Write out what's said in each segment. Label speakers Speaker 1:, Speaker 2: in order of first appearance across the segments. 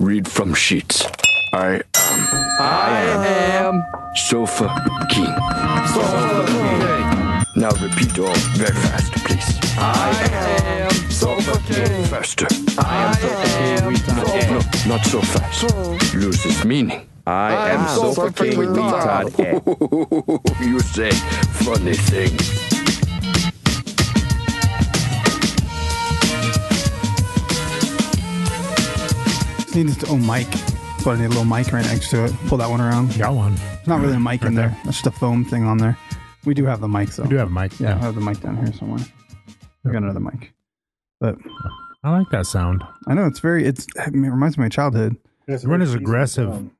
Speaker 1: read from sheets. I am. I am. Sofa King. Sofa King. Now repeat all very fast, please. I am Sofa King. Faster. I am Sofa King. No, not so fast. Loses meaning.
Speaker 2: I am so fucking retarded.
Speaker 1: you say funny thing.
Speaker 3: Need this- oh mic. That's what I need a little mic right next to it. Pull that one around.
Speaker 4: Got one.
Speaker 3: It's not really a mic in
Speaker 4: Right
Speaker 3: there.
Speaker 4: there.
Speaker 3: That's just a foam thing on there. We do have the mic though.
Speaker 4: We do have a mic.
Speaker 3: yeah, I
Speaker 4: Yeah.
Speaker 3: have the mic down here somewhere. I got another mic. But
Speaker 4: I like that sound.
Speaker 3: I know it's very it's it reminds me of my childhood.
Speaker 5: That's
Speaker 4: Everyone
Speaker 5: very
Speaker 4: is
Speaker 5: pleasing
Speaker 4: aggressive.
Speaker 5: sound.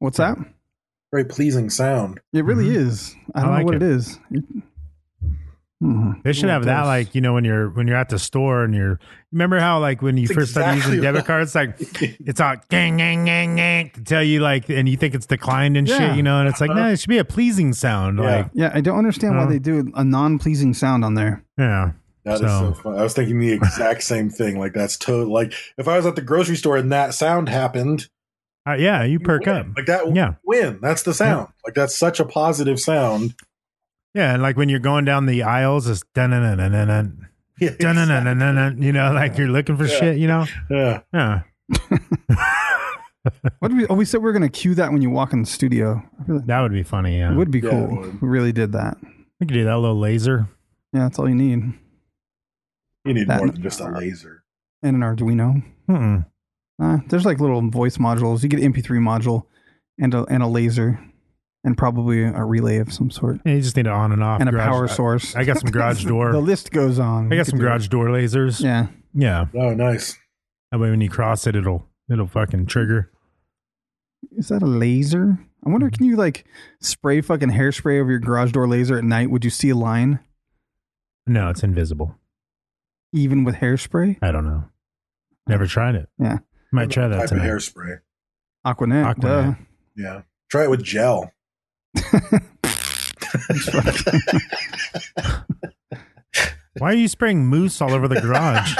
Speaker 3: What's that?
Speaker 5: Very pleasing sound.
Speaker 3: It really is. I don't
Speaker 4: Mm-hmm. I like
Speaker 3: know what
Speaker 4: it.
Speaker 3: it is. Mhm.
Speaker 4: They should have that,
Speaker 3: those.
Speaker 4: like you know, when you're when you're at the store and you're. Remember how like when you
Speaker 5: That's
Speaker 4: first started
Speaker 5: exactly
Speaker 4: using debit
Speaker 5: what-
Speaker 4: cards, like it's all gang gang gang gang to tell you like, and you think it's declined and
Speaker 3: Yeah.
Speaker 4: shit, you know, and it's like no, it should be a pleasing sound,
Speaker 5: Yeah.
Speaker 4: like
Speaker 3: Yeah, I don't understand why
Speaker 4: Uh.
Speaker 3: they do a non-pleasing sound on there.
Speaker 4: yeah.
Speaker 5: That is
Speaker 4: So-
Speaker 5: so fun. I was thinking the exact same thing. Like that's total. Like if I was at the grocery store and that sound happened,
Speaker 4: Uh, yeah, you perk
Speaker 5: win.
Speaker 4: up.
Speaker 5: Like that,
Speaker 4: Yeah.
Speaker 5: yeah. Win. That's the sound. Like that's such a positive sound.
Speaker 4: Yeah, and like when you're going down the aisles, it's dun dun dun dun dun
Speaker 5: Yeah,
Speaker 4: dun dun dun dun dun dun. You know, like you're looking for shit. You know,
Speaker 5: yeah.
Speaker 4: yeah.
Speaker 3: What did we? Oh, we said we are gonna cue that when you walk in the studio. I feel like
Speaker 4: That would be funny. Yeah,
Speaker 3: It would be
Speaker 5: Yeah,
Speaker 3: cool.
Speaker 5: it would.
Speaker 3: if We really did that.
Speaker 4: we could do that little laser.
Speaker 3: Yeah, that's all you need.
Speaker 5: You need
Speaker 3: That-
Speaker 5: more than just a laser.
Speaker 3: And an Arduino.
Speaker 4: Mm-mm.
Speaker 3: Uh, there's like little voice modules. You get an MP3 module and a, and a laser and probably a relay of some sort
Speaker 4: Yeah, you just need it on and off
Speaker 3: and a
Speaker 4: garage-
Speaker 3: power
Speaker 4: I-
Speaker 3: source.
Speaker 4: I, got some garage door.
Speaker 3: the list goes on.
Speaker 4: I
Speaker 3: You
Speaker 4: got
Speaker 3: could
Speaker 4: some
Speaker 3: do it.
Speaker 4: garage door lasers. Yeah.
Speaker 3: Yeah.
Speaker 5: Oh, nice.
Speaker 4: That way, when you cross it, it'll it'll fucking trigger.
Speaker 3: Is that a laser? I wonder,
Speaker 4: Hmm.
Speaker 3: can you like spray fucking hairspray over your garage door laser at night? Would you see a line
Speaker 4: No, it's invisible.
Speaker 3: even with hairspray?
Speaker 4: I don't know. Never tried it.
Speaker 3: Yeah.
Speaker 4: Might try that
Speaker 5: Type of
Speaker 4: tonight.
Speaker 5: hairspray.
Speaker 3: Aquanet.
Speaker 4: Aquanet.
Speaker 3: duh.
Speaker 5: Yeah. Try it with gel.
Speaker 4: Why are you spraying moose all over the garage?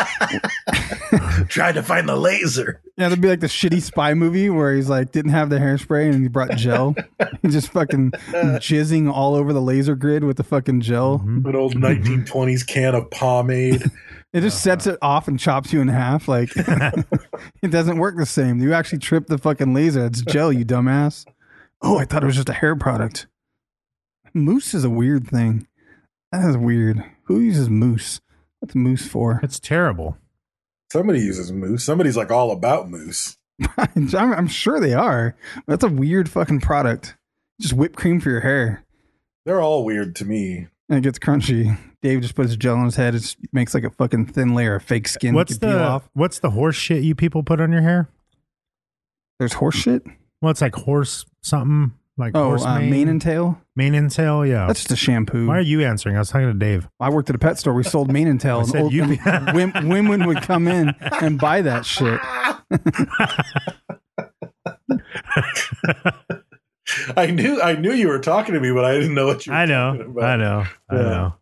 Speaker 5: Try to find the laser.
Speaker 3: Yeah, that'd be like the shitty spy movie where he's like didn't have the hairspray and he brought gel. He's just fucking jizzing all over the laser grid with the fucking gel.
Speaker 4: Mm-hmm.
Speaker 5: An old 1920s can of pomade.
Speaker 3: It just
Speaker 4: Oh,
Speaker 3: sets it off and chops you in half. Like it doesn't work the same. You actually trip the fucking laser. It's gel, you dumbass. Oh, I thought it was just a hair product. Moose is a weird thing. That is weird. Who uses moose? What's moose for?
Speaker 4: It's terrible.
Speaker 5: Somebody uses moose. Somebody's like all about moose.
Speaker 3: I'm, I'm sure they are. That's a weird fucking product. Just whipped cream for your hair,
Speaker 5: They're all weird to me.
Speaker 3: and it gets crunchy. Dave just put his gel on his head. It makes like a fucking thin layer of fake skin. you
Speaker 4: What's
Speaker 3: could peel
Speaker 4: the
Speaker 3: off.
Speaker 4: what's the horse shit you people put on your hair?
Speaker 3: There's horse shit.
Speaker 4: Well, it's like horse something like
Speaker 3: Oh,
Speaker 4: horse
Speaker 3: uh,
Speaker 4: mane,
Speaker 3: mane and tail.
Speaker 4: mane and tail. Yeah.
Speaker 3: That's just a shampoo.
Speaker 4: Why are you answering? I was talking to Dave.
Speaker 3: I worked at a pet store. We sold mane and tail.
Speaker 4: I
Speaker 3: And
Speaker 4: said
Speaker 3: old,
Speaker 4: you-
Speaker 3: and wom- women would come in and buy that shit.
Speaker 5: I knew I knew you were talking to me, but I didn't know what you were
Speaker 4: I
Speaker 5: talking
Speaker 4: know.
Speaker 5: about.
Speaker 4: I know. I
Speaker 5: Yeah.
Speaker 4: know.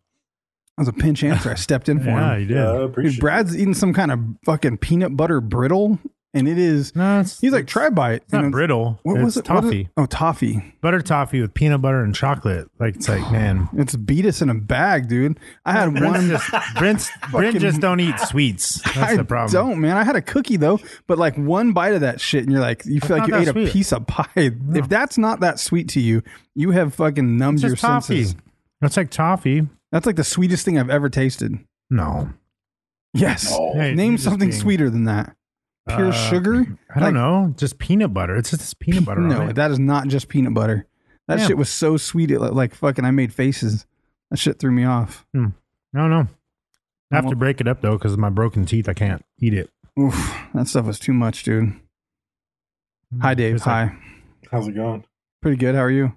Speaker 3: That was a pinch answer. I stepped in for
Speaker 4: Yeah,
Speaker 3: him.
Speaker 4: you did.
Speaker 5: Yeah, I
Speaker 3: Dude,
Speaker 5: appreciate
Speaker 3: Brad's eating some kind of fucking peanut butter brittle, and it is.
Speaker 4: no, it's,
Speaker 3: He's like,
Speaker 4: it's-
Speaker 3: try by it.
Speaker 4: It's not
Speaker 3: And
Speaker 4: brittle.
Speaker 3: What
Speaker 4: it's
Speaker 3: was it? What is-
Speaker 4: Toffee.
Speaker 3: oh, toffee.
Speaker 4: butter toffee with peanut butter and chocolate. Like it's like, man,
Speaker 3: It's beat us in a bag, dude. I had
Speaker 4: Brent
Speaker 3: one.
Speaker 4: just Brent's, Brent just don't eat sweets. That's
Speaker 3: I
Speaker 4: the problem.
Speaker 3: don't, man. I had a cookie though, but like one bite of that shit, and you're like, you feel like
Speaker 4: It's not
Speaker 3: you
Speaker 4: that
Speaker 3: ate a
Speaker 4: sweet.
Speaker 3: piece of pie. If that's not that sweet to you, you have fucking numbed
Speaker 4: It's
Speaker 3: your
Speaker 4: just toffee.
Speaker 3: senses.
Speaker 4: That's like toffee.
Speaker 3: That's like the sweetest thing I've ever tasted.
Speaker 4: No,
Speaker 3: Yes.
Speaker 5: No.
Speaker 4: Hey, you're
Speaker 3: Name
Speaker 4: just
Speaker 3: something
Speaker 4: being-
Speaker 3: sweeter than that. Pure
Speaker 4: Uh,
Speaker 3: sugar?
Speaker 4: I don't
Speaker 3: Like,
Speaker 4: know. Just peanut butter. It's just peanut butter.
Speaker 3: No,
Speaker 4: on it.
Speaker 3: that is not just peanut butter. That
Speaker 4: Yeah.
Speaker 3: shit was so sweet. It looked like fucking. I made faces. That shit threw me off.
Speaker 4: I don't know. I have
Speaker 3: Well-
Speaker 4: to break it up though because of my broken teeth. I can't eat it.
Speaker 3: Oof, that stuff was too much, dude.
Speaker 4: Mm,
Speaker 3: Hi, Dave.
Speaker 5: It's
Speaker 3: Hi.
Speaker 5: like- How's it going?
Speaker 3: Pretty good. How are you?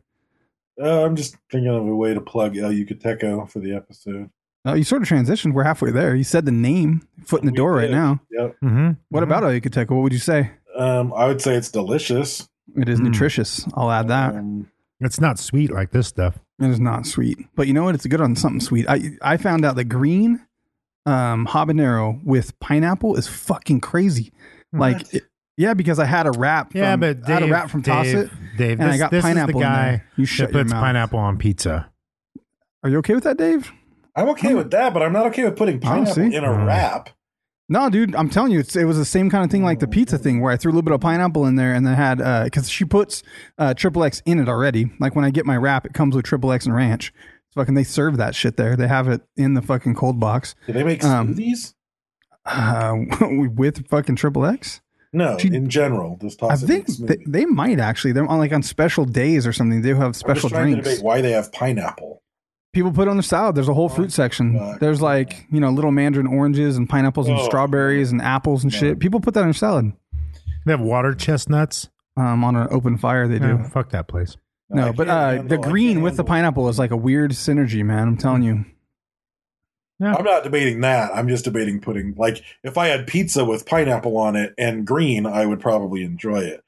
Speaker 5: Uh, I'm just thinking of a way to plug El Yucateco for the episode.
Speaker 3: Oh, you sort of transitioned. We're halfway there. You said the name, foot in the door right
Speaker 5: did.
Speaker 3: now.
Speaker 5: Yep.
Speaker 4: Mm-hmm.
Speaker 3: What about El Yucateco? What would you say?
Speaker 5: Um, I would say it's delicious.
Speaker 3: It
Speaker 4: Mm.
Speaker 3: is nutritious. I'll add that.
Speaker 5: Um,
Speaker 4: It's not sweet like this stuff.
Speaker 3: It is not sweet, but you know what? It's good on something sweet. I I found out the green um, habanero with pineapple is fucking crazy. Like, it- yeah, because I had a wrap.
Speaker 4: Yeah,
Speaker 3: from,
Speaker 4: but
Speaker 3: I had
Speaker 4: Dave-
Speaker 3: a wrap from
Speaker 4: Dave-
Speaker 3: Toss It,
Speaker 4: Dave,
Speaker 3: and
Speaker 4: this-
Speaker 3: I got
Speaker 4: this is the
Speaker 3: pineapple. in
Speaker 4: guy
Speaker 3: there. you shut
Speaker 4: that
Speaker 3: your
Speaker 4: puts
Speaker 3: mouth.
Speaker 4: pineapple on pizza.
Speaker 3: Are you okay with that, Dave?
Speaker 5: I'm okay with that, but I'm not okay with putting pineapple
Speaker 3: see.
Speaker 5: in a wrap.
Speaker 3: No, dude, I'm telling you, it's, it was the same kind of thing like
Speaker 4: Oh,
Speaker 3: the pizza thing where I threw a little bit of pineapple in there and then had, because she puts uh, triple X in it already. Like when I get my wrap, it comes with triple X and ranch. Fucking, they serve that shit there. They have it in the fucking cold box
Speaker 5: Do they make
Speaker 3: Um,
Speaker 5: smoothies?
Speaker 3: uh, with fucking triple X.
Speaker 5: No,
Speaker 3: she-
Speaker 5: in general, just
Speaker 3: I
Speaker 5: toss it
Speaker 3: think
Speaker 5: in a
Speaker 3: they,
Speaker 5: smoothie.
Speaker 3: they might actually. They're on like on special days or something. They have
Speaker 5: I'm just
Speaker 3: special
Speaker 5: trying To
Speaker 3: drinks.
Speaker 5: debate why they have pineapple.
Speaker 3: People put it on their salad. There's a whole fruit section.
Speaker 5: Oh, fuck.
Speaker 3: There's like you know little mandarin oranges and pineapples and
Speaker 5: Oh.
Speaker 3: strawberries and apples and shit. People put that on their salad.
Speaker 4: They have water chestnuts.
Speaker 3: Um, on an open fire, they do.
Speaker 4: Yeah, fuck that place.
Speaker 5: I
Speaker 3: No, but
Speaker 5: can't
Speaker 3: uh,
Speaker 5: handle-
Speaker 3: the
Speaker 5: I can't
Speaker 3: green with the
Speaker 5: handle it.
Speaker 3: pineapple is like a weird synergy, man. I'm telling you.
Speaker 5: I'm not debating that. I'm just debating putting like if I had pizza with pineapple on it and green, I would probably enjoy it.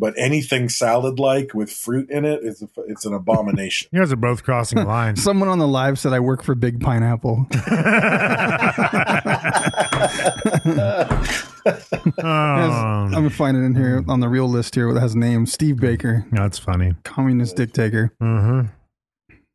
Speaker 5: But anything salad like with fruit in it is a, it's an abomination.
Speaker 4: You guys are both crossing the line.
Speaker 3: Someone on the live said I work for Big Pineapple. I'm
Speaker 4: oh,
Speaker 3: gonna find it in here on the real list here that has a name Steve Baker,
Speaker 4: that's funny.
Speaker 3: communist dictator.
Speaker 4: hmm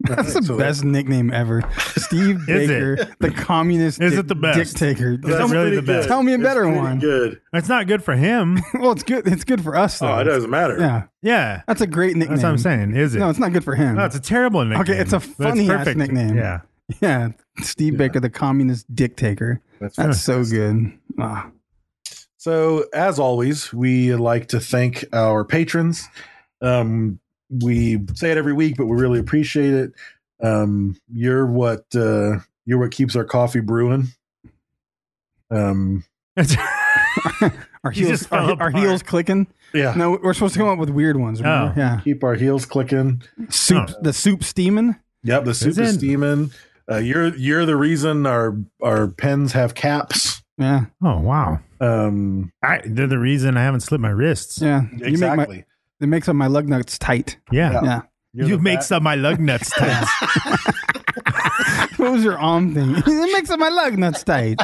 Speaker 3: That's the best nickname ever, Steve
Speaker 4: Is
Speaker 3: Baker, the communist.
Speaker 4: Is
Speaker 3: dic-
Speaker 4: it the best?
Speaker 3: dictator?
Speaker 4: Is it really the best?
Speaker 3: Tell me a better one.
Speaker 5: Good.
Speaker 4: That's not good for him.
Speaker 3: Well, it's good. It's good for us though.
Speaker 5: Oh, it doesn't matter.
Speaker 3: Yeah,
Speaker 4: Yeah,
Speaker 3: that's a great nickname.
Speaker 4: that's what I'm saying. Is it?
Speaker 3: No, it's not good for him.
Speaker 4: No, it's a terrible nickname.
Speaker 3: Okay, it's a
Speaker 4: but
Speaker 3: funny-ass
Speaker 4: perfect.
Speaker 3: nickname.
Speaker 4: Yeah,
Speaker 3: yeah, Steve Baker, the communist dictator.
Speaker 5: That's
Speaker 3: That's so good. Ah.
Speaker 5: So, as always, we like to thank our patrons. Um, we say it every week, but we really appreciate it. Um, you're what uh, you're what keeps our coffee brewing. Um,
Speaker 3: Our
Speaker 4: You
Speaker 3: heels,
Speaker 4: just fell
Speaker 3: our, our
Speaker 4: apart.
Speaker 3: heels clicking.
Speaker 5: yeah,
Speaker 3: No, we're supposed to come up with weird ones. remember?
Speaker 4: Oh.
Speaker 3: Yeah,
Speaker 5: keep our heels clicking.
Speaker 3: soup.
Speaker 4: Oh.
Speaker 3: The soup steaming.
Speaker 5: Yep, the soup is
Speaker 4: Isn't-
Speaker 5: steaming. Uh, you're you're the reason our our pens have caps.
Speaker 3: Yeah,
Speaker 4: Oh wow.
Speaker 5: Um,
Speaker 4: I, they're the reason I haven't slipped my wrists.
Speaker 3: yeah. You make my,
Speaker 5: exactly. Oh.
Speaker 3: it makes up my lug nuts tight.
Speaker 4: Yeah.
Speaker 3: Yeah.
Speaker 5: You're
Speaker 4: You
Speaker 5: the
Speaker 4: make
Speaker 5: back-
Speaker 4: some of my lug nuts tense.
Speaker 3: what was your arm thing? it makes up my lug nuts tight.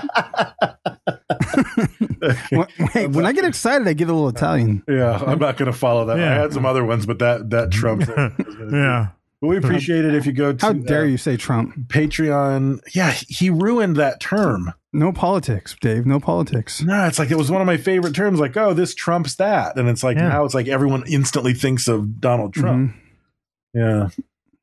Speaker 3: When- Wait, when I get excited, I get a little Italian.
Speaker 5: Yeah, I'm not going to follow that. I
Speaker 4: Yeah.
Speaker 5: had some other ones, but that that trumps it.
Speaker 4: yeah.
Speaker 5: But we appreciate it if you go to
Speaker 3: How
Speaker 5: uh,
Speaker 3: dare you say Trump?
Speaker 5: Patreon. Yeah, he ruined that term.
Speaker 3: No politics, Dave. No politics.
Speaker 5: No, it's like it was one of my favorite terms. Like, oh, this trumps that, and it's like
Speaker 4: Yeah.
Speaker 5: now it's like everyone instantly thinks of Donald Trump.
Speaker 4: Mm-hmm.
Speaker 5: Yeah,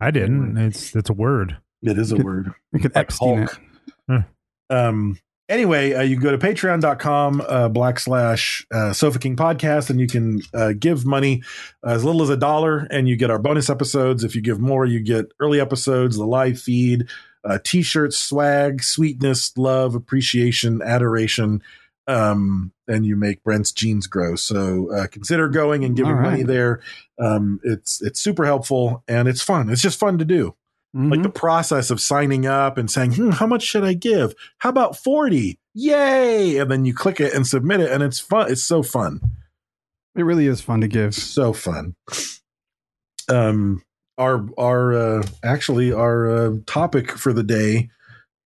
Speaker 4: I didn't. It's it's a word.
Speaker 5: it is a word.
Speaker 3: We Mm-hmm. could
Speaker 5: Like
Speaker 3: Epstein
Speaker 5: Hulk.
Speaker 3: it.
Speaker 5: Um. Anyway, uh, you can go to patreon.com uh, black slash uh, Sofa King podcast and you can uh, give money uh, as little as a dollar and you get our bonus episodes. If you give more, you get early episodes, the live feed, uh, t shirts, swag, sweetness, love, appreciation, adoration. Um, and you make Brent's jeans grow. So uh, consider going and giving
Speaker 3: All right.
Speaker 5: money there. Um, it's it's super helpful and it's fun. It's just fun to do
Speaker 3: Mm-hmm.
Speaker 5: like
Speaker 4: Mm-hmm.
Speaker 5: the process of signing up and saying, hmm, how much should I give? How about 40? Yay! And then you click it and submit it, and it's fun. It's so fun.
Speaker 3: It really is fun to give.
Speaker 5: So fun. Um, our our uh, actually our uh, topic for the day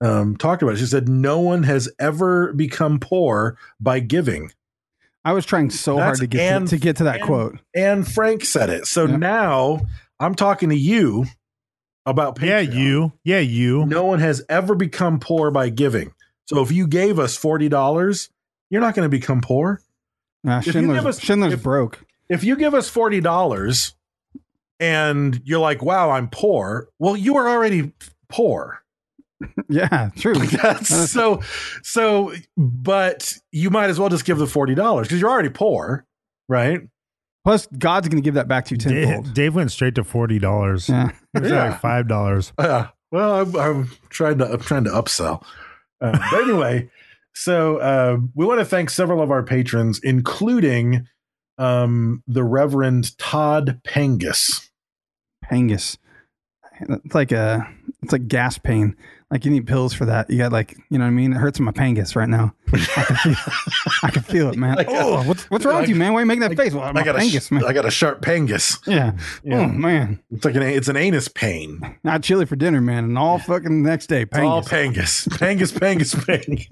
Speaker 5: um talked about it. She said, No one has ever become poor by giving.
Speaker 3: I was trying so hard
Speaker 5: That's
Speaker 3: to get
Speaker 5: and-
Speaker 3: to, to get to that
Speaker 5: and-
Speaker 3: quote.
Speaker 5: And Frank said it. So
Speaker 3: Yeah.
Speaker 5: now I'm talking to you about Patreon.
Speaker 4: Yeah, you. Yeah, you.
Speaker 5: no one has ever become poor by giving. So if you gave us forty dollars, you're not going to become poor.
Speaker 3: Nah,
Speaker 5: If you
Speaker 3: Schindler's,
Speaker 5: give us-
Speaker 3: Schindler's
Speaker 5: if-
Speaker 3: broke.
Speaker 5: If you give us forty dollars, and you're like, "Wow, I'm poor," well, you are already poor.
Speaker 3: Yeah, true.
Speaker 5: That's so. So, but you might as well just give the forty dollars because you're already poor, right?
Speaker 3: Plus, God's going to give that back to you
Speaker 4: Da-
Speaker 3: tenfold.
Speaker 4: Dave went straight to forty dollars.
Speaker 3: Yeah.
Speaker 4: It was
Speaker 5: Yeah.
Speaker 4: like five dollars.
Speaker 5: Uh, well, I'm, I'm trying to I'm trying to upsell. Uh, but um, anyway, so uh, we want to thank several of our patrons, including um, the Reverend Todd Pangus.
Speaker 3: Pangus. It's like a it's like gas pain. Like you need pills for that. You got like you know what I mean. It hurts my pangus right now. I can feel, I can feel it, man.
Speaker 5: Like a-
Speaker 3: oh, what's what's wrong with you, man? Why are you making that face? Well, my
Speaker 5: I got a
Speaker 3: pangus,
Speaker 5: sh-
Speaker 3: man.
Speaker 5: I got a sharp pangus.
Speaker 3: yeah. Oh man,
Speaker 5: It's like an it's an anus pain.
Speaker 3: not chili for dinner, man, and all fucking next day.
Speaker 5: It's all
Speaker 3: Pangus.
Speaker 5: pangus. Pangus, pangus,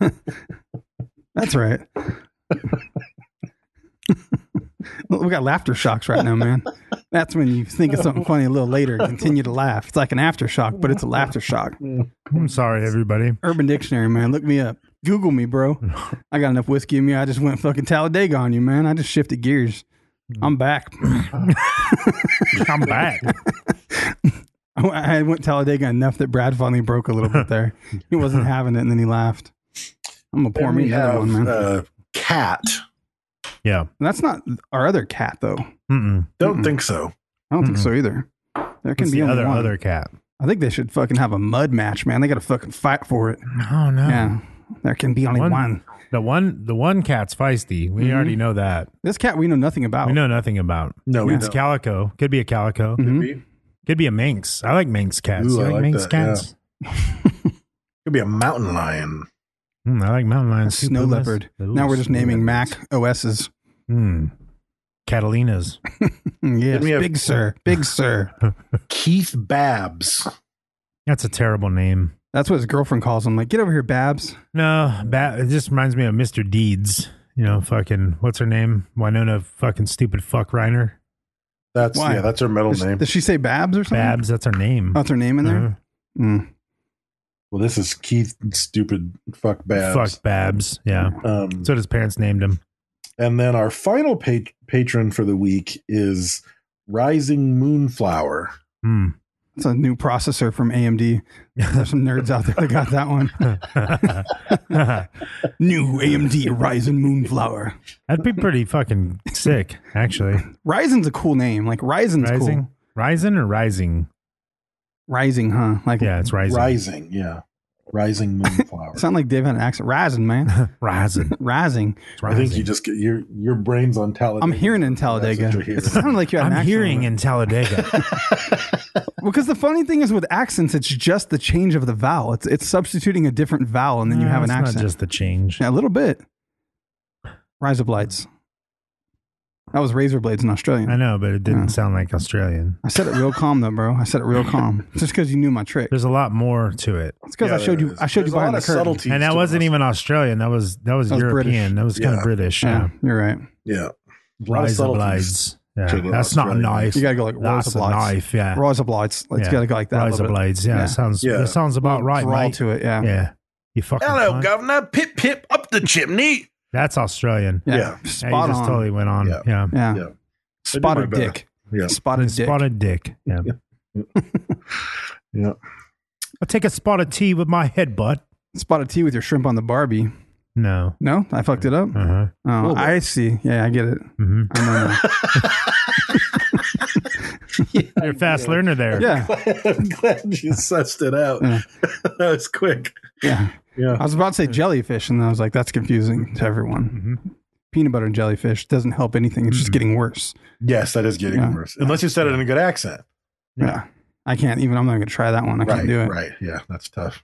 Speaker 5: pangus.
Speaker 3: That's right. we got laughter shocks right now, man. That's when you think of something funny a little later and continue to laugh. It's like an aftershock, but it's a laughter shock.
Speaker 4: I'm sorry, everybody.
Speaker 3: Urban Dictionary, man. Look me up. Google me, bro. I got enough whiskey in me. I just went fucking Talladega on you, man. I just shifted gears.
Speaker 4: Mm.
Speaker 3: I'm back.
Speaker 4: I'm back.
Speaker 3: I went- I went Talladega enough that Brad finally broke a little bit there. He wasn't having it, and then he laughed. I'm gonna pour
Speaker 5: Then
Speaker 3: me
Speaker 5: we
Speaker 3: another
Speaker 5: have,
Speaker 3: one, man.
Speaker 5: uh, cat.
Speaker 4: Yeah.
Speaker 3: That's not our other cat, though.
Speaker 4: Mm-mm.
Speaker 5: Don't think so.
Speaker 3: I don't think so either. There can
Speaker 4: It's
Speaker 3: be
Speaker 4: the
Speaker 3: only
Speaker 4: other
Speaker 3: one.
Speaker 4: other cat.
Speaker 3: I think they should fucking have a mud match, man. They got to fucking fight for it.
Speaker 4: No, no.
Speaker 3: Yeah, there can be only one.
Speaker 4: One- The one the one cat's feisty. We
Speaker 3: Mhm.
Speaker 4: already know that.
Speaker 3: This cat we know nothing about.
Speaker 4: We know nothing about.
Speaker 5: No, we
Speaker 3: Yeah.
Speaker 4: It's
Speaker 5: don't.
Speaker 4: calico. Could be a calico.
Speaker 3: Mhm.
Speaker 5: Could be-
Speaker 4: Could be a minx. I like minx cats.
Speaker 5: Ooh,
Speaker 4: you
Speaker 5: I
Speaker 4: like,
Speaker 5: like
Speaker 4: minx
Speaker 5: that,
Speaker 4: cats?
Speaker 5: could be a mountain lion.
Speaker 4: Mm, I like mountain lions. too,
Speaker 3: Snow
Speaker 4: Pumas.
Speaker 3: leopard.
Speaker 4: Ooh,
Speaker 3: now we're just
Speaker 4: snow
Speaker 3: naming
Speaker 4: leopards.
Speaker 3: Mac OSs.
Speaker 4: Mm. Catalinas.
Speaker 3: Mm, Yes,
Speaker 5: Didn't we have-
Speaker 3: Big Sir. Big Sir.
Speaker 5: Keith Babs.
Speaker 4: That's a terrible name.
Speaker 3: That's what his girlfriend calls him. Like, get over here, Babs.
Speaker 4: No, ba- it just reminds me of Mr. Deeds. You know, fucking what's her name? Winona fucking stupid fuck Reiner.
Speaker 5: That's
Speaker 3: Why?
Speaker 5: yeah. That's her middle
Speaker 3: Does,
Speaker 5: name.
Speaker 3: does she say Babs or something?
Speaker 4: Babs, Mm-hmm. that's her name.
Speaker 3: That's her name in there. Mm.
Speaker 5: well, this is Keith. Stupid fuck
Speaker 4: Uh,
Speaker 5: Babs.
Speaker 4: Fuck Babs. Yeah.
Speaker 5: Um,
Speaker 4: So his parents named him.
Speaker 5: and then our final pa- patron for the week is Rising Moonflower.
Speaker 4: Hmm.
Speaker 3: It's a new processor from AMD. There's some nerds out there that got that one. New AMD Ryzen Moonflower.
Speaker 4: That'd be pretty fucking sick, actually.
Speaker 3: Ryzen's a cool name. Like Ryzen's
Speaker 4: Rising,
Speaker 3: cool.
Speaker 4: Rising or Rising?
Speaker 3: Rising, huh? Like
Speaker 4: Yeah, it's Rising.
Speaker 5: Rising, yeah. Rising Moonflower.
Speaker 3: Sound like Dave had an accent. Rising, man.
Speaker 4: Rising.
Speaker 3: Rising.
Speaker 4: It's
Speaker 5: I think
Speaker 4: Rising.
Speaker 5: you just get your your brain's on Talladega.
Speaker 3: I'm hearing in Talladega.
Speaker 5: That's what you're
Speaker 3: It
Speaker 5: hearing.
Speaker 3: sounded like you had an
Speaker 4: I'm
Speaker 3: accent.
Speaker 4: hearing in Talladega.
Speaker 3: Because the funny thing is with accents, it's just the change of the vowel. It's it's substituting a different vowel and then you have an
Speaker 4: It's
Speaker 3: accent.
Speaker 4: Not just the change.
Speaker 3: yeah, a little bit. Rise of Blights. That was razor blades in Australian.
Speaker 4: I
Speaker 3: I,
Speaker 4: know, but it didn't
Speaker 3: Yeah.
Speaker 4: sound like Australian.
Speaker 3: said it real calm though, bro. I said it real calm. just because you knew my trick.
Speaker 4: There's a lot more to it,
Speaker 3: It's because
Speaker 5: Yeah,
Speaker 3: I showed
Speaker 5: there
Speaker 3: you.
Speaker 5: it is.
Speaker 3: I showed
Speaker 5: There's
Speaker 3: you
Speaker 5: a lot
Speaker 3: behind the
Speaker 5: of
Speaker 3: curtain.
Speaker 5: subtleties
Speaker 4: and
Speaker 5: to
Speaker 4: that
Speaker 5: it.
Speaker 4: wasn't even Australian. That was that was,
Speaker 3: That was British.
Speaker 4: European. That was kind
Speaker 5: Yeah.
Speaker 4: of British.
Speaker 3: Yeah,
Speaker 4: Yeah,
Speaker 3: you're right.
Speaker 5: yeah. A lot of
Speaker 4: Rise of
Speaker 5: subtleties.
Speaker 4: Blades. Yeah,
Speaker 5: to the
Speaker 4: that's not
Speaker 5: Australian.
Speaker 4: nice.
Speaker 3: You gotta go like
Speaker 4: That's
Speaker 3: Rise of
Speaker 4: a
Speaker 3: Lights.
Speaker 4: knife. Yeah,
Speaker 3: Rise of Blights. Let's
Speaker 4: yeah.
Speaker 3: gotta go like that. a
Speaker 4: Rise
Speaker 3: little
Speaker 4: of
Speaker 3: bit.
Speaker 4: Blades. Yeah,
Speaker 3: Yeah.
Speaker 4: It sounds.
Speaker 5: Yeah.
Speaker 4: It sounds about right.
Speaker 3: Draw
Speaker 4: mate.
Speaker 3: to it. Yeah.
Speaker 4: Yeah, you fucking. cunt.
Speaker 5: Governor. Pip, pip, up the chimney.
Speaker 4: That's Australian.
Speaker 3: Yeah.
Speaker 5: Yeah.
Speaker 4: Yeah, you
Speaker 3: Spot
Speaker 4: just
Speaker 3: on.
Speaker 4: totally went on.
Speaker 5: Yeah.
Speaker 4: Yeah.
Speaker 3: yeah.
Speaker 5: Yeah.
Speaker 3: Spotted
Speaker 5: I did my
Speaker 3: dick.
Speaker 5: Yeah.
Speaker 3: Spotted dick.
Speaker 4: Spotted dick. Yeah.
Speaker 5: Yeah.
Speaker 4: I'll take a spot of tea with my headbutt.
Speaker 3: Spotted tea with your shrimp on the Barbie.
Speaker 4: No.
Speaker 3: No, I fucked it up.
Speaker 4: Uh huh.
Speaker 3: Oh,
Speaker 5: Little bit.
Speaker 3: I see. Yeah, I get it.
Speaker 4: hmm
Speaker 3: I know now.
Speaker 4: You're a fast learner there.
Speaker 3: yeah,
Speaker 5: I'm glad you sussed it out.
Speaker 3: Yeah. Uh,
Speaker 5: that was quick.
Speaker 3: yeah.
Speaker 5: Yeah.
Speaker 3: I was about to say jellyfish, and then I was like, that's confusing to everyone.
Speaker 4: Mm-hmm.
Speaker 3: Peanut butter and jellyfish doesn't help anything. It's just getting worse.
Speaker 5: Yes, that is getting
Speaker 3: Yeah.
Speaker 5: worse. Unless you said it in a good accent.
Speaker 3: Yeah. I can't even. I'm not going to try that one. I
Speaker 5: right,
Speaker 3: can't do it.
Speaker 5: right. Yeah, that's tough.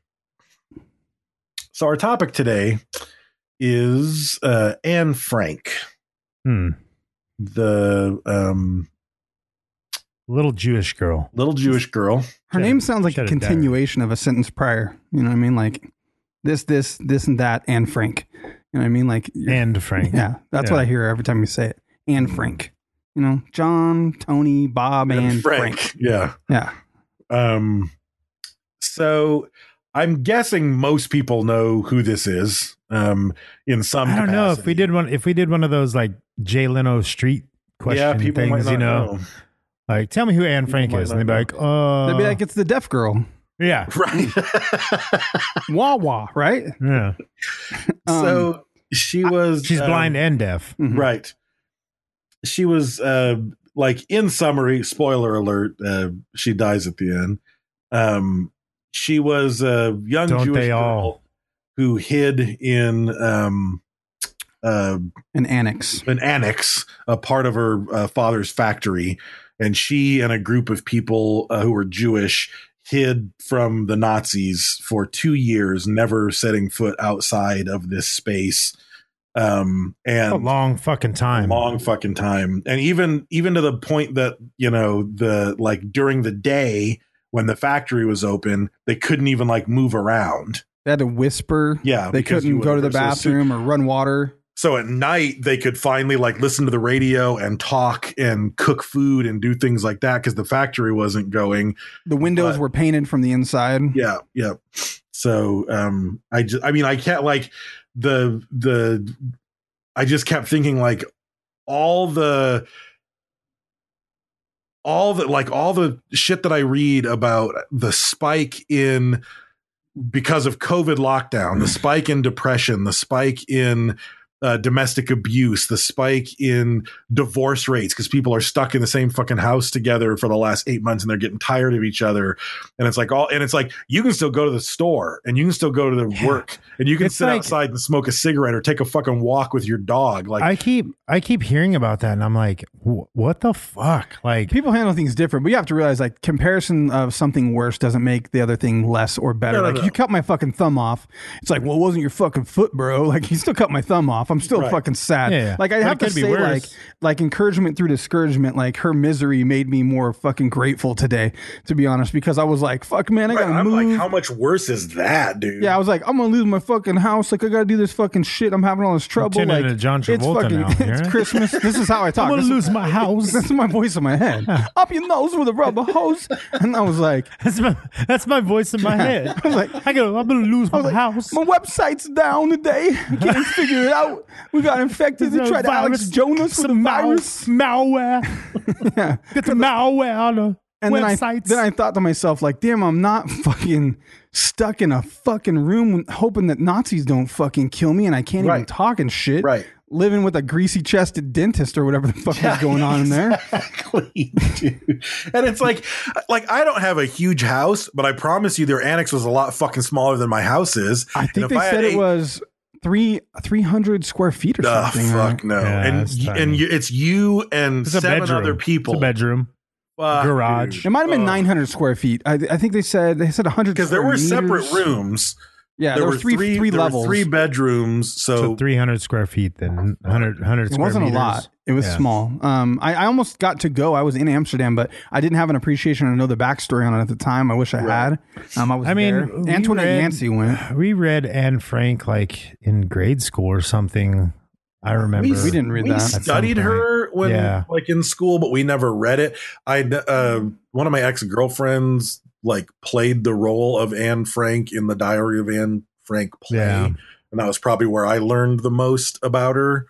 Speaker 5: So our topic today is uh Anne Frank,
Speaker 4: Hmm.
Speaker 5: the um
Speaker 4: Little Jewish girl.
Speaker 5: little Jewish girl.
Speaker 3: Her
Speaker 4: Shut
Speaker 3: name
Speaker 4: it-
Speaker 3: sounds like a
Speaker 4: shut it down.
Speaker 3: continuation of a sentence prior. You know what I mean? Like this, this, this, and that, and Frank. You know what I mean? Like you're-
Speaker 4: And Frank.
Speaker 3: Yeah, that's what
Speaker 4: Yeah.
Speaker 3: I hear every time you say it. And Frank. You know, John, Tony, Bob, and, Frank.
Speaker 5: Yeah.
Speaker 3: Yeah.
Speaker 5: Um so I'm guessing most people know who this is. Um in some
Speaker 4: I don't know if
Speaker 5: capacity.
Speaker 4: we did one. If we did one of those like Jay Leno street question
Speaker 5: yeah, people might
Speaker 4: things,
Speaker 5: not
Speaker 4: you know,
Speaker 5: know.
Speaker 4: like tell me who Anne Frank
Speaker 5: might
Speaker 4: is,
Speaker 5: not
Speaker 4: and they'd be
Speaker 5: know.
Speaker 4: like, oh,
Speaker 3: They'd be like, it's the deaf girl.
Speaker 4: yeah,
Speaker 5: Right.
Speaker 3: Wah wah, right?
Speaker 4: yeah.
Speaker 3: Um,
Speaker 5: so she was
Speaker 4: She's
Speaker 5: um,
Speaker 4: blind and deaf.
Speaker 3: Mhm.
Speaker 5: Right. She was uh like in summary, spoiler alert, uh she dies at the end. Um she was a young
Speaker 4: Don't
Speaker 5: Jewish
Speaker 4: they
Speaker 5: girl
Speaker 4: all?
Speaker 5: who hid in um uh,
Speaker 3: an annex,
Speaker 5: an annex, a part of her uh, father's factory, and she and a group of people uh, who were Jewish hid from the Nazis for two years, never setting foot outside of this space. Um, and
Speaker 4: a long fucking time.
Speaker 5: long fucking time and even even to the point that you know the like during the day when the factory was open they couldn't even like move around
Speaker 3: They had to whisper.
Speaker 5: Yeah,
Speaker 3: They
Speaker 5: because
Speaker 3: couldn't
Speaker 5: you
Speaker 3: go to the
Speaker 5: whisper. So-
Speaker 3: bathroom or run water.
Speaker 5: so at night they could finally like listen to the radio and talk and cook food and do things like that because the factory wasn't going
Speaker 3: The windows
Speaker 5: But-
Speaker 3: were painted from the inside.
Speaker 5: yeah yeah so um i just i mean i can't like the the i just kept thinking like all the all the like all the shit that i read about the spike in because of covid lockdown the spike in depression the spike in uh, domestic abuse the spike in divorce rates because people are stuck in the same fucking house together for the last eight months and they're getting tired of each other and it's like all and it's like you can still go to the store and you can still go to the work and you can
Speaker 4: It's
Speaker 5: sit
Speaker 4: like-
Speaker 5: outside and smoke a cigarette or take a fucking walk with your dog like
Speaker 4: I keep I keep hearing about that, and I'm like, "Wh- what the fuck? Like,
Speaker 3: People handle things different, but you have to realize like comparison of something worse doesn't make the other thing less or better.
Speaker 5: No, no,
Speaker 3: like
Speaker 5: no.
Speaker 3: you cut my fucking thumb off. It's like, well, it wasn't your fucking foot, bro. Like you still cut my thumb off. I'm still
Speaker 5: Right.
Speaker 3: fucking sad.
Speaker 4: Yeah, yeah.
Speaker 3: Like I
Speaker 4: But it
Speaker 3: have to
Speaker 4: could be
Speaker 3: say,
Speaker 4: worse.
Speaker 3: like like encouragement through discouragement. Like her misery made me more fucking grateful today, to be honest, because I was like, fuck, man, I
Speaker 5: Right,
Speaker 3: gotta
Speaker 5: i'm
Speaker 3: move.
Speaker 5: like how much worse is that dude
Speaker 3: Yeah, I was like, I'm gonna lose my fucking house. Like, I gotta do this fucking shit. I'm having all this trouble.
Speaker 4: turning
Speaker 3: Like,
Speaker 4: into John
Speaker 3: it's
Speaker 4: Travolta
Speaker 3: fucking
Speaker 4: now,
Speaker 3: it's
Speaker 4: yeah?
Speaker 3: Christmas. This is how I talk.
Speaker 4: I'm gonna
Speaker 3: This-
Speaker 4: lose my house.
Speaker 3: This is my voice in my head. Up your nose with a rubber hose. And I was like,
Speaker 4: that's my that's my voice in my head. I was like, I go, I'm gonna lose my
Speaker 3: I was like,
Speaker 4: house.
Speaker 3: My website's down today. Can't figure it out. We got infected. They
Speaker 4: There's a
Speaker 3: tried to Alex
Speaker 4: virus.
Speaker 3: Jonas with a
Speaker 4: Some mal-
Speaker 3: virus.
Speaker 4: malware.
Speaker 3: Yeah.
Speaker 4: Get the malware on the
Speaker 3: And then I,
Speaker 4: websites.
Speaker 3: then I thought to myself, like, damn, I'm not fucking stuck in a fucking room hoping that Nazis don't fucking kill me and I can't even
Speaker 5: Right.
Speaker 3: talk and shit.
Speaker 5: Right.
Speaker 3: Living with a greasy chested dentist or whatever the fuck was going on in there.
Speaker 5: Exactly, dude. And it's like, like I don't have a huge house, but I promise you, their annex was a lot fucking smaller than my house is.
Speaker 3: I
Speaker 5: And
Speaker 3: think
Speaker 5: if
Speaker 3: they
Speaker 5: had
Speaker 3: said it
Speaker 5: eight-
Speaker 3: was three three hundred square feet or
Speaker 5: Ah,
Speaker 3: something.
Speaker 5: fuck
Speaker 3: right?
Speaker 5: no,
Speaker 4: Yeah,
Speaker 5: and
Speaker 4: that's
Speaker 5: y-
Speaker 4: tiny.
Speaker 5: and you, it's you and
Speaker 4: it's a
Speaker 5: seven
Speaker 4: bedroom.
Speaker 5: other people.
Speaker 4: It's a bedroom.
Speaker 5: Fuck,
Speaker 4: garage.
Speaker 3: It might have been 900 square feet. I, I think they said they said 100
Speaker 5: because there
Speaker 3: square
Speaker 5: were separate
Speaker 3: meters.
Speaker 5: rooms.
Speaker 3: Yeah, there, were three three
Speaker 5: there were
Speaker 3: levels.
Speaker 5: three bedrooms.
Speaker 4: So
Speaker 5: So,
Speaker 4: 300 square feet, then 100 100
Speaker 3: it
Speaker 4: square
Speaker 3: wasn't
Speaker 4: meters.
Speaker 3: a lot. It was
Speaker 4: Yeah.
Speaker 3: small. Um, I, I almost got to go. I was in Amsterdam, but I didn't have an appreciation or know the backstory on it at the time. I wish I had. Um, I was.
Speaker 4: I mean,
Speaker 3: there.
Speaker 4: we
Speaker 3: Antoinette
Speaker 4: read-
Speaker 3: Yancey went.
Speaker 4: We read Anne Frank like in grade school or something. I remember.
Speaker 3: we didn't read
Speaker 5: we
Speaker 3: that.
Speaker 4: at some
Speaker 5: studied
Speaker 4: point.
Speaker 5: her when
Speaker 4: Yeah.
Speaker 5: like in school, but we never read it. I uh, one of my ex girlfriends like played the role of Anne Frank in the Diary of Anne Frank play,
Speaker 4: Yeah.
Speaker 5: and that was probably where I learned the most about her.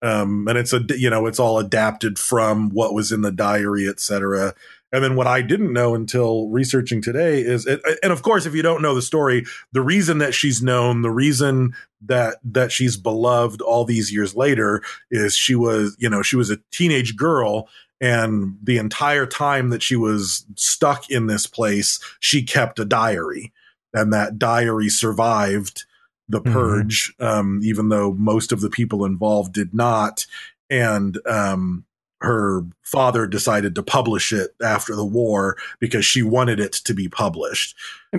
Speaker 5: Um, and it's a you know it's all adapted from what was in the diary, etc. And then what I didn't know until researching today is, and and of course, if you don't know the story, the reason that she's known, the reason that that she's beloved all these years later, is she was you know she was a teenage girl and the entire time that she was stuck in this place she kept a diary and that diary survived the
Speaker 3: Mm-hmm.
Speaker 4: Mhm.
Speaker 5: purge um, even though most of the people involved did not and um, her father decided to publish it after the war because she wanted it to be published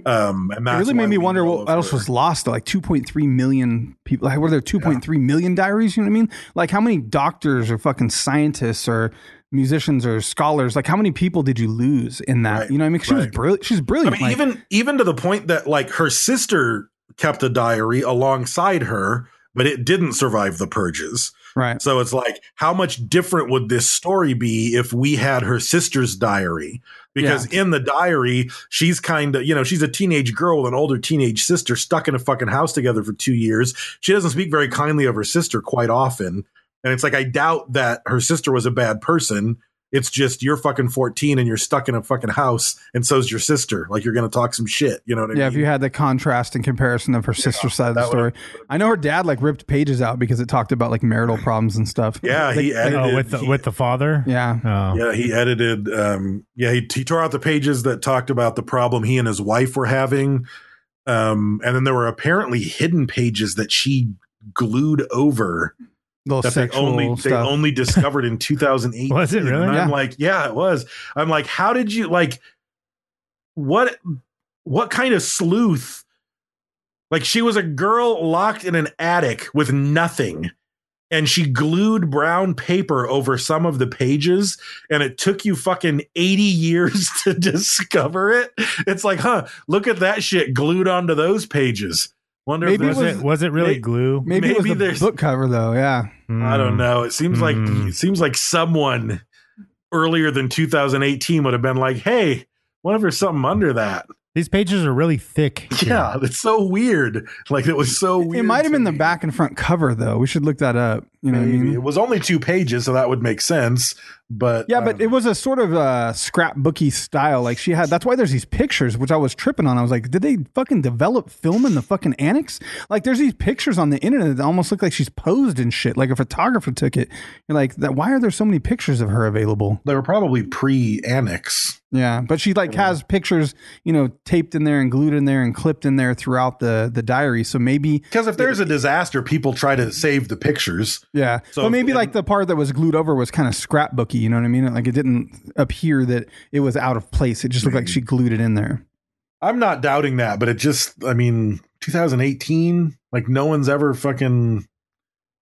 Speaker 5: um, and
Speaker 3: It
Speaker 5: that's
Speaker 3: really made
Speaker 5: why
Speaker 3: me
Speaker 5: we
Speaker 3: wonder
Speaker 5: know
Speaker 3: what
Speaker 5: of
Speaker 3: else
Speaker 5: her.
Speaker 3: was lost. though. Like 2.3 million people. Like, were there 2.3 million diaries? You know what I mean? Like, how many doctors or fucking scientists or musicians or scholars? Like, how many people did you lose in that?
Speaker 5: Right,
Speaker 3: You know what I mean? 'Cause She was
Speaker 5: right.
Speaker 3: brilliant. She's
Speaker 5: I
Speaker 3: brilliant.
Speaker 5: mean,
Speaker 3: like-
Speaker 5: even even to the point that like her sister kept a diary alongside her, but it didn't survive the purges.
Speaker 3: right.
Speaker 5: So it's like, how much different would this story be if we had her sister's diary? Because in the diary, she's kind of, you know, she's a teenage girl with an older teenage sister stuck in a fucking house together for two years. She doesn't speak very kindly of her sister quite often. And it's like, I doubt that her sister was a bad person. It's just you're fucking 14 and you're stuck in a fucking house, and so's your sister. Like, you're going to talk some shit. You know what I
Speaker 3: yeah,
Speaker 5: mean?
Speaker 3: if you had the contrast and comparison of her sister's side of the story, I know her dad like ripped pages out because it talked about like marital problems and stuff.
Speaker 5: yeah, he edited
Speaker 4: Oh, with the,
Speaker 5: he-
Speaker 4: with the father.
Speaker 3: yeah.
Speaker 4: Oh.
Speaker 5: Yeah, he edited. Um, yeah, he, he tore out the pages that talked about the problem he and his wife were having. Um, and then there were apparently hidden pages that she glued over.
Speaker 3: Little
Speaker 5: that they
Speaker 3: sexual
Speaker 5: only they
Speaker 3: stuff.
Speaker 5: only discovered in 2008.
Speaker 4: Was it really?
Speaker 5: And I'm
Speaker 3: Yeah.
Speaker 5: like, yeah, it was. I'm like, how did you like? What what kind of sleuth? Like she was a girl locked in an attic with nothing, and she glued brown paper over some of the pages, and it took you fucking 80 years to discover it. It's like, huh? Look at that shit glued onto those pages. Wonder
Speaker 3: Maybe
Speaker 5: if
Speaker 4: Was
Speaker 5: there's-
Speaker 4: it was it really
Speaker 5: They-
Speaker 4: glue?
Speaker 3: Maybe, it was
Speaker 5: maybe
Speaker 3: the
Speaker 5: there's-
Speaker 3: book cover though. Yeah.
Speaker 5: I
Speaker 3: Hmm.
Speaker 5: don't know. It seems like
Speaker 4: Mm.
Speaker 5: it seems like someone earlier than 2018 would have been like, "Hey, what if there's something under that?"
Speaker 4: These pages are really thick.
Speaker 5: Yeah, that's so weird. Like it was so weird.
Speaker 3: It might have
Speaker 5: to
Speaker 3: been the
Speaker 5: me.
Speaker 3: back and front cover though. We should look that up. You know what I
Speaker 5: Maybe.
Speaker 3: mean?
Speaker 5: It was only two pages, so that would make sense. But
Speaker 3: Yeah, but it was a sort of uh scrapbooky style. Like she had that's why there's these pictures, which I was tripping on. I was like, did they fucking develop film in the fucking annex? Like there's these pictures on the internet that almost look like she's posed and shit. Like a photographer took it. You're like, that why are there so many pictures of her available?
Speaker 5: they were probably pre-annex.
Speaker 3: Yeah. But she like has pictures, you know, taped in there and glued in there and clipped in there throughout the the diary. So maybe
Speaker 5: Because if there's a disaster, people try to save the pictures.
Speaker 3: Yeah.
Speaker 5: So-
Speaker 3: but maybe
Speaker 5: and-
Speaker 3: like the part that was glued over was kind of scrapbooky, you know what I mean? Like it didn't appear that it was out of place. It just looked like she glued it in there.
Speaker 5: I'm not doubting that, but it just, I mean, 2018, like no one's ever fucking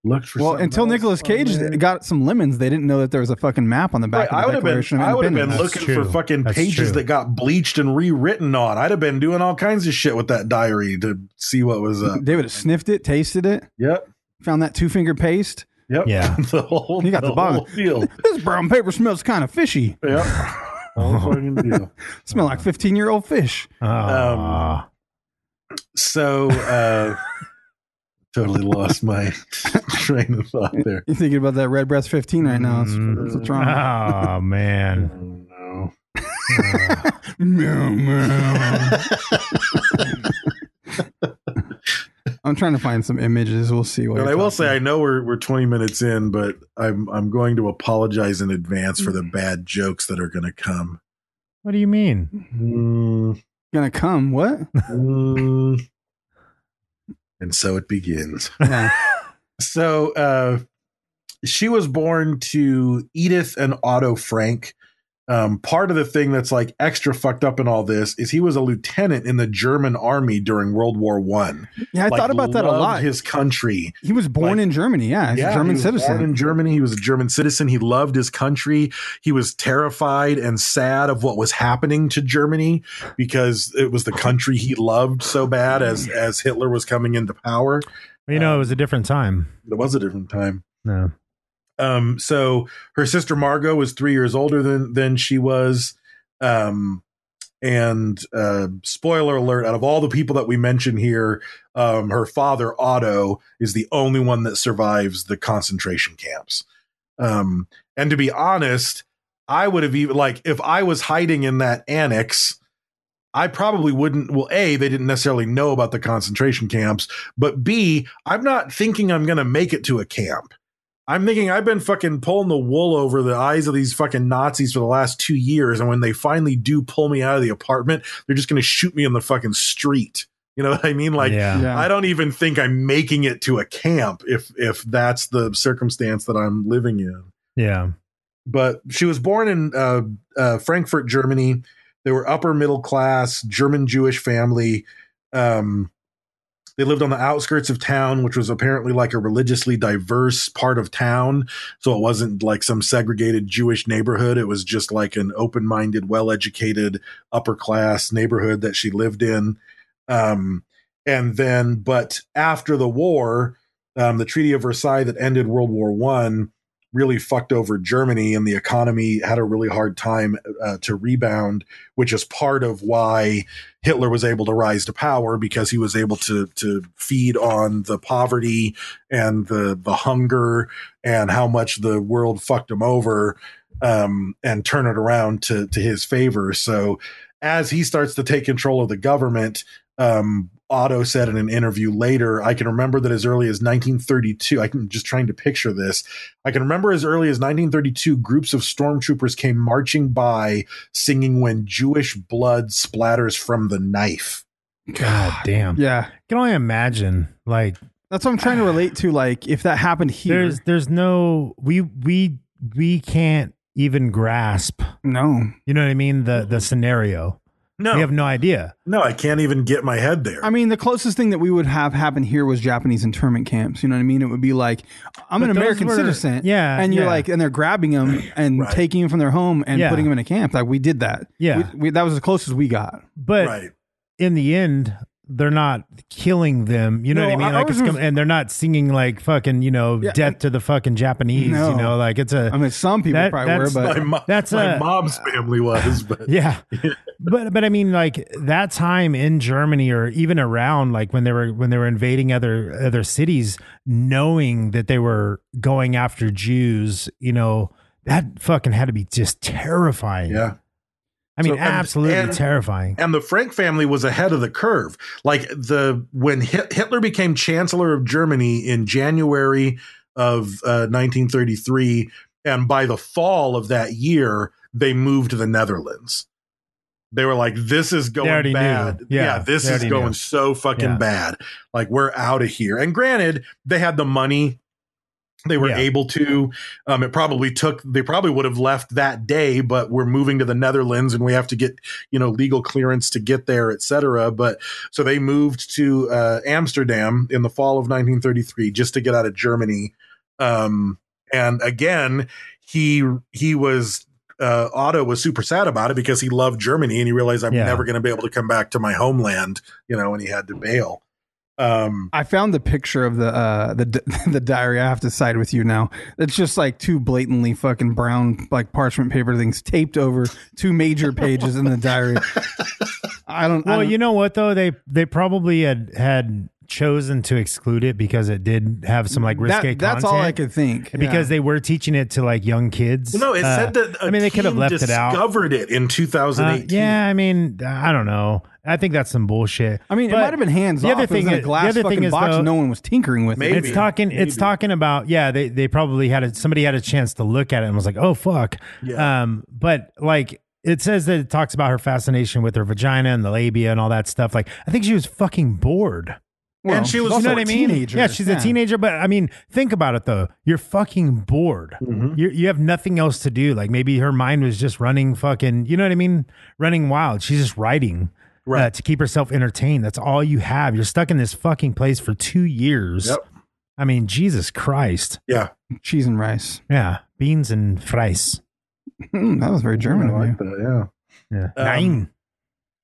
Speaker 5: looked for.
Speaker 3: Well,
Speaker 5: something
Speaker 3: until
Speaker 5: else
Speaker 3: Nicolas
Speaker 5: on
Speaker 3: Cage
Speaker 5: there.
Speaker 3: got some lemons, they didn't know that there was a fucking map on the back
Speaker 5: Right, I
Speaker 3: of
Speaker 5: would
Speaker 3: the
Speaker 5: have
Speaker 3: Declaration
Speaker 5: been. I
Speaker 3: of
Speaker 5: would have been
Speaker 3: Independence.
Speaker 4: That's
Speaker 5: looking
Speaker 4: true.
Speaker 5: for fucking
Speaker 4: That's
Speaker 5: pages
Speaker 4: true.
Speaker 5: that got bleached and rewritten on. I'd have been doing all kinds of shit with that diary to see what was up.
Speaker 3: They would have sniffed it, tasted it,
Speaker 5: Yep.
Speaker 3: found that two finger paste.
Speaker 5: Yep.
Speaker 4: Yeah.
Speaker 5: the whole.
Speaker 3: You got the, bottom.
Speaker 5: whole deal.
Speaker 3: this brown paper smells kind of fishy.
Speaker 5: Yep. Whole fucking deal.
Speaker 3: Smell like fifteen year old fish.
Speaker 5: Um,
Speaker 4: Ah.
Speaker 5: So, uh, totally lost my train of thought there.
Speaker 3: You're thinking about that red breast fifteen right now. That's,
Speaker 4: Mm.
Speaker 3: that's what's wrong.
Speaker 4: oh
Speaker 5: Oh,
Speaker 4: man.
Speaker 5: no. Mm.
Speaker 3: I'm trying to find some images. We'll see.
Speaker 5: And
Speaker 3: What
Speaker 5: I will say, I know we're we're 20 minutes in, but I'm I'm going to apologize in advance for the bad jokes that are going to come.
Speaker 4: What do you mean?
Speaker 5: Mm,
Speaker 3: gonna come. What?
Speaker 5: mm. and so it begins.
Speaker 3: Yeah.
Speaker 5: So uh, she was born to Edith and Otto Frank. Um, part of the thing that's like extra fucked up in all this is he was a lieutenant in the German army during World War One.
Speaker 3: Yeah, I
Speaker 5: Like,
Speaker 3: thought about that a
Speaker 5: loved
Speaker 3: lot.
Speaker 5: His country,
Speaker 3: he was born
Speaker 5: like-
Speaker 3: in Germany. Yeah, he's a
Speaker 5: he
Speaker 3: German
Speaker 5: was Born
Speaker 3: citizen.
Speaker 5: in Germany, he was a German citizen. He loved his country. He was terrified and sad of what was happening to Germany because it was the country he loved so bad as as Hitler was coming into power.
Speaker 4: You know, it was a different time.
Speaker 5: It was a different time.
Speaker 4: No.
Speaker 5: Um, so her sister Margot was three years older than than she was. Um, and uh, spoiler alert: out of all the people that we mention here, um, her father Otto is the only one that survives the concentration camps. Um, and to be honest, I would have even like if I was hiding in that annex. I probably wouldn't. Well, A, they didn't necessarily know about the concentration camps, but B, I'm not thinking I'm going to make it to a camp. I'm thinking I've been fucking pulling the wool over the eyes of these fucking Nazis for the last two years, and when they finally do pull me out of the apartment, they're just gonna shoot me in the fucking street. You know what I mean? Like
Speaker 4: yeah.
Speaker 3: Yeah.
Speaker 5: I don't even think I'm making it to a camp if if that's the circumstance that I'm living in
Speaker 4: Yeah.
Speaker 5: but she was born in uh, uh, Frankfurt, Germany. They were upper middle class German Jewish family. Um, they lived on the outskirts of town, which was apparently like a religiously diverse part of town. So it wasn't like some segregated Jewish neighborhood. It was just like an open minded, well educated, upper class neighborhood that she lived in. Um, and then, but after the war, um, the Treaty of Versailles that ended World War One, really fucked over Germany and the economy had a really hard time uh, to rebound, which is part of why Hitler was able to rise to power because he was able to to feed on the poverty and the the hunger and how much the world fucked him over um, and turn it around to to his favor. So as he starts to take control of the government, um, Otto said in an interview later, I can remember that as early as 1932, I'm just trying to picture this. I can remember as early as 1932, groups of stormtroopers came marching by singing When Jewish Blood Splatters from the Knife.
Speaker 4: God damn.
Speaker 3: Yeah,
Speaker 4: can only imagine like
Speaker 3: That's what I'm trying to relate to. Like, if that happened here,
Speaker 4: There's there's no we we we can't even grasp.
Speaker 3: No.
Speaker 4: You know what I mean? The the scenario.
Speaker 5: No.
Speaker 4: We have no idea.
Speaker 5: No, I can't even get my head there.
Speaker 3: I mean, the closest thing that we would have happen here was Japanese internment camps. You know what I mean? It would be like, I'm
Speaker 4: But
Speaker 3: an
Speaker 4: those
Speaker 3: American
Speaker 4: were-
Speaker 3: citizen.
Speaker 4: yeah,
Speaker 3: And you're
Speaker 4: yeah.
Speaker 3: like, and they're grabbing them and
Speaker 5: Right.
Speaker 3: taking them from their home and
Speaker 4: Yeah.
Speaker 3: putting them in a camp. Like, we did that.
Speaker 4: Yeah.
Speaker 3: We, we, that was the closest we got.
Speaker 4: But
Speaker 5: right.
Speaker 4: in the end, they're not killing them. You know
Speaker 3: No,
Speaker 4: what I mean? Like
Speaker 3: ours
Speaker 4: it's com-
Speaker 3: was-
Speaker 4: and they're not singing like fucking you know
Speaker 3: Yeah,
Speaker 4: death to the fucking Japanese.
Speaker 3: No.
Speaker 4: You know, like it's a
Speaker 3: I mean, some people
Speaker 4: That-
Speaker 3: probably were,
Speaker 4: that's
Speaker 3: but
Speaker 5: my, mo-
Speaker 4: that's
Speaker 5: my
Speaker 4: a-
Speaker 5: mom's family was, but
Speaker 4: yeah. but but I mean like that time in Germany or even around like when they were when they were invading other other cities, knowing that they were going after Jews, you know. That fucking had to be just terrifying.
Speaker 5: yeah.
Speaker 4: I mean,
Speaker 5: So- and-
Speaker 4: absolutely
Speaker 5: and-
Speaker 4: terrifying.
Speaker 5: And the Frank family was ahead of the curve. Like the when Hit- Hitler became chancellor of Germany in January of uh, 1933, and by the fall of that year, they moved to the Netherlands. They were like, "This is going
Speaker 4: already knew.
Speaker 5: bad.
Speaker 4: Yeah,
Speaker 5: this
Speaker 4: they
Speaker 5: is
Speaker 4: already
Speaker 5: going
Speaker 4: knew.
Speaker 5: so fucking
Speaker 4: Yeah.
Speaker 5: bad. Like, we're out of here." And granted, they had the money they were
Speaker 4: Yeah.
Speaker 5: able to um, it probably took they probably would have left that day but we're moving to the netherlands and we have to get you know legal clearance to get there etc but so they moved to uh, amsterdam in the fall of 1933 just to get out of germany um, and again he he was uh, otto was super sad about it because he loved germany and he realized i'm
Speaker 4: Yeah.
Speaker 5: never going to be able to come back to my homeland you know and he had to bail um,
Speaker 3: I found the picture of the uh, the di- the diary. I have to side with you now. It's just like two blatantly fucking brown like parchment paper things taped over two major pages in the diary. I don't. I
Speaker 4: Well,
Speaker 3: don't-
Speaker 4: you know what though they they probably had had chosen to exclude it because it did have some like risque
Speaker 3: that, that's all I
Speaker 4: content.
Speaker 3: could think
Speaker 4: because
Speaker 3: Yeah.
Speaker 4: they were teaching it to like young kids.
Speaker 5: Well, no, it
Speaker 4: Uh,
Speaker 5: said that
Speaker 4: I mean, they could have
Speaker 5: Akeem
Speaker 4: left it out.
Speaker 5: Discovered it in
Speaker 4: Uh,
Speaker 5: 2018.
Speaker 4: yeah, I mean, I don't know. I think that's some bullshit.
Speaker 3: I mean, it
Speaker 4: But
Speaker 3: might have been hands
Speaker 4: the
Speaker 3: off.
Speaker 4: Other
Speaker 3: it was
Speaker 4: thing
Speaker 3: in a
Speaker 4: is-
Speaker 3: glass
Speaker 4: the other
Speaker 3: fucking
Speaker 4: thing is,
Speaker 3: box.
Speaker 4: though,
Speaker 3: no one was tinkering with
Speaker 5: Maybe.
Speaker 3: it.
Speaker 4: it's talking. It's
Speaker 5: Maybe.
Speaker 4: talking about. Yeah, they they probably had it. Somebody had a chance to look at it and was like, "Oh fuck."
Speaker 5: Yeah.
Speaker 4: Um. But like, it says that it talks about her fascination with her vagina and the labia and all that stuff. Like, I think she was fucking bored.
Speaker 3: Well,
Speaker 5: and she was-
Speaker 3: she's
Speaker 4: you
Speaker 3: also
Speaker 4: know what I
Speaker 3: a
Speaker 4: mean?
Speaker 3: Teenager.
Speaker 4: Yeah, she's a teenager, but I mean, think about it though. You're fucking bored. You you have nothing else to do. Like maybe her mind was just running fucking. You know what I mean? Running wild. She's just writing.
Speaker 5: Right.
Speaker 4: uh, to keep herself entertained. That's all you have. You're stuck in this fucking place for two years.
Speaker 5: Yep.
Speaker 4: I mean, Jesus Christ.
Speaker 5: Yeah.
Speaker 3: Cheese and rice.
Speaker 4: Yeah. Beans and fries.
Speaker 3: Mm, that was very German
Speaker 5: I
Speaker 3: of you.
Speaker 5: like that, yeah.
Speaker 4: Yeah.
Speaker 5: Um,
Speaker 4: Nine.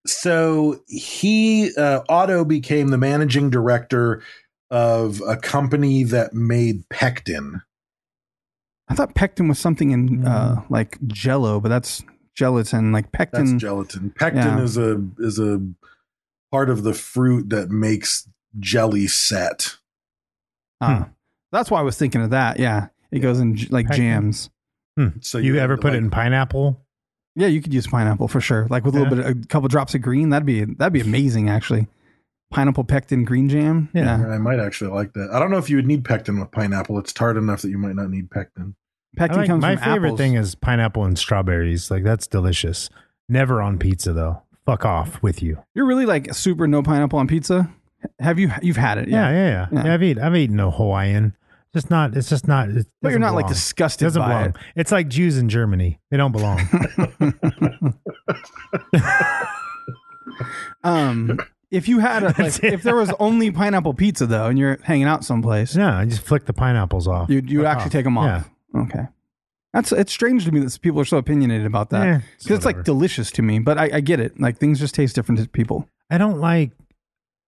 Speaker 5: So he, uh, Otto became the managing director of a company that made pectin.
Speaker 3: I thought pectin was something in
Speaker 4: Mm.
Speaker 3: uh, like Jello, but that's gelatin. Like
Speaker 5: That's
Speaker 3: pectin.
Speaker 5: gelatin. Pectin
Speaker 3: Yeah.
Speaker 5: is a is a part of the fruit that makes jelly set.
Speaker 3: Ah, that's why I was thinking of that. Yeah, it goes in j- like
Speaker 4: Pectin.
Speaker 3: jams.
Speaker 5: So
Speaker 4: Hmm. you
Speaker 5: you
Speaker 4: ever
Speaker 5: had,
Speaker 4: put it
Speaker 5: like-
Speaker 4: in pineapple?
Speaker 3: Yeah, you could use pineapple for sure. Like with a little
Speaker 4: Yeah.
Speaker 3: bit, of, a couple drops of green. That'd be that'd be amazing actually. Pineapple pectin green jam.
Speaker 4: Yeah.
Speaker 5: I might actually like that. I don't know if you would need pectin with pineapple. It's tart enough that you might not need pectin.
Speaker 4: I
Speaker 3: pectin
Speaker 4: like-
Speaker 3: comes
Speaker 4: my
Speaker 3: from
Speaker 4: favorite
Speaker 3: apples.
Speaker 4: thing is pineapple and strawberries. Like, that's delicious. Never on pizza, though. Fuck off with you.
Speaker 3: You're really like super no pineapple on pizza. Have you you've had it?
Speaker 4: Yeah, yeah, yeah.
Speaker 3: Yeah.
Speaker 4: Yeah, I've, eat, I've eaten a Hawaiian. Just not, it's just not. It
Speaker 3: But you're
Speaker 4: doesn't
Speaker 3: not, like,
Speaker 4: belong.
Speaker 3: disgusted
Speaker 4: doesn't
Speaker 3: by
Speaker 4: belong.
Speaker 3: it.
Speaker 4: It's like Jews in Germany. They don't belong.
Speaker 3: Um, if you had a, like, if there was only pineapple pizza though, and you're hanging out someplace,
Speaker 4: no, I just flick the pineapples off.
Speaker 3: you'd you'd
Speaker 4: Fuck
Speaker 3: actually take 'em take them
Speaker 4: Yeah.
Speaker 3: off. Okay, that's it's strange to me that people are so opinionated about that.
Speaker 4: Eh,
Speaker 3: 'Cause it's, like
Speaker 4: whatever.
Speaker 3: delicious to me, but I, I get it. Like things just taste different to people.
Speaker 4: I don't like.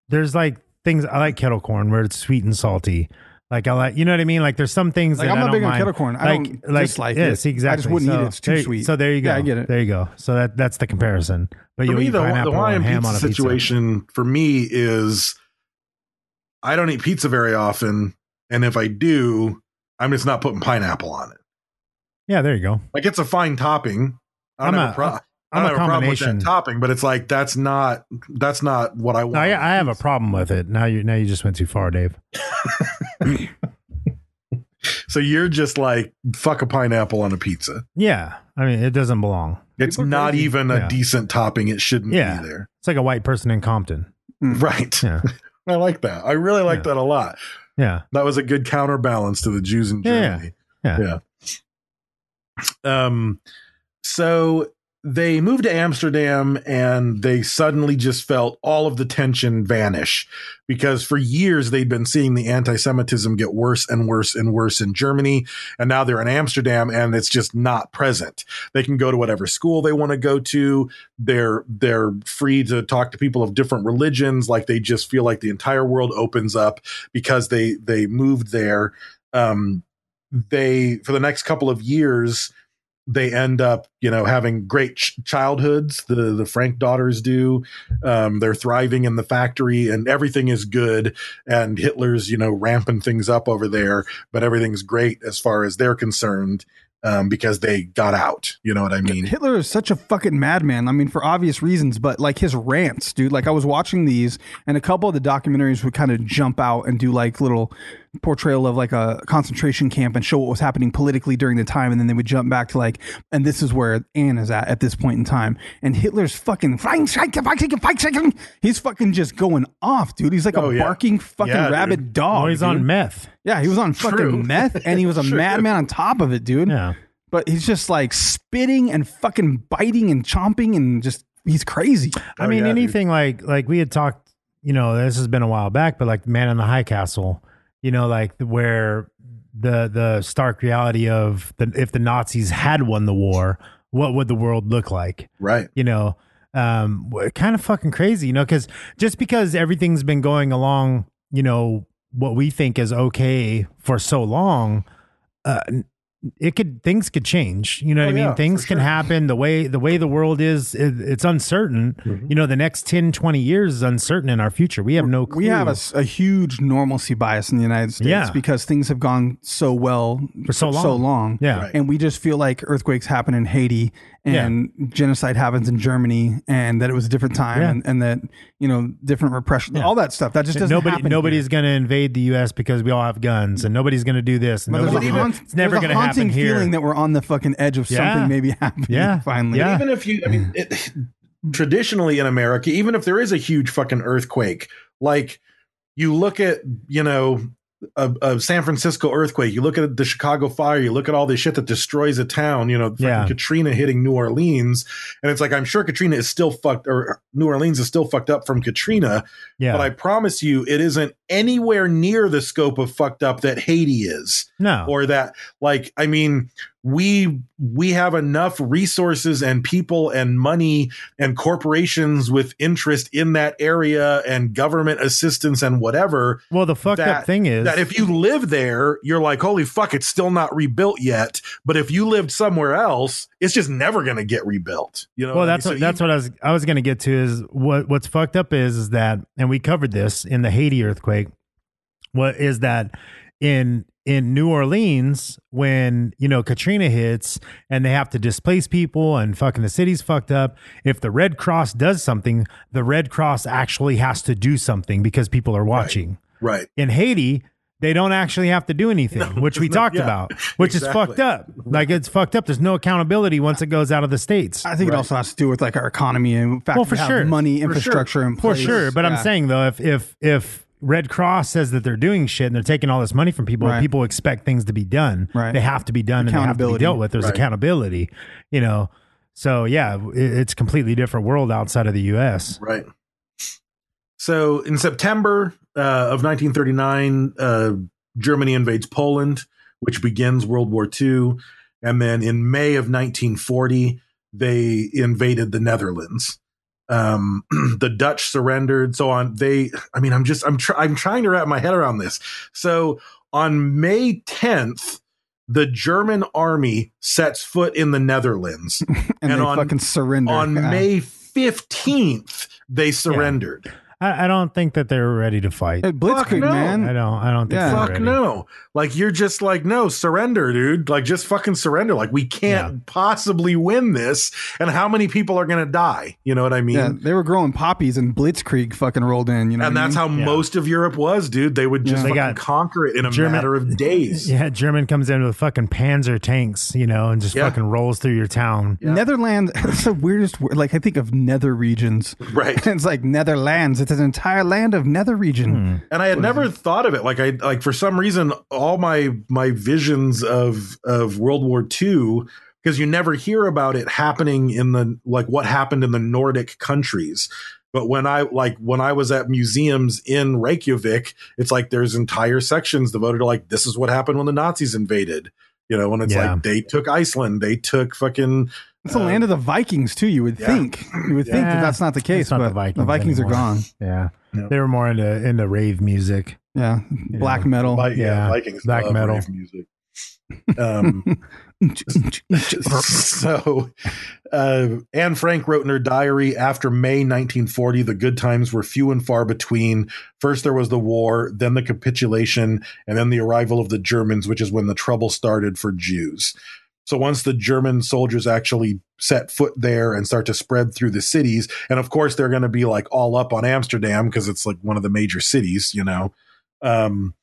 Speaker 4: There's like things I like kettle corn where it's sweet and salty. Like I like, you know what I mean. Like there's some things
Speaker 3: Like,
Speaker 4: that
Speaker 3: I'm
Speaker 4: I
Speaker 3: not
Speaker 4: don't
Speaker 3: big on
Speaker 4: mind.
Speaker 3: kettle corn. I don't dislike
Speaker 4: yeah,
Speaker 3: it.
Speaker 4: see,
Speaker 3: I just
Speaker 4: exactly.
Speaker 3: wouldn't eat
Speaker 4: So
Speaker 3: it. It's too
Speaker 4: there you-
Speaker 3: sweet.
Speaker 4: So there you go.
Speaker 3: Yeah, I get it.
Speaker 4: There you go. So that that's the comparison. But
Speaker 5: For
Speaker 4: you
Speaker 5: me,
Speaker 4: eat
Speaker 5: the, the
Speaker 4: pineapple
Speaker 5: Hawaiian
Speaker 4: and ham on
Speaker 5: pizza
Speaker 4: a pizza.
Speaker 5: situation for me is I don't eat pizza very often, and if I do, I'm just not putting pineapple on it.
Speaker 4: Yeah, there you go.
Speaker 5: Like it's a fine topping. I don't
Speaker 4: I'm
Speaker 5: have
Speaker 4: a-
Speaker 5: a, pro- I
Speaker 4: I'm
Speaker 5: don't
Speaker 4: a
Speaker 5: have a problem with
Speaker 4: combination.
Speaker 5: that topping, but it's like that's not that's not what I want.
Speaker 4: No, I, I have a problem with it. Now you now you just went too far, Dave.
Speaker 5: so you're just like fuck a pineapple on a pizza.
Speaker 4: Yeah, I mean it doesn't belong.
Speaker 5: It's
Speaker 3: People are
Speaker 5: not
Speaker 3: crazy.
Speaker 5: even a
Speaker 4: Yeah.
Speaker 5: decent topping. It shouldn't
Speaker 4: Yeah,
Speaker 5: be there.
Speaker 4: it's like a white person in Compton.
Speaker 5: Right.
Speaker 4: Yeah,
Speaker 5: I like that. I really like
Speaker 4: Yeah.
Speaker 5: that a lot.
Speaker 4: Yeah.
Speaker 5: That was a good counterbalance to the Jews in Germany.
Speaker 4: Yeah. Yeah.
Speaker 5: yeah. Um, so they moved to Amsterdam and they suddenly just felt all of the tension vanish because for years they'd been seeing the anti Semitism get worse and worse and worse in Germany. And now they're in Amsterdam and it's just not present. They can go to whatever school they want to go to. They're, they're free to talk to people of different religions. Like they just feel like the entire world opens up because they, they moved there. Um, they, for the next couple of years, they end up you know having great ch- childhoods the the frank daughters do um, they're thriving in the factory and everything is good and hitler's you know ramping things up over there but everything's great as far as they're concerned um, because they got out you know what i mean
Speaker 3: hitler is such a fucking madman i mean for obvious reasons but like his rants dude like i was watching these and a couple of the documentaries would kind of jump out and do like little portrayal of like a concentration camp and show what was happening politically during the time and then they would jump back to like and this is where Anne is at at this point in time and Hitler's fucking he's fucking just going off dude he's like
Speaker 5: Oh,
Speaker 3: a
Speaker 5: yeah.
Speaker 3: barking fucking
Speaker 5: Yeah,
Speaker 3: rabid
Speaker 5: dude.
Speaker 3: dog
Speaker 4: Oh, he's
Speaker 3: dude.
Speaker 4: on meth.
Speaker 3: yeah he was on fucking
Speaker 5: True.
Speaker 3: meth and he was a
Speaker 5: True.
Speaker 3: madman on top of it dude
Speaker 4: Yeah.
Speaker 3: but he's just like spitting and fucking biting and chomping and just he's crazy
Speaker 4: I mean,
Speaker 5: yeah, dude.
Speaker 4: anything like like we had talked, you know, this has been a while back, but like Man in the High Castle, you know, like where the the stark reality of the if the Nazis had won the war, what would the world look like?
Speaker 5: right
Speaker 4: you know um w- kind of fucking crazy you know because just because everything's been going along you know what we think is okay for so long uh n- it could things could change you know
Speaker 5: Oh,
Speaker 4: what i mean
Speaker 5: yeah,
Speaker 4: things
Speaker 5: for
Speaker 4: can
Speaker 5: sure.
Speaker 4: happen the way the way the world is it, it's uncertain
Speaker 3: Mm-hmm.
Speaker 4: you know the next 10 20 years is uncertain in our future we have no clue
Speaker 3: we have a, s- a huge normalcy bias in the United States
Speaker 4: Yeah.
Speaker 3: because things have gone so well
Speaker 4: For so long. Yeah. Right.
Speaker 3: and we just feel like earthquakes happen in Haiti and genocide happens in Germany and that it was a different time
Speaker 4: Yeah.
Speaker 3: and, and that you know different repression, all that stuff that just doesn't
Speaker 4: Nobody,
Speaker 3: happen
Speaker 4: nobody's
Speaker 3: here.
Speaker 4: going to invade the U.S. because we all have guns, and nobody's going to do this. And
Speaker 3: But there's
Speaker 4: nobody's
Speaker 3: a
Speaker 4: gonna-
Speaker 3: haunt-
Speaker 4: it's never
Speaker 3: there's a
Speaker 4: going to happen
Speaker 3: haunting
Speaker 4: here.
Speaker 3: feeling that we're on the fucking edge of
Speaker 4: Yeah.
Speaker 3: something maybe happening
Speaker 4: Yeah.
Speaker 3: finally.
Speaker 4: Yeah.
Speaker 5: even if you i mean it, traditionally in america even if there is a huge fucking earthquake like you look at you know a, a san francisco earthquake you look at the chicago fire you look at all this shit that destroys a town you know fucking
Speaker 4: Yeah.
Speaker 5: katrina hitting new orleans and it's like i'm sure katrina is still fucked or new orleans is still fucked up from katrina
Speaker 4: yeah,
Speaker 5: but i promise you it isn't anywhere near the scope of fucked up that haiti is
Speaker 4: no,
Speaker 5: or that like i mean we we have enough resources and people and money and corporations with interest in that area and government assistance and whatever
Speaker 4: Well, the fucked
Speaker 5: that,
Speaker 4: up thing is
Speaker 5: that if you live there you're like holy fuck it's still not rebuilt yet but if you lived somewhere else it's just never going to get rebuilt you know
Speaker 4: well,
Speaker 5: I mean?
Speaker 4: that's
Speaker 5: So
Speaker 4: what, that's
Speaker 5: even-
Speaker 4: what I was I was going to get to is what what's fucked up is is that, and we covered this in the Haiti earthquake. What is that in in New Orleans when you know Katrina hits and they have to displace people and fucking the city's fucked up. If the Red Cross does something, the Red Cross actually has to do something because people are watching.
Speaker 5: right
Speaker 4: in Haiti, they don't actually have to do anything, which we
Speaker 5: no,
Speaker 4: talked
Speaker 5: yeah,
Speaker 4: about, which
Speaker 5: exactly.
Speaker 4: is fucked up. Like it's fucked up. There's no accountability once it goes out of the states.
Speaker 3: I think it also has to do with like our economy and fact
Speaker 4: Well,
Speaker 3: we
Speaker 4: for
Speaker 3: have
Speaker 4: sure.
Speaker 3: money,
Speaker 4: For sure.
Speaker 3: infrastructure, and
Speaker 4: For sure, but I'm saying though, if if if Red Cross says that they're doing shit and they're taking all this money from people,
Speaker 3: Right.
Speaker 4: people expect things to be done.
Speaker 3: Right.
Speaker 4: They have to be done and they have to be
Speaker 3: Accountability.
Speaker 4: dealt with. There's
Speaker 5: Right.
Speaker 4: accountability, you know. So yeah, it- it's a completely different world outside of the U.S.
Speaker 5: Right. So in September uh, of 1939, uh, Germany invades Poland, which begins World War II. And then in May of 1940, they invaded the Netherlands. Um, the Dutch surrendered. So on they, I mean, I'm just, I'm, try, I'm trying to wrap my head around this. So on May 10th, the German army sets foot in the Netherlands.
Speaker 3: and,
Speaker 5: and
Speaker 3: they
Speaker 5: on-
Speaker 3: fucking surrender
Speaker 5: on
Speaker 3: Yeah.
Speaker 5: May 15th, they surrendered.
Speaker 4: I, I don't think that they're ready to fight.
Speaker 3: Hey,
Speaker 5: Fuck
Speaker 3: Blitzkrieg,
Speaker 5: no.
Speaker 3: man.
Speaker 4: I don't. I don't think.
Speaker 3: Yeah.
Speaker 4: they're
Speaker 5: Fuck
Speaker 4: ready.
Speaker 5: no. Like you're just like, no, surrender, dude. Like just fucking surrender. Like we can't possibly win this. And how many people are gonna die? You know what I mean?
Speaker 3: Yeah, they were growing poppies and Blitzkrieg fucking rolled in. You know,
Speaker 5: And
Speaker 3: what I
Speaker 5: that's
Speaker 3: mean?
Speaker 5: how most of Europe was, dude. They would just
Speaker 4: They
Speaker 5: fucking
Speaker 4: got
Speaker 5: conquer it in a
Speaker 4: German-
Speaker 5: matter of days.
Speaker 4: Yeah, German comes in with fucking Panzer tanks, you know, and just
Speaker 5: Yeah.
Speaker 4: fucking rolls through your town.
Speaker 3: Netherlands. That's the weirdest. word. Like I think of nether regions.
Speaker 5: Right.
Speaker 3: it's like Netherlands. It's It's an entire land of nether
Speaker 4: Hmm.
Speaker 3: region.
Speaker 5: and I had never thought of it. Like I like for some reason, all my my visions of of World War II because you never hear about it happening in the like what happened in the Nordic countries. But when I like when I was at museums in Reykjavik, it's like there's entire sections devoted to like this is what happened when the Nazis invaded. You know, when it's
Speaker 3: Yeah.
Speaker 5: like they took Iceland, they took fucking uh,
Speaker 3: It's the land of the Vikings too. You would think. You would think that
Speaker 4: Yeah.
Speaker 3: that's not the case,
Speaker 4: It's not
Speaker 3: but
Speaker 4: the
Speaker 3: the Vikings,
Speaker 4: Vikings
Speaker 3: are
Speaker 4: anymore.
Speaker 3: gone.
Speaker 4: Yeah. They were more into into rave music.
Speaker 3: Yeah. Black metal.
Speaker 5: Vi- yeah,
Speaker 4: Yeah.
Speaker 5: Vikings
Speaker 4: Black
Speaker 5: love
Speaker 4: metal.
Speaker 5: rave music. Um, so, uh, Anne Frank wrote in her diary after May 1940, the good times were few and far between. First, there was the war, then the capitulation, and then the arrival of the Germans, which is when the trouble started for Jews. So, once the German soldiers actually set foot there and start to spread through the cities, and of course, they're going to be like all up on Amsterdam because it's like one of the major cities, you know. Um,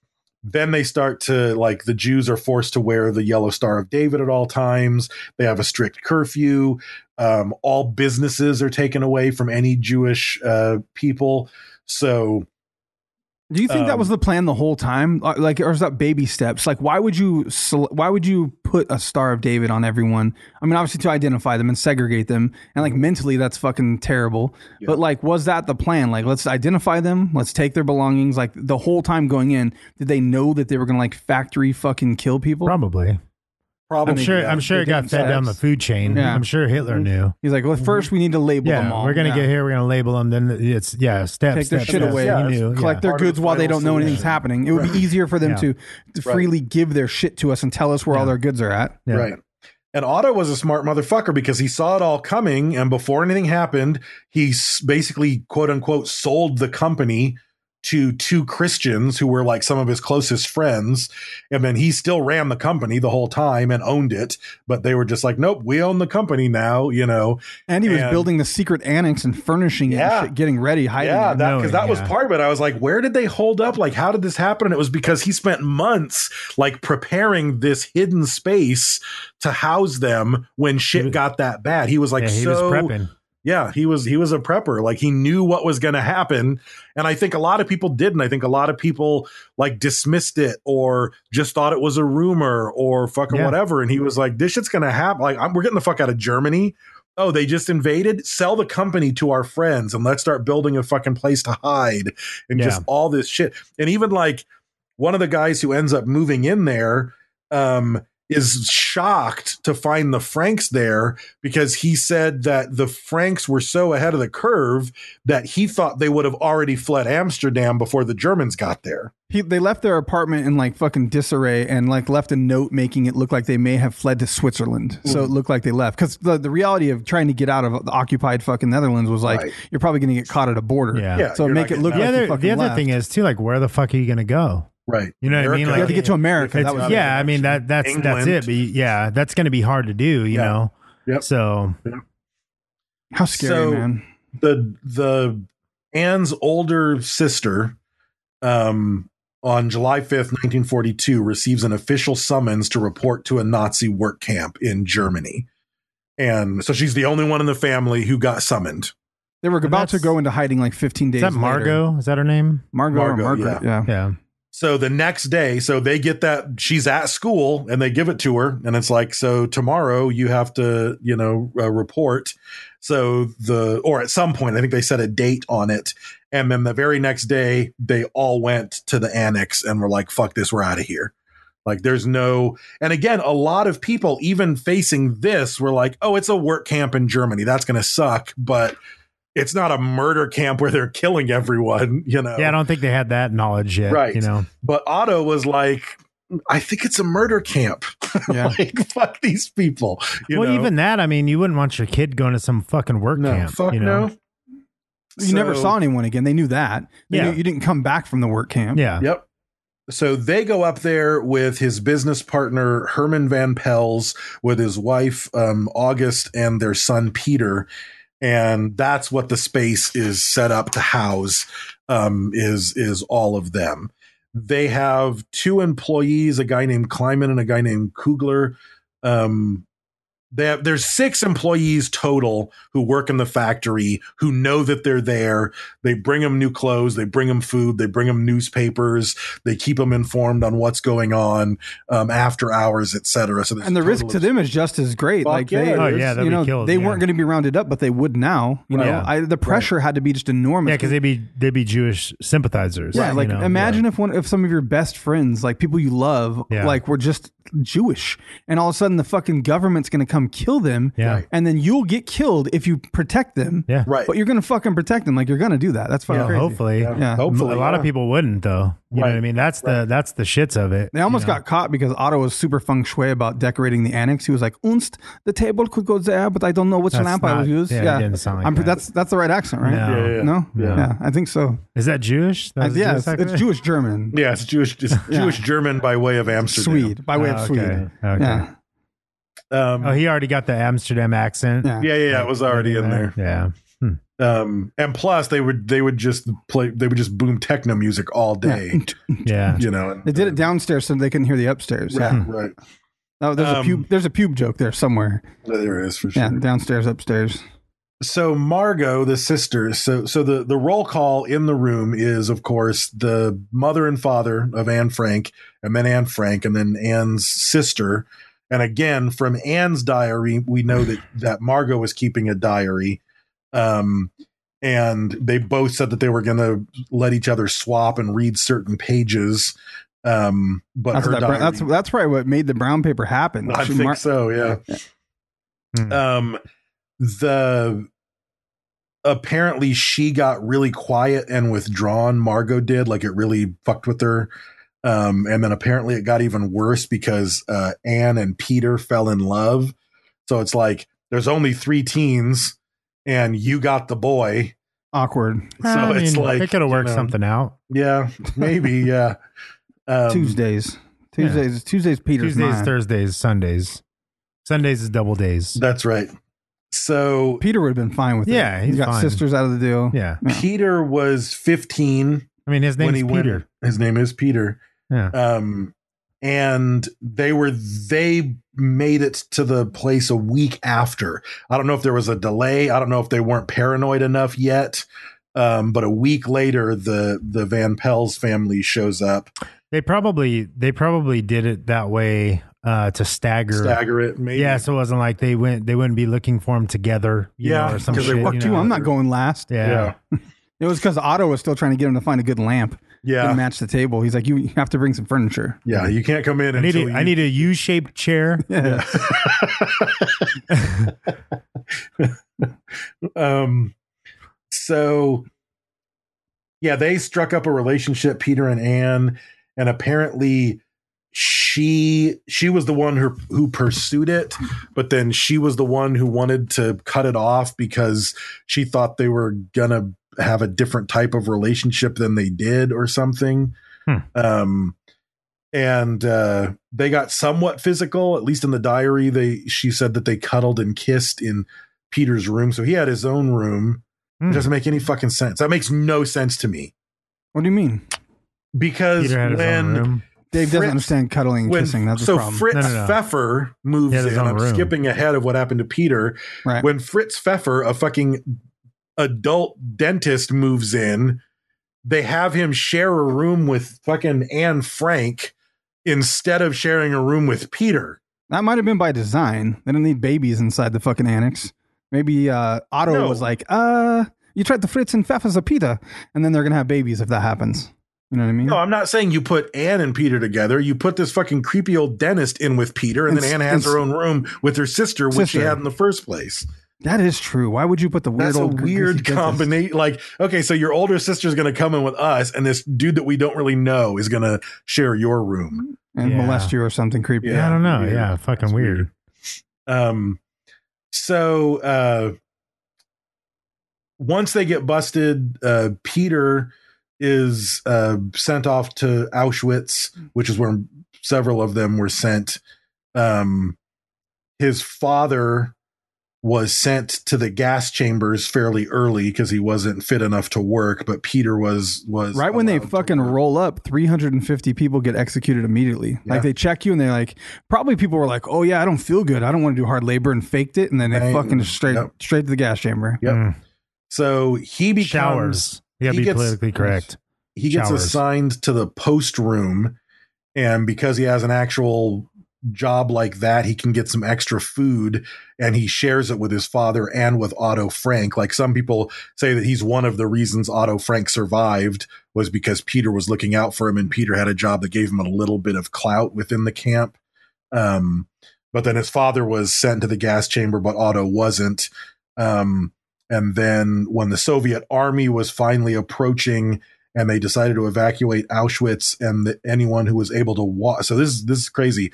Speaker 5: then they start to like the Jews are forced to wear the yellow star of David at all times. They have a strict curfew. Um, all businesses are taken away from any Jewish uh, people. So
Speaker 3: Do you think that was the plan the whole time? Li- Like, or is that baby steps? Like, why would you? sele- Why would you put a Star of David on everyone? I mean, obviously to identify them and segregate them, and like mentally, that's fucking terrible. But like, was that the plan? Like, let's identify them. Let's take their belongings. Like the whole time going in, did they know that they were gonna like factory fucking kill people?
Speaker 4: Probably.
Speaker 5: Probably.
Speaker 4: I'm sure. I'm sure it got fed down the food chain.
Speaker 3: Yeah. Mm-hmm.
Speaker 4: I'm sure Hitler knew.
Speaker 3: He's like, well, first we need to label
Speaker 4: Yeah,
Speaker 3: them all.
Speaker 4: we're gonna
Speaker 3: Yeah.
Speaker 4: get here. We're gonna label them. Then it's yeah, step,
Speaker 3: take their
Speaker 4: step,
Speaker 3: shit
Speaker 4: step.
Speaker 3: away,
Speaker 4: He knew, yeah.
Speaker 3: collect their goods while they don't know anything's happening. It would be easier for them
Speaker 4: Yeah.
Speaker 3: to, to
Speaker 5: Right.
Speaker 3: freely give their shit to us and tell us where all their goods are at.
Speaker 5: right. And Otto was a smart motherfucker because he saw it all coming, and before anything happened, he s- basically quote unquote sold the company to two Christians who were like some of his closest friends. And then he still ran the company the whole time and owned it, but they were just like, nope, we own the company now, you know.
Speaker 3: And he was
Speaker 5: And-
Speaker 3: building the secret annex and furnishing it,
Speaker 5: Yeah.
Speaker 3: and shit, getting ready, hiding.
Speaker 5: yeah,
Speaker 3: it.
Speaker 5: that because that was
Speaker 3: Yeah.
Speaker 5: part of it. I was like, where did they hold up? Like, how did this happen? And it was because he spent months like preparing this hidden space to house them when shit got that bad. He was like,
Speaker 4: Yeah, he
Speaker 5: so
Speaker 4: was prepping.
Speaker 5: yeah, he was he was a prepper. Like he knew what was going to happen, and I think a lot of people didn't. I think a lot of people like dismissed it or just thought it was a rumor or fucking
Speaker 4: Yeah.
Speaker 5: whatever. And he was like, "This shit's going to happen. Like I'm, we're getting the fuck out of Germany. Oh, they just invaded. Sell the company to our friends, and let's start building a fucking place to hide and just
Speaker 4: Yeah.
Speaker 5: all this shit. And even like one of the guys who ends up moving in there." um, is shocked to find the Franks there because he said that the Franks were so ahead of the curve that he thought they would have already fled Amsterdam before the Germans got there.
Speaker 3: He, they left their apartment in like fucking disarray and like left a note making it look like they may have fled to Switzerland. So
Speaker 4: Mm.
Speaker 3: it looked like they left because the, the reality of trying to get out of the occupied fucking Netherlands was like
Speaker 5: Right.
Speaker 3: you're probably going to get caught at a border.
Speaker 4: Yeah.
Speaker 5: Yeah,
Speaker 3: so
Speaker 5: you're
Speaker 3: make
Speaker 5: not
Speaker 3: it look
Speaker 4: The
Speaker 5: getting
Speaker 3: like
Speaker 5: out.
Speaker 3: you
Speaker 4: other,
Speaker 3: fucking
Speaker 4: the other
Speaker 3: left.
Speaker 4: thing is too, like, where the fuck are you gonna go?
Speaker 5: Right.
Speaker 4: You know what I mean?
Speaker 5: America.
Speaker 4: Like,
Speaker 3: You have to get to America. That
Speaker 4: It's-
Speaker 3: was
Speaker 4: yeah, I mean that that's that's
Speaker 5: England.
Speaker 4: it. But yeah, that's gonna be hard to do. You
Speaker 5: Yeah.
Speaker 4: know.
Speaker 5: Yep.
Speaker 4: So
Speaker 3: how scary,
Speaker 5: So-
Speaker 3: man.
Speaker 5: the the Anne's older sister um on July 5th, 1942, receives an official summons to report to a Nazi work camp in Germany. And so she's the only one in the family who got summoned.
Speaker 3: They were about to
Speaker 4: that's-
Speaker 3: go into hiding like 15 days.
Speaker 4: is that
Speaker 3: later.
Speaker 4: Margot? Is that her name?
Speaker 3: Margot,
Speaker 5: Margot,
Speaker 3: or Margaret? Yeah.
Speaker 4: Yeah.
Speaker 5: So the next day, so they get that she's at school and they give it to her, and it's like, so tomorrow you have to, you know, uh, report. So the or at some point, I think they set a date on it, and then the very next day they all went to the annex and were like, "Fuck this, we're out of here." Like, there's no, and again, a lot of people, even facing this, were like, "Oh, it's a work camp in Germany. That's gonna suck," but it's not a murder camp where they're killing everyone, you know.
Speaker 4: Yeah, I don't think they had that knowledge yet.
Speaker 5: Right.
Speaker 4: You know.
Speaker 5: But Otto was like, I think it's a murder camp.
Speaker 3: Yeah.
Speaker 5: like, fuck these people. You
Speaker 4: well,
Speaker 5: know?
Speaker 4: even that, I mean, you wouldn't want your kid going to some fucking work
Speaker 5: no,
Speaker 4: camp.
Speaker 5: fuck
Speaker 4: you know?
Speaker 5: no.
Speaker 3: You never
Speaker 5: So-
Speaker 3: saw anyone again. They knew that. They
Speaker 4: Yeah.
Speaker 3: knew you didn't come back from the work camp.
Speaker 4: Yeah.
Speaker 5: Yep. So they go up there with his business partner Herman Van Pels, with his wife um, August and their son Peter, and that's what the space is set up to house. Um, is is all of them? They have two employees, a guy named Kleiman and a guy named Kugler, um, They have, there's six employees total who work in the factory who know that they're there. They bring them new clothes, they bring them food, they bring them newspapers, they keep them informed on what's going on um, after hours, etc. So there's
Speaker 3: and the
Speaker 5: a
Speaker 3: risk
Speaker 5: total
Speaker 3: to
Speaker 5: of-
Speaker 3: them is just as great.
Speaker 5: Fuck
Speaker 3: like
Speaker 5: yeah,
Speaker 3: they,
Speaker 5: it Oh, is.
Speaker 4: yeah, they'd
Speaker 3: you
Speaker 4: be
Speaker 3: know,
Speaker 4: killed,
Speaker 3: they
Speaker 4: yeah.
Speaker 3: weren't going to be rounded up, but they would now. You know,
Speaker 4: Yeah.
Speaker 3: I, the pressure had to be just enormous.
Speaker 4: Yeah, because they'd be they'd be Jewish sympathizers.
Speaker 3: Yeah,
Speaker 4: you
Speaker 3: like
Speaker 4: know?
Speaker 3: imagine if one if some of your best friends, like people you love,
Speaker 4: Yeah.
Speaker 3: like were just Jewish, and all of a sudden the fucking government's gonna come kill them,
Speaker 4: Yeah. Right.
Speaker 3: and then you'll get killed if you protect them,
Speaker 4: Yeah.
Speaker 5: Right.
Speaker 3: But you're gonna fucking protect them, like you're gonna do that. That's fucking
Speaker 4: Well,
Speaker 3: crazy.
Speaker 4: hopefully,
Speaker 3: yeah.
Speaker 5: Hopefully,
Speaker 4: a lot of
Speaker 5: yeah.
Speaker 4: people wouldn't though. You know what I
Speaker 5: Right.
Speaker 4: mean? That's the that's the shits of it.
Speaker 3: They almost got caught because Otto was super feng shui about decorating the annex. He was like, "Unst, the table could go there, but I don't know which
Speaker 4: That's
Speaker 3: lamp I
Speaker 4: not-
Speaker 3: will use."
Speaker 4: yeah, it
Speaker 3: Yeah,
Speaker 4: didn't sound like
Speaker 3: I'm, pre-
Speaker 4: that.
Speaker 3: That's that's the right accent, right?
Speaker 4: No. Yeah, yeah, yeah.
Speaker 3: No,
Speaker 4: No.
Speaker 3: yeah, I think so.
Speaker 4: Is that Jewish? That
Speaker 3: I-
Speaker 4: was a
Speaker 3: yeah,
Speaker 4: Jewish
Speaker 3: it's,
Speaker 4: actor?
Speaker 3: it's Jewish German,
Speaker 5: Yeah, it's Jewish, it's Jewish German by way of Amsterdam.
Speaker 3: Swede by way
Speaker 4: Ah,
Speaker 3: of
Speaker 4: okay.
Speaker 3: Swede.
Speaker 4: Okay.
Speaker 3: Yeah,
Speaker 5: Um,
Speaker 4: Oh, he already got the Amsterdam accent.
Speaker 3: yeah.
Speaker 5: yeah, yeah, yeah, it was already in there.
Speaker 4: Yeah.
Speaker 5: Um, and plus, they would they would just play they would just boom techno music all day,
Speaker 4: Yeah.
Speaker 5: you know. and-
Speaker 3: They did it downstairs so they couldn't hear the upstairs.
Speaker 5: right,
Speaker 3: Yeah.
Speaker 5: right.
Speaker 3: Oh, there's
Speaker 5: Um,
Speaker 3: a pube. There's a pube joke there somewhere.
Speaker 5: There is for sure.
Speaker 3: Yeah, downstairs, upstairs.
Speaker 5: so Margot, the sister, so so the the roll call in the room is of course the mother and father of Anne Frank, and then Anne Frank, and then Anne's sister. And again, from Anne's diary, we know that that Margot was keeping a diary. Um, and they both said that they were going to let each other swap and read certain pages. Um, but
Speaker 3: That's
Speaker 5: her
Speaker 3: what that,
Speaker 5: diary,
Speaker 3: bra- that's that's probably what made the brown paper happen.
Speaker 5: I
Speaker 3: She
Speaker 5: think
Speaker 3: mar-
Speaker 5: so. Yeah.
Speaker 4: Hmm.
Speaker 5: Um, the apparently she got really quiet and withdrawn. Margot did like it really fucked with her. Um, and then apparently it got even worse because uh, Anne and Peter fell in love. So it's like there's only three teens, and you got the boy.
Speaker 3: Awkward
Speaker 5: So it's like
Speaker 4: they could have worked
Speaker 5: you know,
Speaker 4: something out.
Speaker 5: Yeah, maybe. Yeah. Um,
Speaker 3: Tuesdays. Tuesdays. Tuesdays. Peter's
Speaker 4: Tuesdays,
Speaker 3: mine.
Speaker 4: Thursdays, Sundays. Sundays is double days.
Speaker 5: That's right. So
Speaker 3: Peter would have been fine with it.
Speaker 4: Yeah, he's
Speaker 3: he's got
Speaker 4: fine.
Speaker 3: sisters out of the deal.
Speaker 4: yeah.
Speaker 5: Peter was 15
Speaker 4: I mean, his
Speaker 5: when
Speaker 4: name's
Speaker 5: he
Speaker 4: Peter.
Speaker 5: went- His name is Peter.
Speaker 4: Yeah.
Speaker 5: Um, and they were they made it to the place a week after. I don't know if there was a delay. I don't know if they weren't paranoid enough yet. Um, but a week later, the the Van Pels family shows up.
Speaker 4: They probably they probably did it that way uh, to stagger.
Speaker 5: Stagger it, maybe.
Speaker 4: Yeah, so it wasn't like they went they wouldn't be looking for him together. you
Speaker 5: Yeah,
Speaker 4: know, or some
Speaker 5: 'cause they
Speaker 4: shit.
Speaker 5: worked
Speaker 4: you
Speaker 3: Dude,
Speaker 4: know.
Speaker 3: I'm not going last.
Speaker 4: Yeah.
Speaker 5: yeah,
Speaker 3: It was because Otto was still trying to get him to find a good lamp.
Speaker 5: Yeah.
Speaker 3: Didn't match the table. He's like, you have to bring some furniture.
Speaker 5: yeah. You can't come in
Speaker 4: I need
Speaker 5: until
Speaker 4: a,
Speaker 5: you,
Speaker 4: I need a U-shaped chair.
Speaker 3: Yeah.
Speaker 5: um so yeah they struck up a relationship peter and anne and apparently she she was the one who who pursued it but then she was the one who wanted to cut it off because she thought they were gonna have a different type of relationship than they did or something
Speaker 4: Hmm.
Speaker 5: um and uh they got somewhat physical at least in the diary they she said that they cuddled and kissed in Peter's room. So he had his own room.
Speaker 4: Hmm.
Speaker 5: It doesn't make any fucking sense. That makes no sense to me
Speaker 3: What do you mean?
Speaker 5: because
Speaker 4: Peter had his own
Speaker 5: when
Speaker 4: room.
Speaker 3: Dave doesn't
Speaker 5: Fritz-
Speaker 3: understand cuddling and
Speaker 5: when
Speaker 3: kissing. That's
Speaker 5: so
Speaker 3: his problem.
Speaker 5: Fritz
Speaker 4: No, no, no.
Speaker 5: Pfeffer moves
Speaker 4: He had his
Speaker 5: in.
Speaker 4: own
Speaker 5: I'm
Speaker 4: room.
Speaker 5: skipping ahead of what happened to Peter.
Speaker 3: right.
Speaker 5: When Fritz Pfeffer, a fucking adult dentist, moves in, they have him share a room with fucking Anne Frank instead of sharing a room with Peter.
Speaker 3: That might have been by design. They don't need babies inside the fucking annex. Maybe uh, Otto
Speaker 5: No.
Speaker 3: was like, uh, you tried the Fritz and Pfeffers a pita, and then they're going to have babies if that happens. You know what I mean?
Speaker 5: No, I'm not saying you put Anne and Peter together. You put this fucking creepy old dentist in with Peter, and,
Speaker 3: And s-
Speaker 5: then Anne has
Speaker 3: and s-
Speaker 5: her own room with her sister, which she
Speaker 3: Sister.
Speaker 5: had in the first place.
Speaker 3: that is true. Why would you put the weird
Speaker 5: That's a
Speaker 3: old gre- greasy
Speaker 5: weird
Speaker 3: dentist?
Speaker 5: combination. Like, okay, so your older sister's going to come in with us, and this dude that we don't really know is going to share your room.
Speaker 3: and
Speaker 4: Yeah.
Speaker 3: molest you or something creepy.
Speaker 4: I don't know.
Speaker 5: weird.
Speaker 4: Yeah, fucking
Speaker 5: That's
Speaker 4: weird.
Speaker 5: Um, so uh, once they get busted, uh, Peter is uh, sent off to Auschwitz, which is where several of them were sent. Um, his father was sent to the gas chambers fairly early because he wasn't fit enough to work. But Peter was was
Speaker 3: right when they fucking roll up, 350 people get executed immediately.
Speaker 5: Yeah.
Speaker 3: Like they check you and they're like, probably people were like, oh yeah, I don't feel good. I don't want to do hard labor and faked it. And then they
Speaker 5: Right.
Speaker 3: fucking straight
Speaker 5: Yep.
Speaker 3: straight to the gas chamber.
Speaker 5: Yep. So he becomes
Speaker 4: Showers. You gotta
Speaker 5: he
Speaker 4: be
Speaker 5: gets-
Speaker 4: politically correct.
Speaker 5: He gets
Speaker 4: Showers.
Speaker 5: assigned to the post room, and because he has an actual job like that, he can get some extra food, and he shares it with his father and with Otto Frank. Like some people say that he's one of the reasons Otto Frank survived was because Peter was looking out for him, and Peter had a job that gave him a little bit of clout within the camp. Um, but then his father was sent to the gas chamber, but Otto wasn't. Um, and then when the Soviet army was finally approaching and they decided to evacuate Auschwitz and the, anyone who was able to walk. So this, is this is crazy.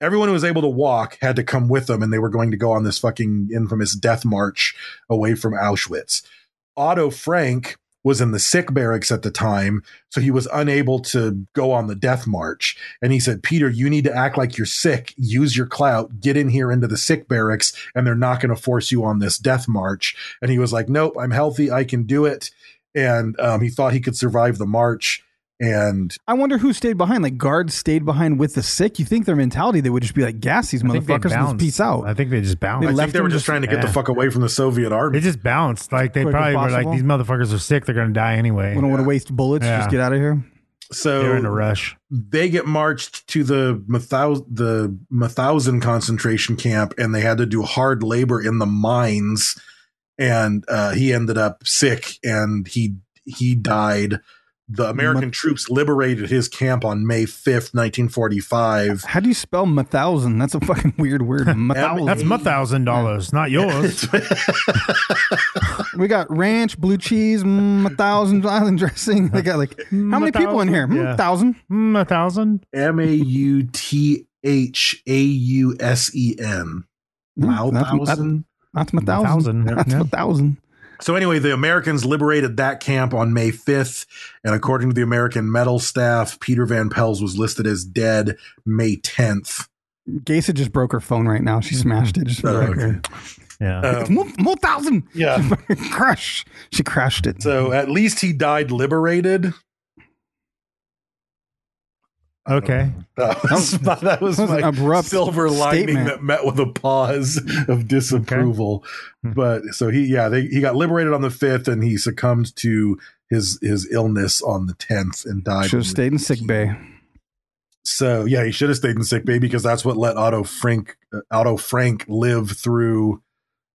Speaker 5: Everyone who was able to walk had to come with them and they were going to go on this fucking infamous death march away from Auschwitz. Otto Frank was in the sick barracks at the time, so he was unable to go on the death march. And he said, Peter, you need to act like you're sick, use your clout, get in here into the sick barracks, and they're not going to force you on this death march. And he was like, Nope, I'm healthy, I can do it. And um, he thought he could survive the march. And
Speaker 3: I wonder who stayed behind. Like guards stayed behind with the sick. You think their mentality they would just be like, gas these
Speaker 4: I think
Speaker 3: motherfuckers
Speaker 4: they
Speaker 3: and just
Speaker 4: bounced.
Speaker 3: peace out.
Speaker 4: I think they just bounced.
Speaker 3: They
Speaker 5: I
Speaker 3: left
Speaker 5: think they
Speaker 3: him
Speaker 5: were just
Speaker 3: just-
Speaker 5: trying to get the
Speaker 4: yeah.
Speaker 5: fuck away from the Soviet army.
Speaker 4: They just bounced. Like they
Speaker 3: Quick as
Speaker 4: probably were like,
Speaker 3: possible.
Speaker 4: these motherfuckers are sick. They're gonna die anyway.
Speaker 3: We don't want to waste bullets.
Speaker 4: Yeah.
Speaker 3: Just get out of here.
Speaker 4: They're in a
Speaker 5: so
Speaker 4: rush.
Speaker 5: they get marched to the Mathau- the Mathausen concentration camp, and they had to do hard labor in the mines. And uh, he ended up sick, and he he died. The American
Speaker 3: Ma-
Speaker 5: troops liberated his camp on May fifth, nineteen forty five.
Speaker 3: How do you spell Mathausen? That's a fucking weird word. Mathausen.
Speaker 4: That's my thousand dollars, not yours.
Speaker 3: We got ranch, blue cheese, mm, a thousand island dressing. They got like how many
Speaker 4: a
Speaker 3: people in
Speaker 4: thousand?
Speaker 3: here? Mm,
Speaker 4: Yeah.
Speaker 3: thousand.
Speaker 4: mm, a thousand.
Speaker 5: M a u t h a u s e n.
Speaker 3: Mm, that's-
Speaker 5: Mathausen.
Speaker 3: That's my thousand.
Speaker 4: Thousand, yeah.
Speaker 3: That's
Speaker 4: Yeah.
Speaker 3: my thousand.
Speaker 5: So anyway, the Americans liberated that camp on May 5th, and according to the American Medal staff, Peter Van Pels was listed as dead May 10th.
Speaker 3: Gasa just broke her phone right now. She smashed it. Just for the
Speaker 5: Oh,
Speaker 3: record.
Speaker 4: Yeah.
Speaker 5: Um,
Speaker 3: More, more thousand.
Speaker 5: Yeah.
Speaker 3: She fucking crush. She crashed it.
Speaker 5: So at least he died liberated. Uh,
Speaker 4: okay.
Speaker 5: That was my, that was
Speaker 3: That was an
Speaker 5: my
Speaker 3: abrupt
Speaker 5: silver lining
Speaker 3: statement.
Speaker 5: that met with a pause of disapproval.
Speaker 3: Hmm.
Speaker 5: But so he yeah, they, he got liberated on the 5th and he succumbed to his his illness on the 10th and died.
Speaker 3: Should
Speaker 5: on
Speaker 3: have
Speaker 5: the
Speaker 3: stayed in sick bay.
Speaker 5: So yeah, he should have stayed in sick bay because that's what let Otto Frank uh, Otto Frank live through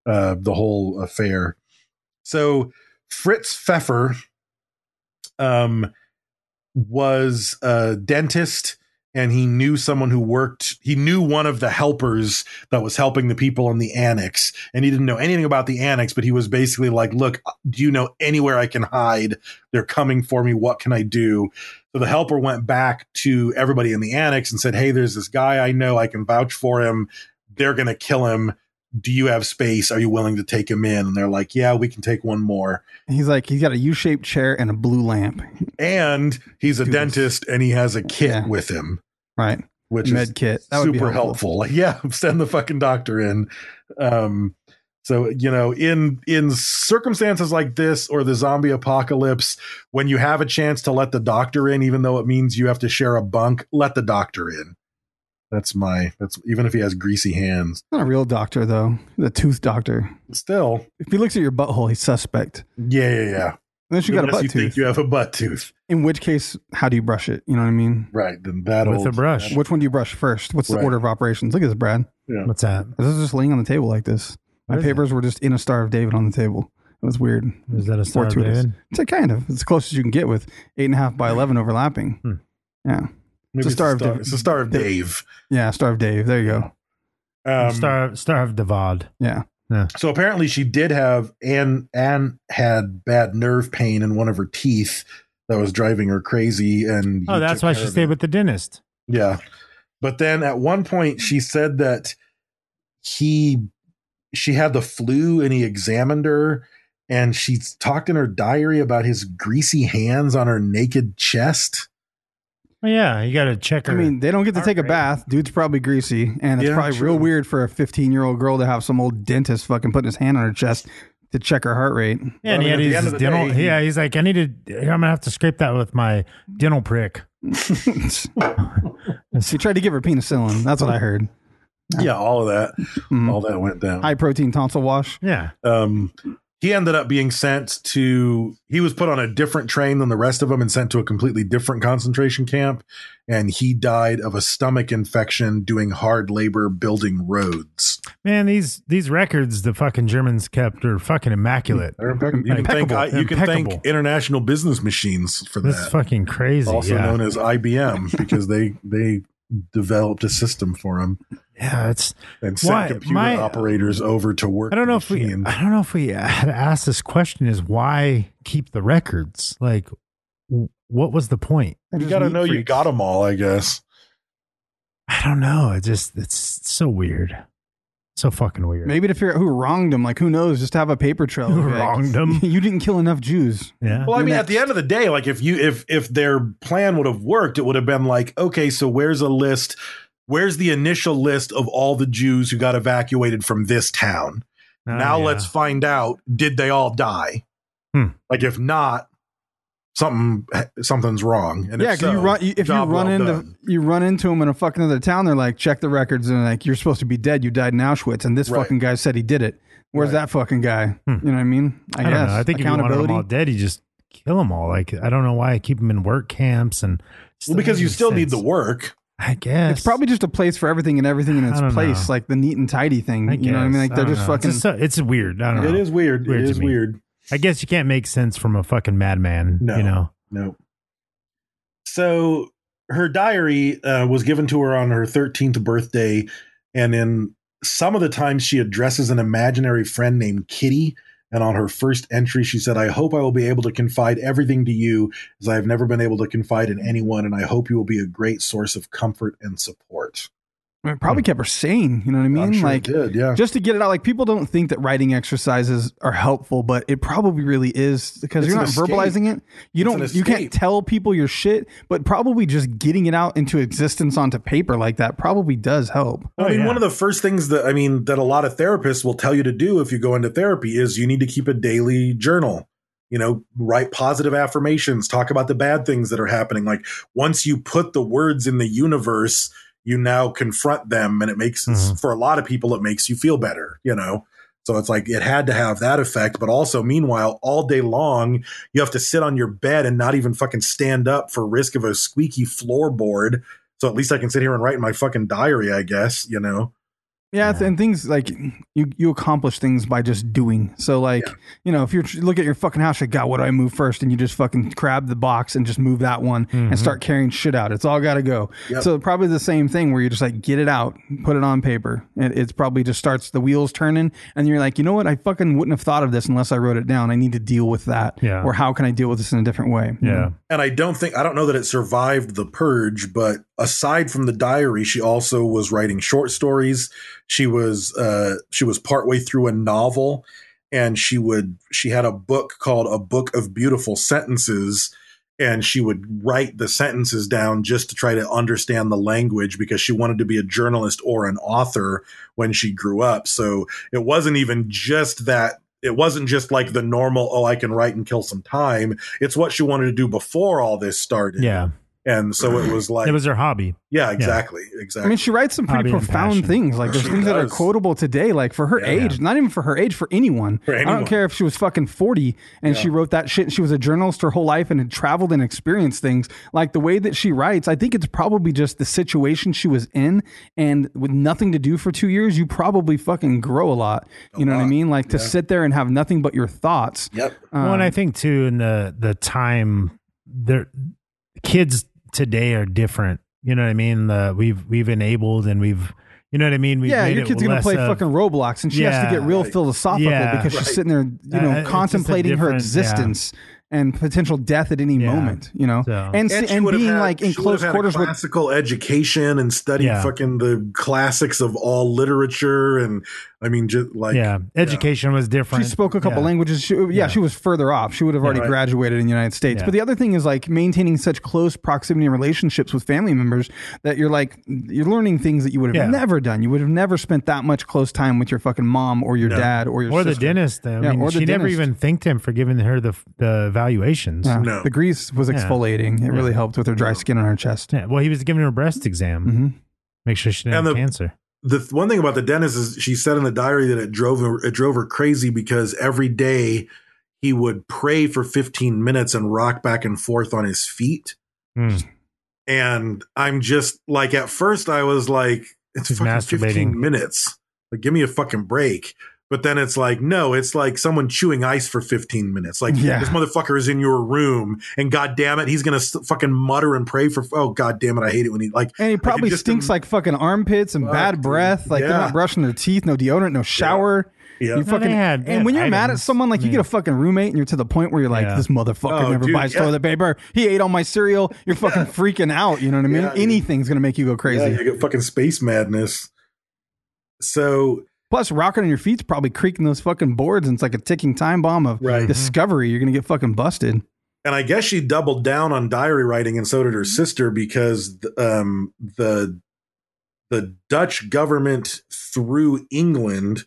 Speaker 5: uh, the whole affair. So Fritz Pfeffer um, was a dentist, and he knew someone who worked. He knew one of the helpers that was helping the people in the annex, and he didn't know anything about the annex. But he was basically like, "Look, uh, do you know anywhere I can hide? They're coming for me. What can I do?" So the helper went back to everybody in the annex and said, Hey, there's this guy I know. I can vouch for him. They're going to kill him. Do you have space? Are you willing to take him in? And they're like, Yeah, we can take one more.
Speaker 3: He's like he's got a U-shaped chair and a blue lamp.
Speaker 5: And he's a
Speaker 3: Dude, this-
Speaker 5: dentist and he has a kit
Speaker 3: Yeah.
Speaker 5: with him,
Speaker 3: Right.
Speaker 5: which
Speaker 3: Med
Speaker 5: is
Speaker 3: kit. That would be
Speaker 5: super helpful.
Speaker 3: helpful.
Speaker 5: Like, yeah, send the fucking doctor in. Um, so you know, in in circumstances like this or the zombie apocalypse, when you have a chance to let the doctor in, even though it means you have to share a bunk, let the doctor in. That's my that's even if he has greasy hands.
Speaker 3: Not a real doctor though. He's a tooth doctor.
Speaker 5: Still,
Speaker 3: If he looks at your butthole, he's suspect.
Speaker 5: yeah, yeah, yeah.
Speaker 3: Unless you got a
Speaker 5: Unless
Speaker 3: butt
Speaker 5: you
Speaker 3: tooth.
Speaker 5: think you have a butt tooth.
Speaker 3: In which case, how do you brush it? You know what I mean?
Speaker 5: Right. Then that'll
Speaker 4: With a brush.
Speaker 3: Which one do you brush first? What's the
Speaker 5: Right.
Speaker 3: order of operations? Look at this, Brad.
Speaker 4: What's that?
Speaker 3: This is just laying on the table like this. My
Speaker 4: What is it?
Speaker 3: papers were just in a Star of David on the table. It was weird.
Speaker 4: Is that a Star of
Speaker 3: Fortuitous.
Speaker 4: David?
Speaker 3: It's a kind of. It's as close as you can get with eight and a half by eleven overlapping.
Speaker 4: Hmm.
Speaker 3: Yeah.
Speaker 5: Maybe
Speaker 3: a
Speaker 5: it's,
Speaker 3: Star
Speaker 5: a
Speaker 3: of
Speaker 5: star,
Speaker 3: Dav-
Speaker 5: it's a star of Dave.
Speaker 3: Yeah, Star of Dave. There you go.
Speaker 5: Um,
Speaker 4: Star Star of Davod.
Speaker 3: Yeah.
Speaker 5: So apparently she did have Anne Anne had bad nerve pain in one of her teeth that was driving her crazy and
Speaker 4: Oh,
Speaker 5: he
Speaker 4: that's
Speaker 5: took
Speaker 4: why
Speaker 5: care
Speaker 4: she
Speaker 5: of
Speaker 4: stayed
Speaker 5: it.
Speaker 4: with the dentist.
Speaker 5: Yeah. But then at one point she said that he she had the flu and he examined her and she talked in her diary about his greasy hands on her naked chest.
Speaker 4: Well, yeah, you got to check her.
Speaker 3: I mean, they don't get to take a bath. Dude's probably greasy, and it's
Speaker 4: Yeah,
Speaker 3: probably
Speaker 4: true.
Speaker 3: real weird for a 15 year old girl to have some old dentist fucking putting his hand on her chest to check her heart rate.
Speaker 4: Yeah, and he had his dental. yeah, he's like, I need to. I'm gonna have to scrape that with my dental prick.
Speaker 3: She tried to give her penicillin. That's what I heard.
Speaker 5: Yeah, all of that, all that went down.
Speaker 3: High protein tonsil wash.
Speaker 4: Yeah.
Speaker 5: Um, he ended up being sent to. He was put on a different train than the rest of them and sent to a completely different concentration camp. And he died of a stomach infection doing hard labor building roads.
Speaker 4: Man, these these records the fucking Germans kept are fucking immaculate.
Speaker 5: They're impeccable. You can thank I- you can
Speaker 4: Impeccable.
Speaker 5: thank International Business Machines for
Speaker 4: That's
Speaker 5: that.
Speaker 4: fucking crazy,
Speaker 5: Also
Speaker 4: yeah.
Speaker 5: known as IBM because they they developed a system for him.
Speaker 4: Yeah, it's
Speaker 5: and sent
Speaker 4: why-
Speaker 5: computer
Speaker 4: my-
Speaker 5: operators over to work.
Speaker 4: I don't know if we. I don't know if we uh, had asked this question: Is why keep the records? Like, w- what was the point?
Speaker 5: You got to know you got them all, I guess.
Speaker 4: I don't know. It just it's so weird, so fucking weird.
Speaker 3: Maybe to figure out who wronged him. Like, who knows? Just have a paper trail.
Speaker 4: Who
Speaker 3: Be like,
Speaker 4: wronged him?
Speaker 3: You didn't kill enough Jews.
Speaker 4: Yeah.
Speaker 5: Well, I mean, at the end of the day, like if you if if their plan would have worked, it would have been like, okay, so where's a list? Where's the initial list of all the Jews who got evacuated from this town?
Speaker 4: Oh,
Speaker 5: now
Speaker 4: yeah.
Speaker 5: let's find out did they all die?
Speaker 4: Hmm.
Speaker 5: Like if not, something something's wrong. And
Speaker 3: yeah,
Speaker 5: if
Speaker 3: 'cause you
Speaker 5: so,
Speaker 3: run you, if you
Speaker 5: job
Speaker 3: run
Speaker 5: well
Speaker 3: into
Speaker 5: done.
Speaker 3: you run into him in a fucking other town, they're like, check the records, and like you're supposed to be dead. You died in Auschwitz, and this
Speaker 5: Right.
Speaker 3: fucking guy said he did it. Where's that fucking guy? You know what I mean?
Speaker 4: Hmm. I, don't know. I think if you wanted them all dead, you just kill them all. Like, I don't know why I keep them in work camps and.
Speaker 5: Well, because you still need the work.
Speaker 4: I guess
Speaker 3: It's probably just a place for everything and everything in its
Speaker 4: I don't
Speaker 3: place,
Speaker 4: know.
Speaker 3: like the neat and tidy thing.
Speaker 4: I
Speaker 3: you know what I mean?
Speaker 4: guess.
Speaker 3: Like they're
Speaker 4: don't
Speaker 3: just
Speaker 4: know.
Speaker 3: fucking.
Speaker 4: It's, just so- it's weird. I don't know.
Speaker 5: It is weird. It
Speaker 4: to
Speaker 5: is
Speaker 4: me.
Speaker 5: weird.
Speaker 4: I guess you can't make sense from a fucking madman.
Speaker 5: No.
Speaker 4: You know.
Speaker 5: No. So her diary uh, was given to her on her 13th birthday. And in some of the times, she addresses an imaginary friend named Kitty. And on her first entry, she said, I hope I will be able to confide everything to you as I have never been able to confide in anyone. And I hope you will be a great source of comfort and support.
Speaker 3: I mean, it probably kept her sane. You know what I mean?
Speaker 5: sure it
Speaker 3: like,
Speaker 5: did, yeah.
Speaker 3: Just to get it out. Like, people don't think that writing exercises are helpful, but it probably really is because
Speaker 5: It's
Speaker 3: you're
Speaker 5: an
Speaker 3: not verbalizing
Speaker 5: escape.
Speaker 3: it. You
Speaker 5: It's an
Speaker 3: don't. You can't
Speaker 5: escape.
Speaker 3: tell people your shit, but probably just getting it out into existence onto paper like that probably does help.
Speaker 4: Oh,
Speaker 5: I mean, one of the first things that I mean that a lot of therapists will tell you to do if you go into therapy is you need to keep a daily journal. You know, write positive affirmations, talk about the bad things that are happening. Like once you put the words in the universe, you now confront them, and it makes for a lot of people it makes you feel better. You know. So it's like it had to have that effect, but also meanwhile, all day long, you have to sit on your bed and not even fucking stand up for risk of a squeaky floorboard. So at least I can sit here and write in my fucking diary, I guess, you know.
Speaker 3: Yeah, th- and things like you you accomplish things by just doing. So like you know, if you're tr- look at your fucking house, like God, what do I move first? And you just fucking grab the box and just move that one and start carrying shit out. It's all got to go.
Speaker 5: Yep.
Speaker 3: So probably the same thing where you just like get it out, put it on paper. It, it's probably just starts the wheels turning, and you're like, you know what? I fucking wouldn't have thought of this unless I wrote it down. I need to deal with that.
Speaker 4: Yeah.
Speaker 3: Or how can I deal with this in a different way? you know?
Speaker 5: And I don't think I don't know that it survived the purge, but aside from the diary, she also was writing short stories. She was uh she was partway through a novel and she would she had a book called A Book of Beautiful Sentences and she would write the sentences down just to try to understand the language because she wanted to be a journalist or an author when she grew up. So it wasn't even just that it wasn't just like the normal oh I can write and kill some time. It's what she wanted to do before all this started.
Speaker 4: Yeah.
Speaker 5: And so it was like
Speaker 4: it was her hobby.
Speaker 5: yeah, exactly, exactly.
Speaker 3: I mean, she writes some pretty
Speaker 4: Hobby and
Speaker 3: profound
Speaker 4: passion.
Speaker 3: things. Like there's
Speaker 5: She
Speaker 3: things that are
Speaker 5: does.
Speaker 3: quotable today. Like for her age, not even for her age, for anyone. I
Speaker 5: anyone.
Speaker 3: don't care if she was fucking forty and she wrote that shit. and She was a journalist her whole life and had traveled and experienced things. Like the way that she writes, I think it's probably just the situation she was in, and with nothing to do for two years, you probably fucking grow a lot. You know what I mean? Like to sit there and have nothing but your thoughts.
Speaker 5: Yep.
Speaker 4: well,
Speaker 3: Um,
Speaker 4: and I think too in the the time there kids today are different. You know what I mean? The we've we've enabled and we've you know what I mean? We've
Speaker 3: yeah,
Speaker 4: made
Speaker 3: your
Speaker 4: it
Speaker 3: kid's gonna
Speaker 4: less
Speaker 3: play
Speaker 4: of-
Speaker 3: fucking Roblox, and she has to
Speaker 4: Yeah.
Speaker 3: get real philosophical
Speaker 4: Yeah.
Speaker 3: because she's
Speaker 4: Right.
Speaker 3: sitting there, you
Speaker 4: Uh,
Speaker 3: know,
Speaker 4: it's just a
Speaker 3: contemplating her
Speaker 4: different- yeah.
Speaker 3: existence and potential death at any moment. You know,
Speaker 4: So-
Speaker 3: and and,
Speaker 5: she
Speaker 3: and
Speaker 5: would have
Speaker 3: being
Speaker 5: had-
Speaker 3: like in
Speaker 5: she would have
Speaker 3: close
Speaker 5: had a
Speaker 3: quarters with
Speaker 5: classical education and studied
Speaker 4: Yeah.
Speaker 5: fucking the classics of all literature and I mean, just like
Speaker 4: yeah, education was different.
Speaker 3: She spoke a couple
Speaker 4: Yeah.
Speaker 3: languages. She, yeah, she was further off. She would have already
Speaker 4: right.
Speaker 3: graduated in the United States.
Speaker 4: Yeah.
Speaker 3: But the other thing is like maintaining such close proximity and relationships with family members that you're like you're learning things that you would have
Speaker 4: Yeah.
Speaker 3: never done. You would have never spent that much close time with your fucking mom or your
Speaker 4: No.
Speaker 3: dad or your
Speaker 4: or the
Speaker 3: sister.
Speaker 4: dentist. I
Speaker 3: Yeah,
Speaker 4: mean,
Speaker 3: or the
Speaker 4: she never
Speaker 3: dentist.
Speaker 4: even thanked him for giving her the the evaluations.
Speaker 3: Yeah. The grease was
Speaker 4: Yeah.
Speaker 3: exfoliating. It really helped with her dry skin on her chest.
Speaker 4: Yeah. Well, he was giving her a breast exam.
Speaker 3: Mm-hmm.
Speaker 4: Make sure she didn't
Speaker 5: And
Speaker 4: have
Speaker 5: the-
Speaker 4: cancer.
Speaker 5: the th- one thing about the dentist is she said in the diary that it drove her it drove her crazy because every day he would pray for 15 minutes and rock back and forth on his feet Hmm. and i'm just like at first i was like it's
Speaker 4: He's
Speaker 5: fucking 15
Speaker 4: masturbating.
Speaker 5: minutes like give me a fucking break but then it's like no it's like someone chewing ice for 15 minutes like
Speaker 3: Yeah.
Speaker 5: this motherfucker is in your room and god damn it he's gonna st- fucking mutter and pray for oh god damn it i hate it when he like
Speaker 3: And he probably stinks like fucking armpits and bad breath. Like they're
Speaker 5: Yeah.
Speaker 3: not brushing their teeth, no deodorant, no shower.
Speaker 5: Yeah.
Speaker 3: You
Speaker 5: No, they
Speaker 3: fucking,
Speaker 4: had- they
Speaker 3: and
Speaker 4: had
Speaker 3: when you're mad at
Speaker 4: items.
Speaker 3: someone, like you get a fucking roommate and you're to the point where you're like,
Speaker 4: Yeah.
Speaker 3: this motherfucker
Speaker 5: Oh,
Speaker 3: never
Speaker 5: dude,
Speaker 3: buys
Speaker 5: yeah.
Speaker 3: toilet paper. He ate all my cereal. You're fucking freaking out. You know what I mean?
Speaker 5: Yeah, dude.
Speaker 3: Anything's going to make you go
Speaker 5: Yeah,
Speaker 3: crazy.
Speaker 5: you get fucking space madness. So
Speaker 3: Plus, rocking on your feet's probably creaking those fucking boards, and it's like a ticking time bomb of
Speaker 5: Right.
Speaker 3: discovery. You're going to get fucking busted.
Speaker 5: and I guess she doubled down on diary writing, and so did her sister because um, the the Dutch government through England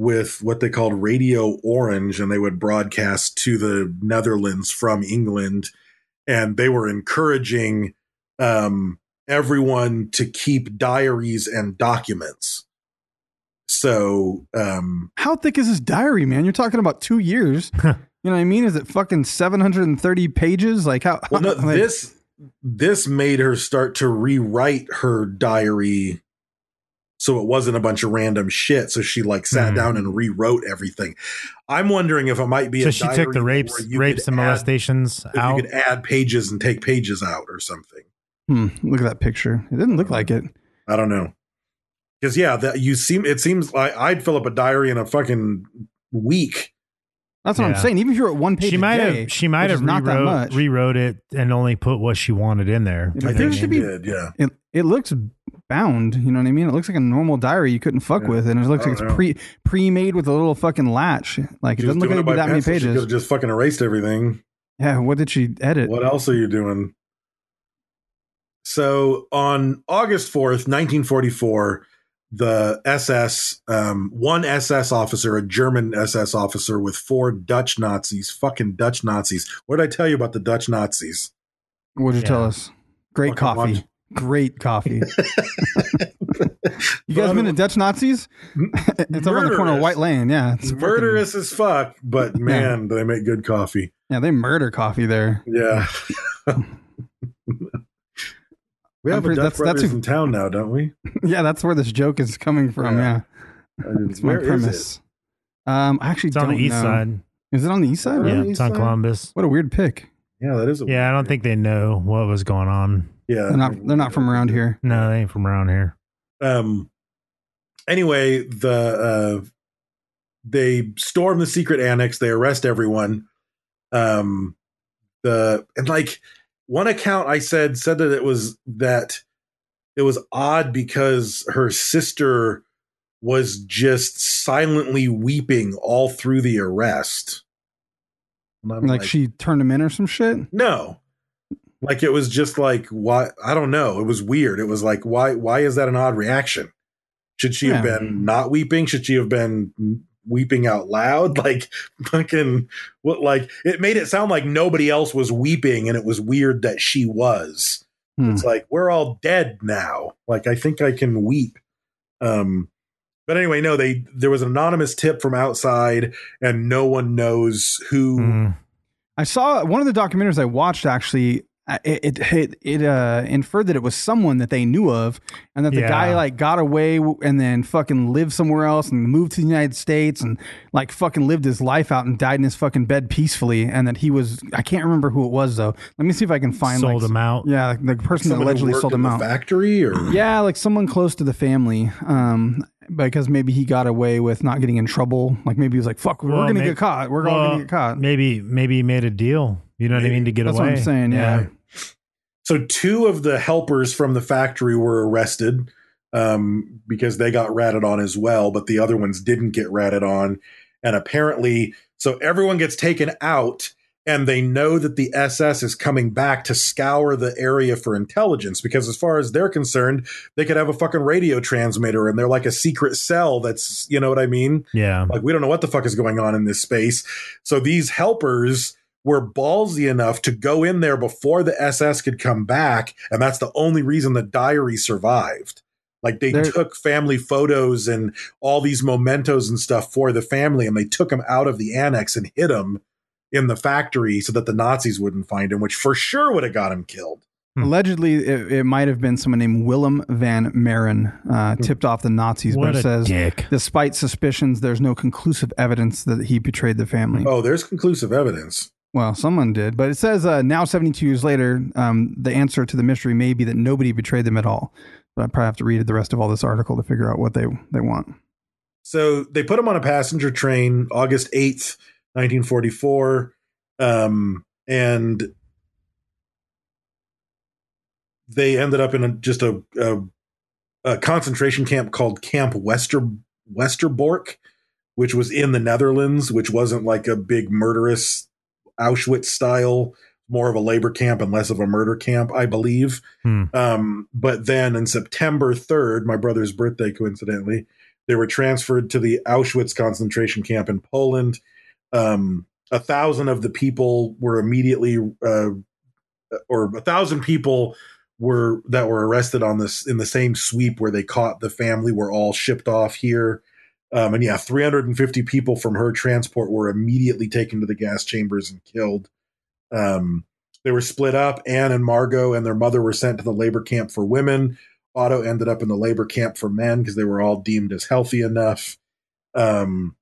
Speaker 5: with what they called Radio Orange, and they would broadcast to the Netherlands from England, and they were encouraging um, everyone to keep diaries and documents. So um,
Speaker 3: How thick is this diary, man? You're talking about two years. you know what I mean? Is it fucking 730 pages? Like how?
Speaker 5: well, no,
Speaker 3: like-
Speaker 5: this this made her start to rewrite her diary so it wasn't a bunch of random shit so she like sat
Speaker 4: Hmm.
Speaker 5: down and rewrote everything i'm wondering if it might be
Speaker 4: So
Speaker 5: a
Speaker 4: she took
Speaker 5: diary
Speaker 4: the rapes,
Speaker 5: where you
Speaker 4: rapes
Speaker 5: could
Speaker 4: and
Speaker 5: add-
Speaker 4: molestations
Speaker 5: if
Speaker 4: out.
Speaker 5: you could add pages and take pages out or something
Speaker 3: Hmm, look at that picture. It didn't look like it.
Speaker 5: i don't know because yeah that you seem it seems like i'd fill up a diary in a fucking week
Speaker 3: That's what I'm
Speaker 4: Yeah.
Speaker 3: saying. Even if you're at one page,
Speaker 4: she
Speaker 3: a
Speaker 4: might
Speaker 3: day,
Speaker 4: have. She might
Speaker 3: which
Speaker 4: have
Speaker 3: is not that
Speaker 4: rewrote,
Speaker 3: much.
Speaker 4: rewrote it and only put what she wanted in there.
Speaker 3: It
Speaker 5: i
Speaker 3: There
Speaker 5: think she
Speaker 3: should be-
Speaker 5: did yeah
Speaker 3: it, it looks bound. You know what I mean? It looks like a normal diary you couldn't fuck with, and it looks
Speaker 5: I
Speaker 3: like it's
Speaker 5: don't know.
Speaker 3: pre pre made with a little fucking latch. Like it
Speaker 5: She was
Speaker 3: doesn't look
Speaker 5: doing
Speaker 3: like
Speaker 5: it
Speaker 3: it'd be
Speaker 5: by
Speaker 3: that many
Speaker 5: pencil. She
Speaker 3: pages.
Speaker 5: could've just fucking erased everything
Speaker 3: yeah. What did she edit?
Speaker 5: What else are you doing? So on August 4th, 1944, the SS, um, one SS officer, a German SS officer with four Dutch Nazis, fucking Dutch Nazis. What did I tell you about the Dutch Nazis?
Speaker 3: What did you tell
Speaker 4: Yeah.
Speaker 3: us?
Speaker 5: Fucking
Speaker 3: Great coffee.
Speaker 5: watch.
Speaker 3: Great coffee. you guys been to Dutch Nazis? it's over on the corner of
Speaker 5: Murderous.
Speaker 3: White Lane. Yeah. It's fucking-
Speaker 5: Murderous as fuck, but man, do they make good coffee.
Speaker 3: yeah, they murder coffee there.
Speaker 5: Yeah. we
Speaker 3: I'm
Speaker 5: have
Speaker 3: pretty-
Speaker 5: a Dutch
Speaker 3: that's- that's
Speaker 5: Brothers
Speaker 3: a-
Speaker 5: in town now, don't we?
Speaker 3: yeah, that's where this joke is coming from.
Speaker 5: Yeah.
Speaker 3: Yeah.
Speaker 5: I didn't-
Speaker 3: It's my
Speaker 5: where is
Speaker 3: premise. Um, I actually
Speaker 4: It's
Speaker 3: don't
Speaker 4: on the east
Speaker 3: know.
Speaker 4: side.
Speaker 3: Is it on the east side?
Speaker 4: Yeah,
Speaker 3: Really?
Speaker 4: it's on Columbus.
Speaker 3: What a weird pick.
Speaker 5: it? Yeah, that is. A
Speaker 4: Yeah, I don't think they know what was going on.
Speaker 5: Yeah,
Speaker 3: They're not. They're not from around here.
Speaker 4: No, they ain't from around here.
Speaker 5: um anyway the uh they storm the secret annex they arrest everyone um the and like one account i said said that it was that it was odd because her sister was just silently weeping all through the arrest and i'm
Speaker 3: Like, she turned him in or some shit.
Speaker 5: no. Like it was just like why I don't know. It was weird. It was like why why is that an odd reaction? Should she have
Speaker 3: Yeah.
Speaker 5: been not weeping? Should she have been weeping out loud? Like fucking what like it made it sound like nobody else was weeping and it was weird that she was.
Speaker 3: Hmm.
Speaker 5: It's like we're all dead now. Like I think I can weep. Um but anyway, no, they there was an anonymous tip from outside and no one knows who
Speaker 3: Hmm.
Speaker 4: Mm.
Speaker 3: I saw one of the documentaries I watched actually. I- It it it, it uh, inferred that it was someone that they knew of, and that the
Speaker 4: Yeah.
Speaker 3: guy like got away w- and then fucking lived somewhere else and moved to the United States and like fucking lived his life out and died in his fucking bed peacefully, and that he was I can't remember who it was though. Let me see if I can find
Speaker 4: Sold
Speaker 3: like,
Speaker 4: him out.
Speaker 3: Yeah, like, the person that
Speaker 5: Someone who
Speaker 3: allegedly
Speaker 5: worked
Speaker 3: sold
Speaker 5: in
Speaker 3: him
Speaker 5: the
Speaker 3: out.
Speaker 5: factory or
Speaker 3: Yeah, like someone close to the family. Um, because maybe he got away with not getting in trouble. Like maybe he was like, "Fuck, we're
Speaker 4: Well,
Speaker 3: gonna
Speaker 4: may-
Speaker 3: get caught. We're all
Speaker 4: well,
Speaker 3: gonna get caught."
Speaker 4: Maybe maybe he made a deal. You know what I mean to get
Speaker 3: That's
Speaker 4: away.
Speaker 3: what I'm saying. Yeah.
Speaker 5: So two of the helpers from the factory were arrested. um, because they got ratted on as well, but the other ones didn't get ratted on. And apparently, so everyone gets taken out, and they know that the SS is coming back to scour the area for intelligence because, as far as they're concerned, they could have a fucking radio transmitter and they're like a secret cell that's, you know what I mean?
Speaker 4: Yeah.
Speaker 5: Like, we don't know what the fuck is going on in this space. So these helpers were ballsy enough to go in there before the SS could come back. And that's the only reason the diary survived. Like they
Speaker 3: There-
Speaker 5: took family photos and all these mementos and stuff for the family, and they took them out of the annex and hid them in the factory so that the Nazis wouldn't find him, which for sure would have got him killed.
Speaker 4: Hmm.
Speaker 3: Allegedly, it, it might have been someone named Willem van Maren uh, tipped off the Nazis,
Speaker 4: Hmm. What
Speaker 3: but it
Speaker 4: a
Speaker 3: says,
Speaker 4: dick.
Speaker 3: despite suspicions, there's no conclusive evidence that he betrayed the family.
Speaker 5: Oh, there's conclusive evidence.
Speaker 3: Well, someone did, but it says uh, now, 72 years later, um, the answer to the mystery may be that nobody betrayed them at all. But I probably have to read the rest of all this article to figure out what they, they want.
Speaker 5: So they put him on a passenger train August 8th, 1944. Um, and they ended up in a, just a, a, a concentration camp called Camp Wester, Westerbork, which was in the Netherlands, which wasn't like a big murderous Auschwitz style, more of a labor camp and less of a murder camp, I believe.
Speaker 4: Hmm.
Speaker 5: Um, but then in September 3rd, my brother's birthday, coincidentally, they were transferred to the Auschwitz concentration camp in Poland. Um, a thousand of the people were immediately, uh, or a thousand people were that were arrested on this in the same sweep where they caught the family were all shipped off here. Um, and yeah, 350 people from her transport were immediately taken to the gas chambers and killed. Um, they were split up. Anne and Margot and their mother were sent to the labor camp for women. Otto ended up in the labor camp for men because they were all deemed as healthy enough. Um,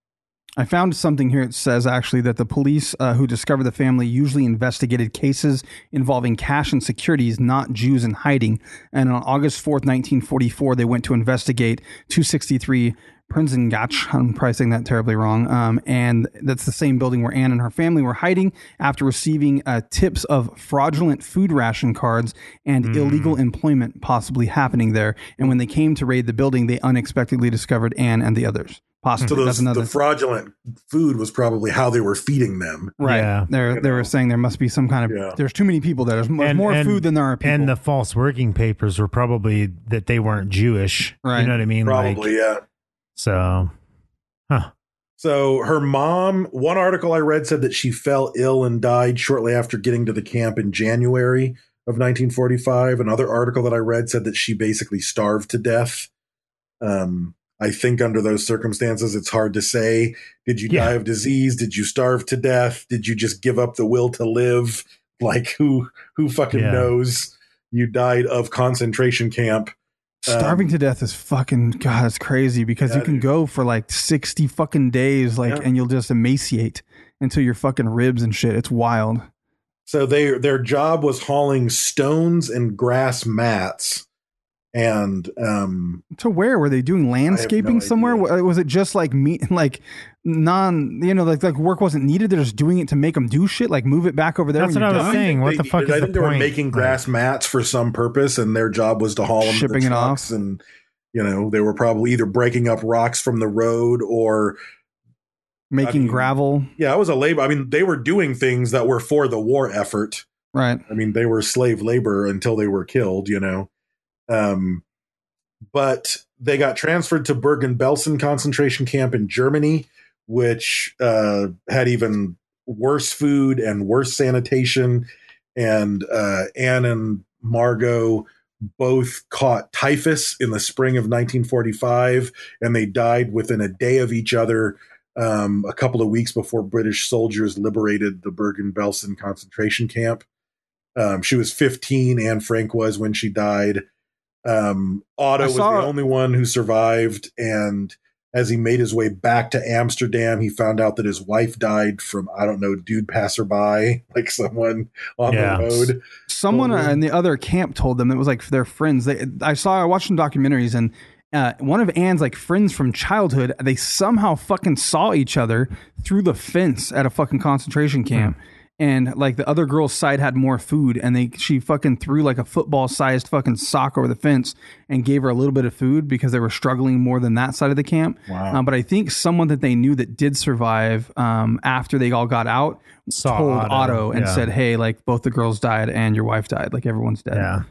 Speaker 3: I found something here. It says actually that the police uh, who discovered the family usually investigated cases involving cash and securities, not Jews in hiding. And on August 4th, 1944, they went to investigate 263 Prinzengatsch. I'm probably saying that terribly wrong. Um, and that's the same building where Anne and her family were hiding after receiving uh, tips of fraudulent food ration cards and
Speaker 5: Hmm.
Speaker 3: illegal employment possibly happening there. And when they came to raid the building, they unexpectedly discovered Anne and the others. Possibly.
Speaker 5: so
Speaker 3: Hmm. That's
Speaker 5: those,
Speaker 3: another-
Speaker 5: the fraudulent food was probably how they were feeding them.
Speaker 3: Right.
Speaker 4: Yeah.
Speaker 3: They're, they were saying there must be some kind of,
Speaker 5: Yeah.
Speaker 3: there's too many people there. There's m- more food than there are people.
Speaker 4: And the false working papers were probably that they weren't Jewish.
Speaker 3: Right.
Speaker 4: You know what I mean? Like,
Speaker 5: Probably, yeah.
Speaker 4: so, huh.
Speaker 5: So her mom, one article I read said that she fell ill and died shortly after getting to the camp in January of 1945. Another article that I read said that she basically starved to death. Um, I think under those circumstances, it's hard to say. Did you
Speaker 4: Yeah.
Speaker 5: die of disease? Did you starve to death? Did you just give up the will to live? Like who who fucking
Speaker 4: Yeah.
Speaker 5: knows? You died of concentration camp.
Speaker 3: Starving to death is fucking, God, it's crazy because
Speaker 5: Yeah,
Speaker 3: you can
Speaker 5: dude.
Speaker 3: go for like 60 fucking days, like,
Speaker 5: Yeah.
Speaker 3: and you'll just emaciate until your fucking ribs and shit. It's wild.
Speaker 5: So they their job was hauling stones and grass mats, and um,
Speaker 3: To where were they doing landscaping
Speaker 5: no
Speaker 3: somewhere?
Speaker 5: idea.
Speaker 3: Wa- Was it just like me, like non, you know, like like work wasn't needed. They're just doing it to make them do shit, like move it back over there.
Speaker 4: That's
Speaker 3: when
Speaker 4: what
Speaker 3: you're
Speaker 4: I was
Speaker 3: done?
Speaker 4: saying. What
Speaker 5: they
Speaker 4: the fuck
Speaker 5: needed-
Speaker 4: is
Speaker 5: I
Speaker 4: the
Speaker 5: think they
Speaker 4: point?
Speaker 5: were making grass mats for some purpose, and their job was to haul them
Speaker 3: Shipping
Speaker 5: to
Speaker 3: it
Speaker 5: the
Speaker 3: off.
Speaker 5: trucks and you know they were probably either breaking up rocks from the road or
Speaker 3: Making
Speaker 5: mean-
Speaker 3: gravel.
Speaker 5: yeah, it was a labor. I mean, they were doing things that were for the war effort.
Speaker 3: Right.
Speaker 5: I mean, they were slave labor until they were killed, you know. Um, but they got transferred to Bergen Belsen concentration camp in Germany, which uh, had even worse food and worse sanitation. And uh, Anne and Margot both caught typhus in the spring of 1945, and they died within a day of each other. Um, a couple of weeks before British soldiers liberated the Bergen Belsen concentration camp. Um, she was 15, and Frank was when she died. Um, Otto
Speaker 3: I
Speaker 5: was the
Speaker 3: saw-
Speaker 5: only one who survived, and as he made his way back to Amsterdam, he found out that his wife died from I don't know, dude passerby, like someone on
Speaker 4: Yeah.
Speaker 5: the road.
Speaker 3: Someone
Speaker 5: Totally.
Speaker 3: in the other camp told them it was like their friends. They, I saw, I watched some documentaries, and uh, one of Anne's like friends from childhood, they somehow fucking saw each other through the fence at a fucking concentration camp, and like the other girl's side had more food and they she fucking threw like a football sized fucking sock over the fence and gave her a little bit of food because they were struggling more than that side of the camp
Speaker 6: Wow.
Speaker 3: Um, but i think someone that they knew that did survive um, after they all got out told
Speaker 4: Otto,
Speaker 3: otto, and
Speaker 4: yeah.
Speaker 3: said hey like both the girls died and your wife died like everyone's dead yeah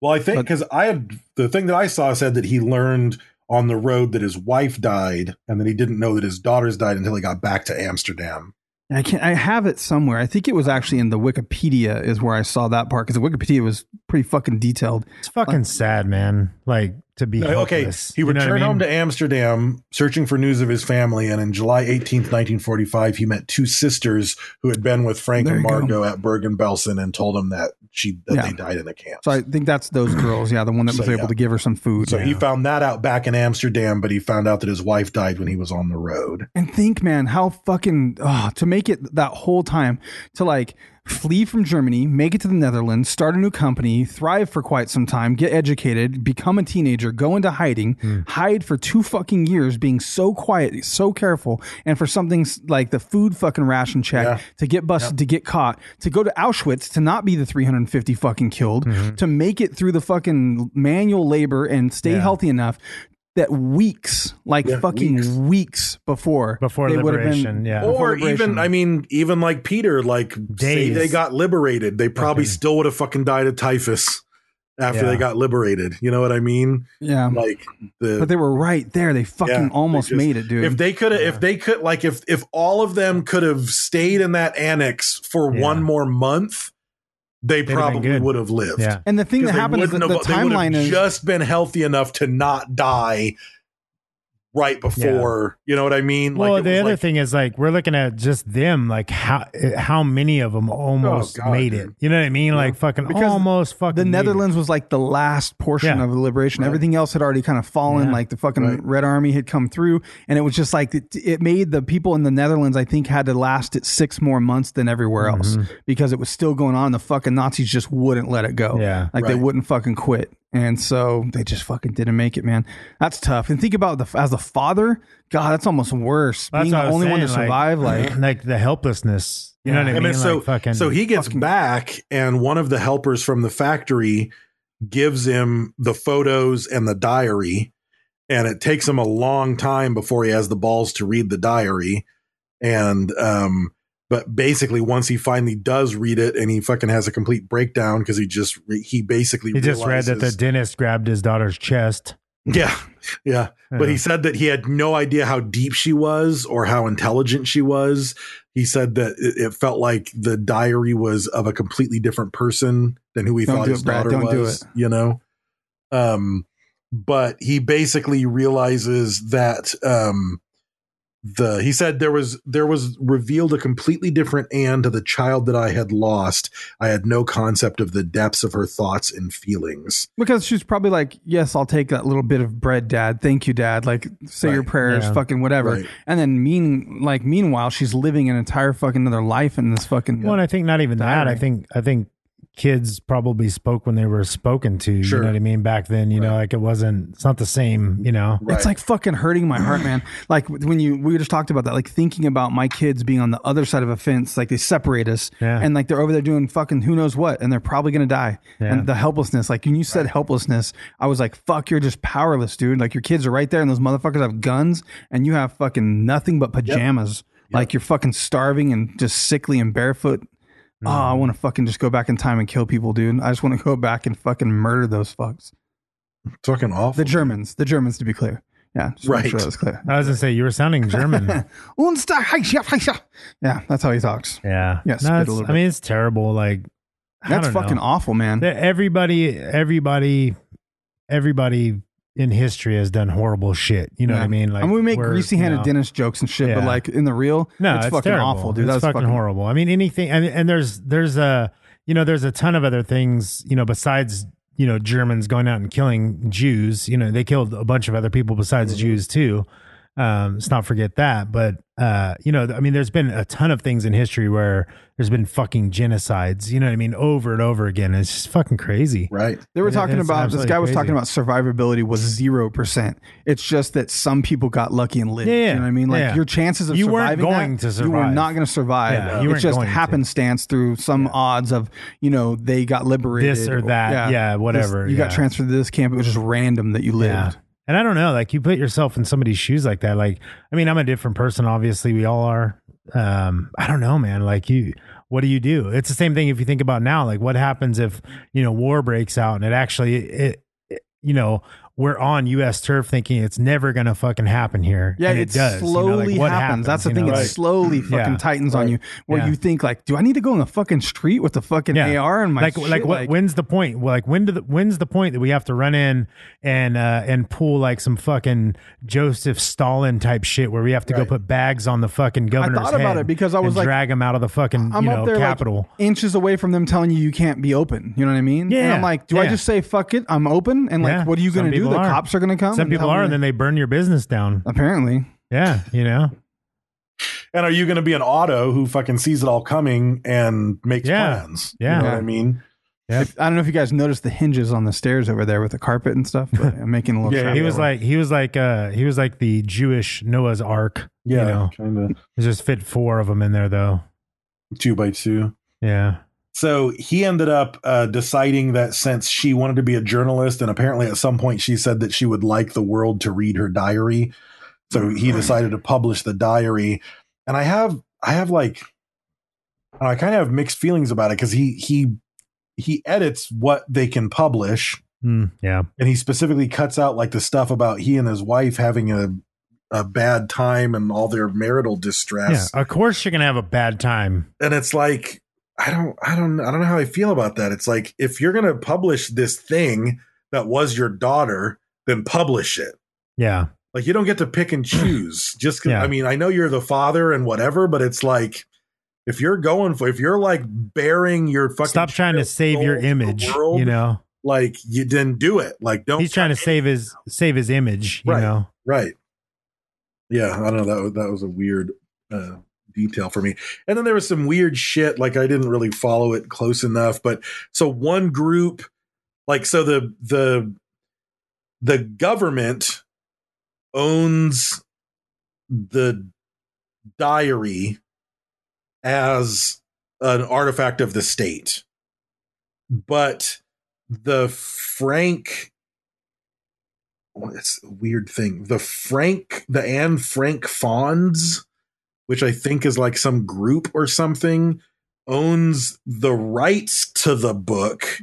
Speaker 5: Well, I think because I had the thing that I saw said that he learned on the road that his wife died, and then he didn't know that his daughters died until he got back to Amsterdam.
Speaker 3: I can not I have it somewhere. I think it was actually in the Wikipedia is where I saw that part because the Wikipedia was pretty fucking detailed. It's
Speaker 4: fucking sad, man. Like to be
Speaker 5: No, okay,
Speaker 4: hopeless.
Speaker 5: he
Speaker 4: You know what I
Speaker 5: returned
Speaker 4: mean?
Speaker 5: home to Amsterdam searching for news of his family, and in July 18th, 1945, he met two sisters who had been with Frank
Speaker 3: There
Speaker 5: and
Speaker 3: you go.
Speaker 5: Margot at Bergen-Belsen and told him that she that
Speaker 3: Yeah.
Speaker 5: they died in the camp.
Speaker 3: So I think that's those girls. Yeah, the one that
Speaker 5: So,
Speaker 3: was able
Speaker 5: yeah.
Speaker 3: to give her some food.
Speaker 5: So he found that out back in Amsterdam, but he found out that his wife died when he was on the road.
Speaker 3: And think, man, how fucking ah, to make it that whole time to like flee from Germany, make it to the Netherlands, start a new company, thrive for quite some time, get educated, become a teenager, go into hiding, hide for two fucking years, being so quiet, so careful, and for something s- like the food fucking ration check to get busted, to get caught, to go to Auschwitz, to not be the 350 fucking killed, to make it through the fucking manual labor and stay healthy enough. That weeks, like fucking weeks. before
Speaker 4: before liberation, yeah.
Speaker 3: Before
Speaker 5: Or
Speaker 3: liberation.
Speaker 5: even, I mean, even like Peter, like say
Speaker 4: Days.
Speaker 5: they got liberated, they probably still would have fucking died of typhus after
Speaker 3: Yeah.
Speaker 5: they got liberated. You know what I mean?
Speaker 3: yeah,
Speaker 5: Like the
Speaker 3: but they were right there. They fucking
Speaker 5: Yeah, they
Speaker 3: almost
Speaker 5: just-
Speaker 3: made it, dude.
Speaker 5: If they could, have if they could, like if if all of them could have stayed in that annex for one more month, they
Speaker 4: They'd have been
Speaker 5: probably
Speaker 4: good.
Speaker 5: would have lived.
Speaker 4: Yeah.
Speaker 3: And the thing
Speaker 5: 'Cause
Speaker 3: that
Speaker 5: they
Speaker 3: happened is
Speaker 5: wouldn't
Speaker 3: that the
Speaker 5: they would have
Speaker 3: timeline is-
Speaker 5: just been healthy enough to not die right before. You know what I mean?
Speaker 4: Well,
Speaker 5: it
Speaker 4: the
Speaker 5: was
Speaker 4: other
Speaker 5: like-
Speaker 4: thing is like we're looking at just them, like how how many of them almost
Speaker 5: Oh, God,
Speaker 4: made it. You know what I mean? Like fucking almost fucking.
Speaker 3: the
Speaker 4: made it.
Speaker 3: Netherlands was like the last portion
Speaker 4: Yeah.
Speaker 3: of the liberation. Everything else had already kind of fallen.
Speaker 4: Yeah.
Speaker 3: Like the fucking
Speaker 4: Right.
Speaker 3: Red Army had come through, and it was just like it, it made the people in the Netherlands. I think had to last it six more months than everywhere
Speaker 4: Mm-hmm.
Speaker 3: else because it was still going on. The fucking Nazis just wouldn't let it go.
Speaker 4: Yeah.
Speaker 3: like they
Speaker 4: Right.
Speaker 3: wouldn't fucking quit, and so they just fucking didn't make it, man. That's tough. And think about the as the father. God, that's almost worse.
Speaker 4: That's
Speaker 3: Being
Speaker 4: what I
Speaker 3: the
Speaker 4: was
Speaker 3: only one to
Speaker 4: saying,
Speaker 3: survive, like,
Speaker 4: like the helplessness. You know what I mean?
Speaker 5: so,
Speaker 4: like fucking,
Speaker 5: so he gets back, and one of the helpers from the factory gives him the photos and the diary, and it takes him a long time before he has the balls to read the diary. And um, but basically, once he finally does read it, and he fucking has a complete breakdown because he just re- he basically
Speaker 4: he just read that the
Speaker 5: realizes-
Speaker 4: dentist grabbed his daughter's chest.
Speaker 5: yeah, yeah. But
Speaker 4: Yeah.
Speaker 5: he said that he had no idea how deep she was or how intelligent she was. He said that it, it felt like the diary was of a completely different person than who he
Speaker 3: Don't
Speaker 5: thought
Speaker 3: do
Speaker 5: his
Speaker 3: it, Brad.
Speaker 5: daughter
Speaker 3: Don't do
Speaker 5: was.
Speaker 3: it.
Speaker 5: You know, um, but he basically realizes that um, the he said there was there was revealed a completely different Anne to the child that I had lost. I had no concept of the depths of her thoughts and feelings.
Speaker 3: Because she's probably like, yes, I'll take that little bit of bread, Dad. Thank you, Dad. Like, say your prayers,
Speaker 4: Yeah.
Speaker 3: fucking whatever.
Speaker 5: Right.
Speaker 3: And then mean, like, meanwhile, she's living an entire fucking another life in this fucking.
Speaker 4: Well, and I think not even that. I
Speaker 3: Diary.
Speaker 4: think I think kids probably spoke when they were spoken to.
Speaker 3: Sure.
Speaker 4: You know what I mean? Back then, you know, like it wasn't. It's not the same. You know,
Speaker 3: It's like fucking hurting my heart, man. Like when you we just talked about that, like thinking about my kids being on the other side of a fence, like they separate us,
Speaker 4: Yeah.
Speaker 3: and like they're over there doing fucking who knows what, and they're probably gonna die.
Speaker 4: Yeah.
Speaker 3: And the helplessness, like when you said helplessness, I was like, fuck, you're just powerless, dude. Like your kids are right there, and those motherfuckers have guns, and you have fucking nothing but pajamas. Like you're fucking starving and just sickly and barefoot. Oh, I
Speaker 4: Mm.
Speaker 3: want to fucking just go back in time and kill people, dude. I just want to go back and fucking murder those fucks.
Speaker 5: Fucking awful.
Speaker 3: The Germans, the Germans, to be clear. Yeah, just right.
Speaker 5: Right.
Speaker 3: Sure that was clear.
Speaker 4: I was gonna say you were sounding German.
Speaker 3: Uns da- hi- hi- hi- hi. Yeah, that's how he talks.
Speaker 4: yeah.
Speaker 3: Yeah, spit a
Speaker 4: No, it's-
Speaker 3: little
Speaker 4: I
Speaker 3: bit.
Speaker 4: mean, it's terrible. Like I
Speaker 3: That's
Speaker 4: don't know.
Speaker 3: fucking awful, man.
Speaker 4: That Everybody, everybody, everybody in history has done horrible shit. You know
Speaker 3: Yeah.
Speaker 4: what I mean? Like
Speaker 3: and we make
Speaker 4: we're,
Speaker 3: greasy-handed
Speaker 4: you know-
Speaker 3: dentist jokes and shit, but
Speaker 4: Yeah.
Speaker 3: like in the real,
Speaker 4: No,
Speaker 3: it's, fucking
Speaker 4: terrible.
Speaker 3: awful, dude.
Speaker 4: It's
Speaker 3: That's
Speaker 4: fucking, horrible. I mean, anything, and, and there's there's a you know there's a ton of other things you know besides you
Speaker 3: Mm-hmm.
Speaker 4: know Germans going out and killing Jews. You know they killed a bunch of other people besides Jews too. Um, let's not forget that. But uh, you know, I mean, there's been a ton of things in history where there's been fucking genocides. You know what I mean? Over and over again. It's just fucking crazy.
Speaker 5: Right.
Speaker 3: They were
Speaker 4: It-
Speaker 3: talking
Speaker 4: it's
Speaker 3: about this
Speaker 4: absolutely
Speaker 3: guy was
Speaker 4: crazy.
Speaker 3: talking about survivability was zero percent. It's just that some people got lucky and lived.
Speaker 4: Yeah, yeah.
Speaker 3: You know what I mean? Like
Speaker 4: Yeah.
Speaker 3: your chances of
Speaker 4: You weren't
Speaker 3: surviving
Speaker 4: going
Speaker 3: that,
Speaker 4: to
Speaker 3: You were
Speaker 4: survive.
Speaker 3: not going to survive.
Speaker 4: Yeah, you
Speaker 3: it's
Speaker 4: weren't
Speaker 3: just
Speaker 4: going to.
Speaker 3: happenstance through some odds of you know they got liberated
Speaker 4: This or that. Yeah,
Speaker 3: This-
Speaker 4: whatever.
Speaker 3: you got
Speaker 4: Yeah.
Speaker 3: transferred to this camp. It was just random that you lived.
Speaker 4: And I don't know, like you put yourself in somebody's shoes like that. Like, I mean, I'm a different person. Obviously, we all are. Um, I don't know, man. Like, you, what do you do? It's the same thing if you think about now. Like, what happens if you know war breaks out and it actually, it, it you know, we're on U.S. turf thinking it's never gonna fucking happen here.
Speaker 3: Yeah,
Speaker 4: and
Speaker 3: it, slowly
Speaker 4: what
Speaker 3: happens. That's the
Speaker 4: you
Speaker 3: thing.
Speaker 4: know?
Speaker 3: It
Speaker 4: Like-
Speaker 3: slowly fucking
Speaker 4: Yeah.
Speaker 3: tightens on you, where
Speaker 4: Yeah.
Speaker 3: you think like, "Do I need to go in the fucking street with the fucking AR and my
Speaker 4: like
Speaker 3: shit?
Speaker 4: like what when's the point Well, like when do the when's the point that we have to run in and uh and pull like some fucking Joseph Stalin type shit where we have to go put bags on the fucking governor's
Speaker 3: thought about
Speaker 4: head
Speaker 3: it because I was
Speaker 4: and
Speaker 3: like,
Speaker 4: drag him out of the fucking
Speaker 3: I'm
Speaker 4: you
Speaker 3: up
Speaker 4: know
Speaker 3: there
Speaker 4: capital
Speaker 3: like inches away from them telling you you can't be open. You know what I mean? And
Speaker 4: Yeah,
Speaker 3: I'm like, do I
Speaker 4: yeah.
Speaker 3: just say fuck it? I'm open. And like,
Speaker 4: Yeah,
Speaker 3: what are you
Speaker 4: some
Speaker 3: going to do?
Speaker 4: people
Speaker 3: The
Speaker 4: are.
Speaker 3: cops are going to come.
Speaker 4: some
Speaker 3: and
Speaker 4: people
Speaker 3: tell
Speaker 4: are
Speaker 3: me-
Speaker 4: and then they burn your business down
Speaker 3: apparently.
Speaker 4: yeah you know
Speaker 5: And are you going to be an auto who fucking sees it all coming and makes
Speaker 4: Yeah.
Speaker 5: plans?
Speaker 4: Yeah.
Speaker 5: You know what I mean?
Speaker 3: If- I don't know if you guys noticed the hinges on the stairs over there with the carpet and stuff. But I'm making a little.
Speaker 4: he was
Speaker 3: like.
Speaker 4: like he was like uh he was like the Jewish Noah's Ark
Speaker 5: Yeah,
Speaker 4: you know
Speaker 5: kind of
Speaker 4: there's just fit four of them in there though
Speaker 5: two by two.
Speaker 4: yeah
Speaker 5: So he ended up uh, deciding that since she wanted to be a journalist, and apparently at some point she said that she would like the world to read her diary, so he decided to publish the diary. And I have, I have like, I, kind of have mixed feelings about it because he he he edits what they can publish,
Speaker 4: Mm, yeah
Speaker 5: and he specifically cuts out like the stuff about he and his wife having a a bad time and all their marital
Speaker 4: yeah
Speaker 5: distress
Speaker 4: of course you're gonna have a bad time
Speaker 5: and it's like i don't i don't i don't know how i feel about that it's like if you're going to publish this thing that was your daughter then publish it
Speaker 4: yeah
Speaker 5: like you don't get to pick and choose just 'cause-
Speaker 4: Yeah.
Speaker 5: i mean i know you're the father and whatever but it's like if you're going for if you're like bearing your fucking
Speaker 4: stop trying to
Speaker 5: child's
Speaker 4: save
Speaker 5: soul
Speaker 4: your
Speaker 5: to the
Speaker 4: image
Speaker 5: world,
Speaker 4: you know
Speaker 5: like you didn't do it like don't
Speaker 4: he's trying to save his save his image you
Speaker 5: Right.
Speaker 4: know
Speaker 5: Right. Yeah, I don't know. That was, that was a weird uh, detail for me. And then there was some weird shit. Like I didn't really follow it close enough. But so one group, like so the the the government owns the diary as an artifact of the state, but the Frank well, it's a weird thing. The Frank, the Anne Frank Fonds, which I think is like some group or something, owns the rights to the book,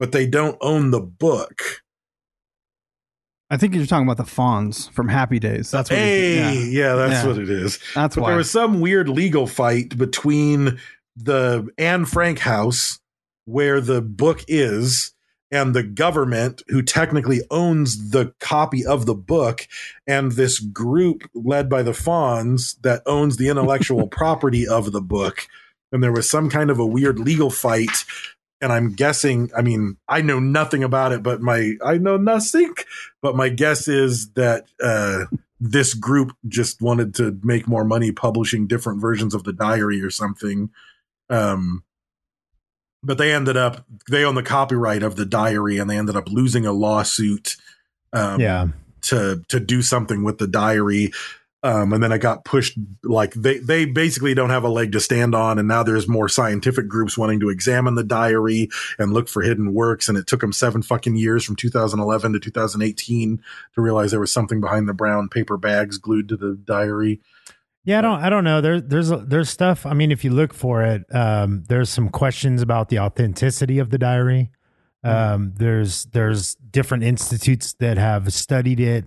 Speaker 5: but they don't own the book.
Speaker 3: I think you're talking about the fawns from Happy Days. That's what it-
Speaker 5: hey, yeah. that's
Speaker 3: Yeah.
Speaker 5: what it is.
Speaker 3: That's
Speaker 5: but
Speaker 3: why.
Speaker 5: there was some weird legal fight between the Anne Frank house, where the book is, and the government, who technically owns the copy of the book, and this group led by the Fawns that owns the intellectual property of the book. And there was some kind of a weird legal fight. And I'm guessing, I mean, I know nothing about it, but my, I know nothing, but my guess is that, uh, this group just wanted to make more money publishing different versions of the diary or something. Um, but they ended up they own the copyright of the diary, and they ended up losing a lawsuit. Um,
Speaker 4: yeah
Speaker 5: to to do something with the diary. Um, and then it got pushed like they they basically don't have a leg to stand on, and now there's more scientific groups wanting to examine the diary and look for hidden works. And it took them seven fucking years from 2011 to 2018 to realize there was something behind the brown paper bags glued to the diary.
Speaker 4: yeah i don't i don't know there, there's there's stuff i mean if you look for it um there's some questions about the authenticity of the diary
Speaker 3: Mm-hmm.
Speaker 4: um there's there's different institutes that have studied it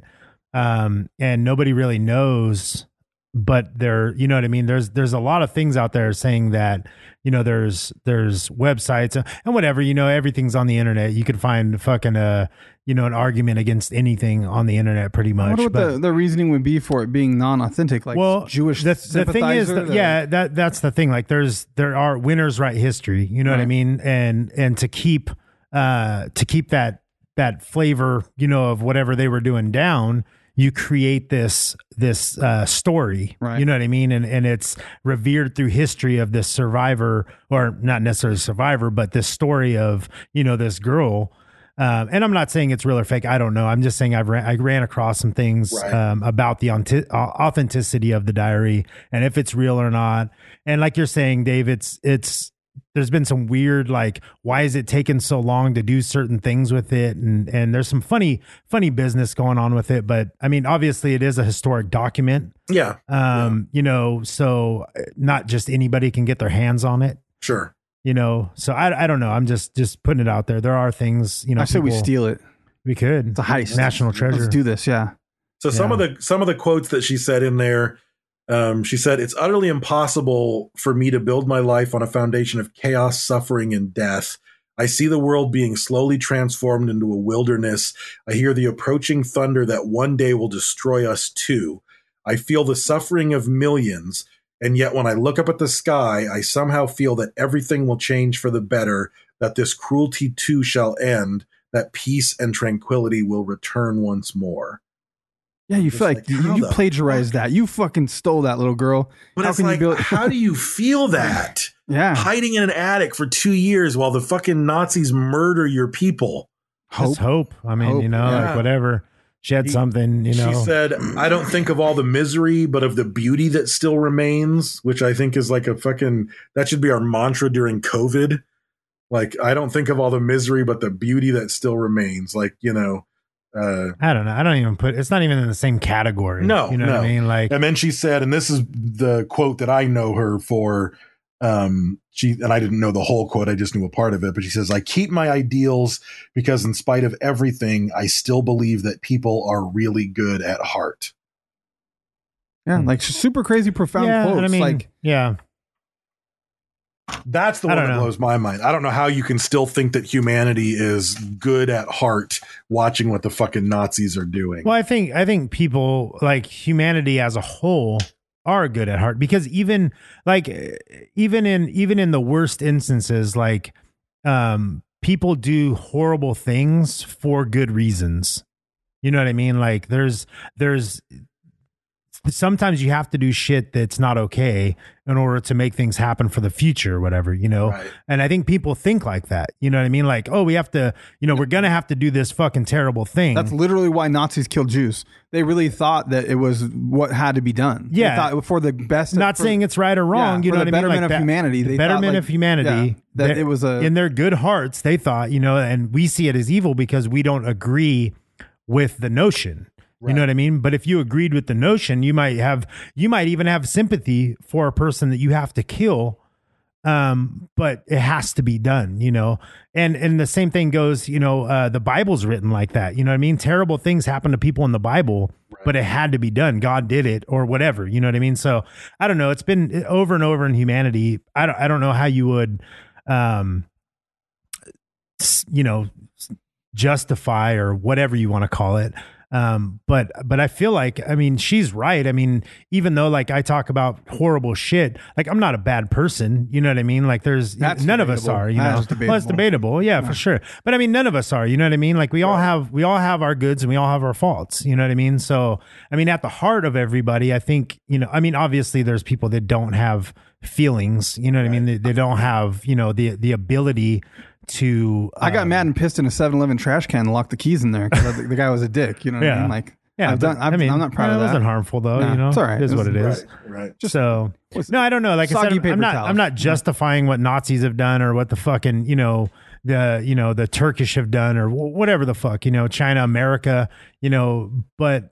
Speaker 4: um and nobody really knows but there you know what i mean there's there's a lot of things out there saying that you know there's there's websites uh, and whatever you know everything's on the internet you can find fucking uh you know an argument against anything on the internet pretty
Speaker 3: I
Speaker 4: much
Speaker 3: wonder what
Speaker 4: but
Speaker 3: the, the reasoning would be for it being non-authentic, like Jewish.
Speaker 4: that's the thing is
Speaker 3: sympathizer,
Speaker 4: that-
Speaker 3: the-
Speaker 4: yeah that that's the thing like there's there are winners write history you know what i
Speaker 3: Right.
Speaker 4: mean and and to keep uh to keep that that flavor you know of whatever they were doing down you create this this uh, story. Right. You know what I mean? And and it's revered through history of this survivor, or not necessarily survivor, but this story of you know this girl. Um, and I'm not saying it's real or fake. I don't know. I'm just saying I've ran, I ran across some things
Speaker 6: Right.
Speaker 4: um, about the authentic- authenticity of the diary and if it's real or not. And like you're saying, Dave, it's it's there's been some weird like why is it taking so long to do certain things with it and and there's some funny funny business going on with it but i mean obviously it is a historic document
Speaker 5: Yeah.
Speaker 4: um you know so uh, not just anybody can get their hands on it
Speaker 5: Sure.
Speaker 4: you know so i i don't know i'm just just putting it out there there are things you know
Speaker 3: I say we steal it.
Speaker 4: we could it's a
Speaker 3: heist.
Speaker 4: national treasure
Speaker 3: Let's do this. Yeah.
Speaker 5: So some of the some of the quotes that she said in there, um, she said, "It's utterly impossible for me to build my life on a foundation of chaos, suffering, and death. I see the world being slowly transformed into a wilderness. I hear the approaching thunder that one day will destroy us too. I feel the suffering of millions, and yet when I look up at the sky, I somehow feel that everything will change for the better. That this cruelty too shall end. That peace and tranquility will return once more."
Speaker 3: Yeah, you feel like, you,
Speaker 5: how
Speaker 3: you
Speaker 5: the
Speaker 3: plagiarized that. You fucking stole that little girl.
Speaker 5: But it's like, how do you feel that?
Speaker 3: Yeah.
Speaker 5: Hiding in an attic for two years while the fucking Nazis murder your people.
Speaker 4: Just hope i mean
Speaker 5: Hope,
Speaker 4: you know
Speaker 5: yeah.
Speaker 4: like whatever she had something you know
Speaker 5: She said, I don't think of all the misery, but of the beauty that still remains, which I think is like a fucking, that should be our mantra during COVID. Like, I don't think of all the misery, but the beauty that still remains. Like, you know, uh,
Speaker 4: I don't know. I don't even put. It's not even in the same category.
Speaker 5: No,
Speaker 4: you know
Speaker 5: no.
Speaker 4: what I mean. Like
Speaker 5: and then she said, and this is the quote that I know her for. Um, she and I didn't know the whole quote; I just knew a part of it. But she says, "I keep my ideals because, in spite of everything, I still believe that people are really good at heart."
Speaker 3: Yeah, like super crazy profound
Speaker 4: Yeah, and
Speaker 3: quotes.
Speaker 4: I mean,
Speaker 3: like
Speaker 4: yeah,
Speaker 5: That's the
Speaker 4: I
Speaker 5: one
Speaker 4: don't
Speaker 5: that
Speaker 4: know.
Speaker 5: blows my mind. I don't know how you can still think that humanity is good at heart, watching what the fucking Nazis are doing.
Speaker 4: Well, I think I think people like humanity as a whole are good at heart because even like eh, even in even in the worst instances, like um people do horrible things for good reasons. You know what I mean? Like there's there's sometimes you have to do shit that's not okay in order to make things happen for the future or whatever, you know? And I think people think like that. You know what I mean? Like, oh, we have to, you know, we're gonna have to do this fucking terrible thing.
Speaker 3: that's literally why Nazis killed Jews. They really thought that it was what had to be done. They
Speaker 4: Yeah.
Speaker 3: thought for the best.
Speaker 4: not
Speaker 3: for-
Speaker 4: saying it's right or wrong.
Speaker 3: yeah,
Speaker 4: you
Speaker 3: for the
Speaker 4: know what I mean?
Speaker 3: betterment
Speaker 4: Like
Speaker 3: of
Speaker 4: that-
Speaker 3: humanity.
Speaker 4: the
Speaker 3: They thought,
Speaker 4: betterment
Speaker 3: like,
Speaker 4: of humanity.
Speaker 3: yeah, that
Speaker 4: they-
Speaker 3: it was a
Speaker 4: in their good hearts. They thought, you know, and we see it as evil because we don't agree with the notion. You know what I mean? But if you agreed with the notion, you might have, you might even have sympathy for a person that you have to kill. Um, but it has to be done, you know. And and the same thing goes, you know, uh, the Bible's written like that. You know what I mean? Terrible things happen to people in the Bible, but it had to be done. God did it or whatever. You know what I mean? So I don't know. It's been uh, over and over in humanity. I don't I don't know how you would um s- you know s- justify or whatever you want to call it um but but i feel like i mean she's right i mean even though like i talk about horrible shit like i'm not a bad person you know what i mean like there's
Speaker 3: That's
Speaker 4: none of us
Speaker 3: debatable.
Speaker 4: are you
Speaker 3: That's
Speaker 4: know well it's
Speaker 3: debatable.
Speaker 4: debatable yeah, for sure but i mean none of us are you know what i mean like we all have we all have our goods and we all have our faults you know what i mean so i mean at the heart of everybody i think you know i mean obviously there's people that don't have feelings you know what i mean they, they don't have you know the the ability to um,
Speaker 3: I got mad and pissed in a 7-Eleven trash can and locked the keys in there because the, the guy was a dick. You know what I
Speaker 4: Yeah.
Speaker 3: mean? Like,
Speaker 4: Yeah,
Speaker 3: I've done,
Speaker 4: but,
Speaker 3: I've,
Speaker 4: I
Speaker 3: I
Speaker 4: mean,
Speaker 3: am not proud
Speaker 4: yeah,
Speaker 3: of
Speaker 4: it
Speaker 3: that.
Speaker 4: wasn't harmful, though,
Speaker 3: Nah,
Speaker 4: you know?
Speaker 3: it's all right.
Speaker 4: It is
Speaker 3: It
Speaker 4: what
Speaker 3: was-
Speaker 4: it is.
Speaker 5: Right.
Speaker 4: so no, I don't know. Like I
Speaker 3: Soggy
Speaker 4: said, I'm-
Speaker 3: paper
Speaker 4: I'm not.
Speaker 3: towels.
Speaker 4: I'm not justifying what Nazis have done or what the fucking you know the you know the Turkish have done or wh- whatever the fuck you know China, America, you know. But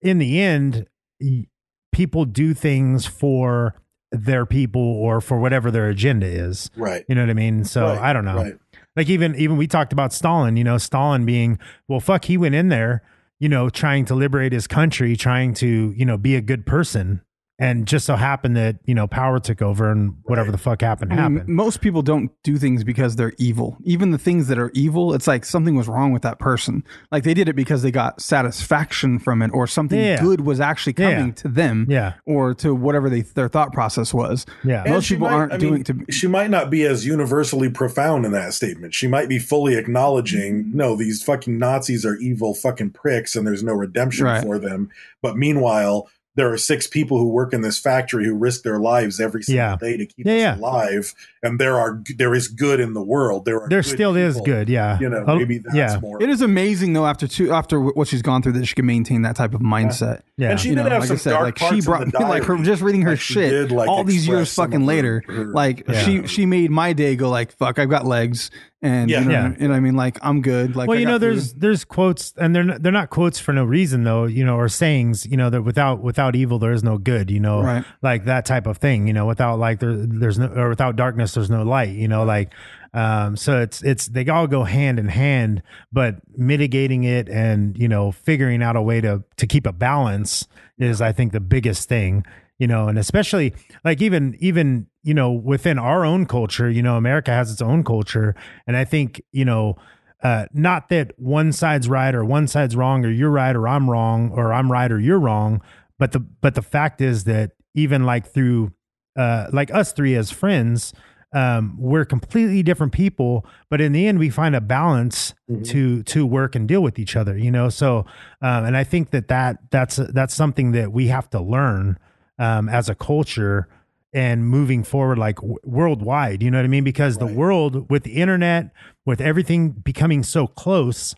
Speaker 4: in the end, y- people do things for their people or for whatever their agenda is.
Speaker 5: Right.
Speaker 4: You know what I mean? So
Speaker 5: Right,
Speaker 4: I don't know.
Speaker 5: right.
Speaker 4: Like even even we talked about Stalin, you know, Stalin being, well fuck, he went in there, you know, trying to liberate his country, trying to, you know, be a good person and just so happened that you know power took over and whatever the fuck happened
Speaker 3: I mean,
Speaker 4: happened.
Speaker 3: most people don't do things because they're evil. Even the things that are evil, it's like something was wrong with that person. Like they did it because they got satisfaction from it, or something
Speaker 4: Yeah.
Speaker 3: good was actually coming
Speaker 4: Yeah.
Speaker 3: to them,
Speaker 4: Yeah.
Speaker 3: or to whatever they, their thought process was.
Speaker 4: Yeah.
Speaker 5: And
Speaker 3: most
Speaker 5: she
Speaker 3: people
Speaker 5: might-
Speaker 3: aren't
Speaker 5: I
Speaker 3: doing
Speaker 5: mean,
Speaker 3: to.
Speaker 5: She might not be as universally profound in that statement. She might be fully
Speaker 3: Mm-hmm.
Speaker 5: acknowledging, no, these fucking Nazis are evil fucking pricks, and there's no redemption
Speaker 3: Right.
Speaker 5: for them. But meanwhile, there are six people who work in this factory who risk their lives every single
Speaker 4: Yeah.
Speaker 5: day to keep
Speaker 4: Yeah,
Speaker 5: us
Speaker 4: yeah.
Speaker 5: alive, and there are there is good in the world. There are
Speaker 4: There
Speaker 5: good
Speaker 4: still is
Speaker 5: people.
Speaker 4: good, yeah.
Speaker 5: You know,
Speaker 4: Oh,
Speaker 5: maybe that's
Speaker 4: yeah.
Speaker 5: more.
Speaker 3: It is amazing though after two after what she's gone through that she can maintain that type of mindset.
Speaker 4: Yeah.
Speaker 5: And she
Speaker 3: You
Speaker 5: did
Speaker 3: know,
Speaker 5: have
Speaker 3: like
Speaker 5: some
Speaker 3: I said,
Speaker 5: dark
Speaker 3: like
Speaker 5: parts
Speaker 3: she
Speaker 5: in
Speaker 3: brought
Speaker 5: the
Speaker 3: me like her
Speaker 5: diary.
Speaker 3: just reading her
Speaker 5: Like, she
Speaker 3: shit
Speaker 5: did, like,
Speaker 3: all these
Speaker 5: express
Speaker 3: years
Speaker 5: some
Speaker 3: fucking
Speaker 5: of her-
Speaker 3: later.
Speaker 5: her-
Speaker 3: like
Speaker 5: Yeah.
Speaker 3: she she made my day go like fuck I've got legs and
Speaker 5: Yeah.
Speaker 3: you, know,
Speaker 4: Yeah.
Speaker 3: you know what I mean like I'm good like
Speaker 4: well,
Speaker 3: I
Speaker 4: you
Speaker 3: got
Speaker 4: know, there's
Speaker 3: food.
Speaker 4: there's quotes, and they're not, they're not quotes for no reason though, you know, or sayings, you know, that without without evil there is no good, you know,
Speaker 3: Right.
Speaker 4: like that type of thing, you know, without like there there's no or without darkness there's no light, you know, like um, so it's it's they all go hand in hand, but mitigating it and you know figuring out a way to to keep a balance is I think the biggest thing, you know, and especially like even even you know within our own culture, you know, America has its own culture, and I think you know uh, not that one side's right or one side's wrong or you're right or I'm wrong or I'm right or you're wrong, but the but the fact is that even like through uh, like us three as friends, um, we're completely different people, but in the end we find a balance to to work and deal with each other, you know. So um, and I think that that that's that's something that we have to learn um, as a culture and moving forward like w- worldwide you know what i mean because the world with the internet with everything becoming so close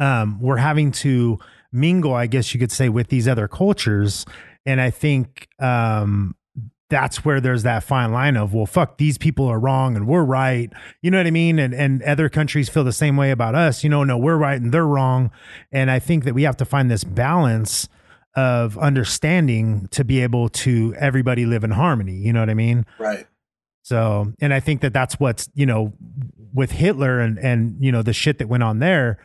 Speaker 4: um, we're having to mingle i guess you could say with these other cultures and i think um, that's where there's that fine line of well fuck these people are wrong and we're right you know what i mean and and other countries feel the same way about us you know no we're right and they're wrong and i think that we have to find this balance of understanding to be able to everybody live in harmony you know what i mean
Speaker 5: right.
Speaker 4: so, and I think that that's what's, you know, with Hitler and, and, you know, the shit that went on there,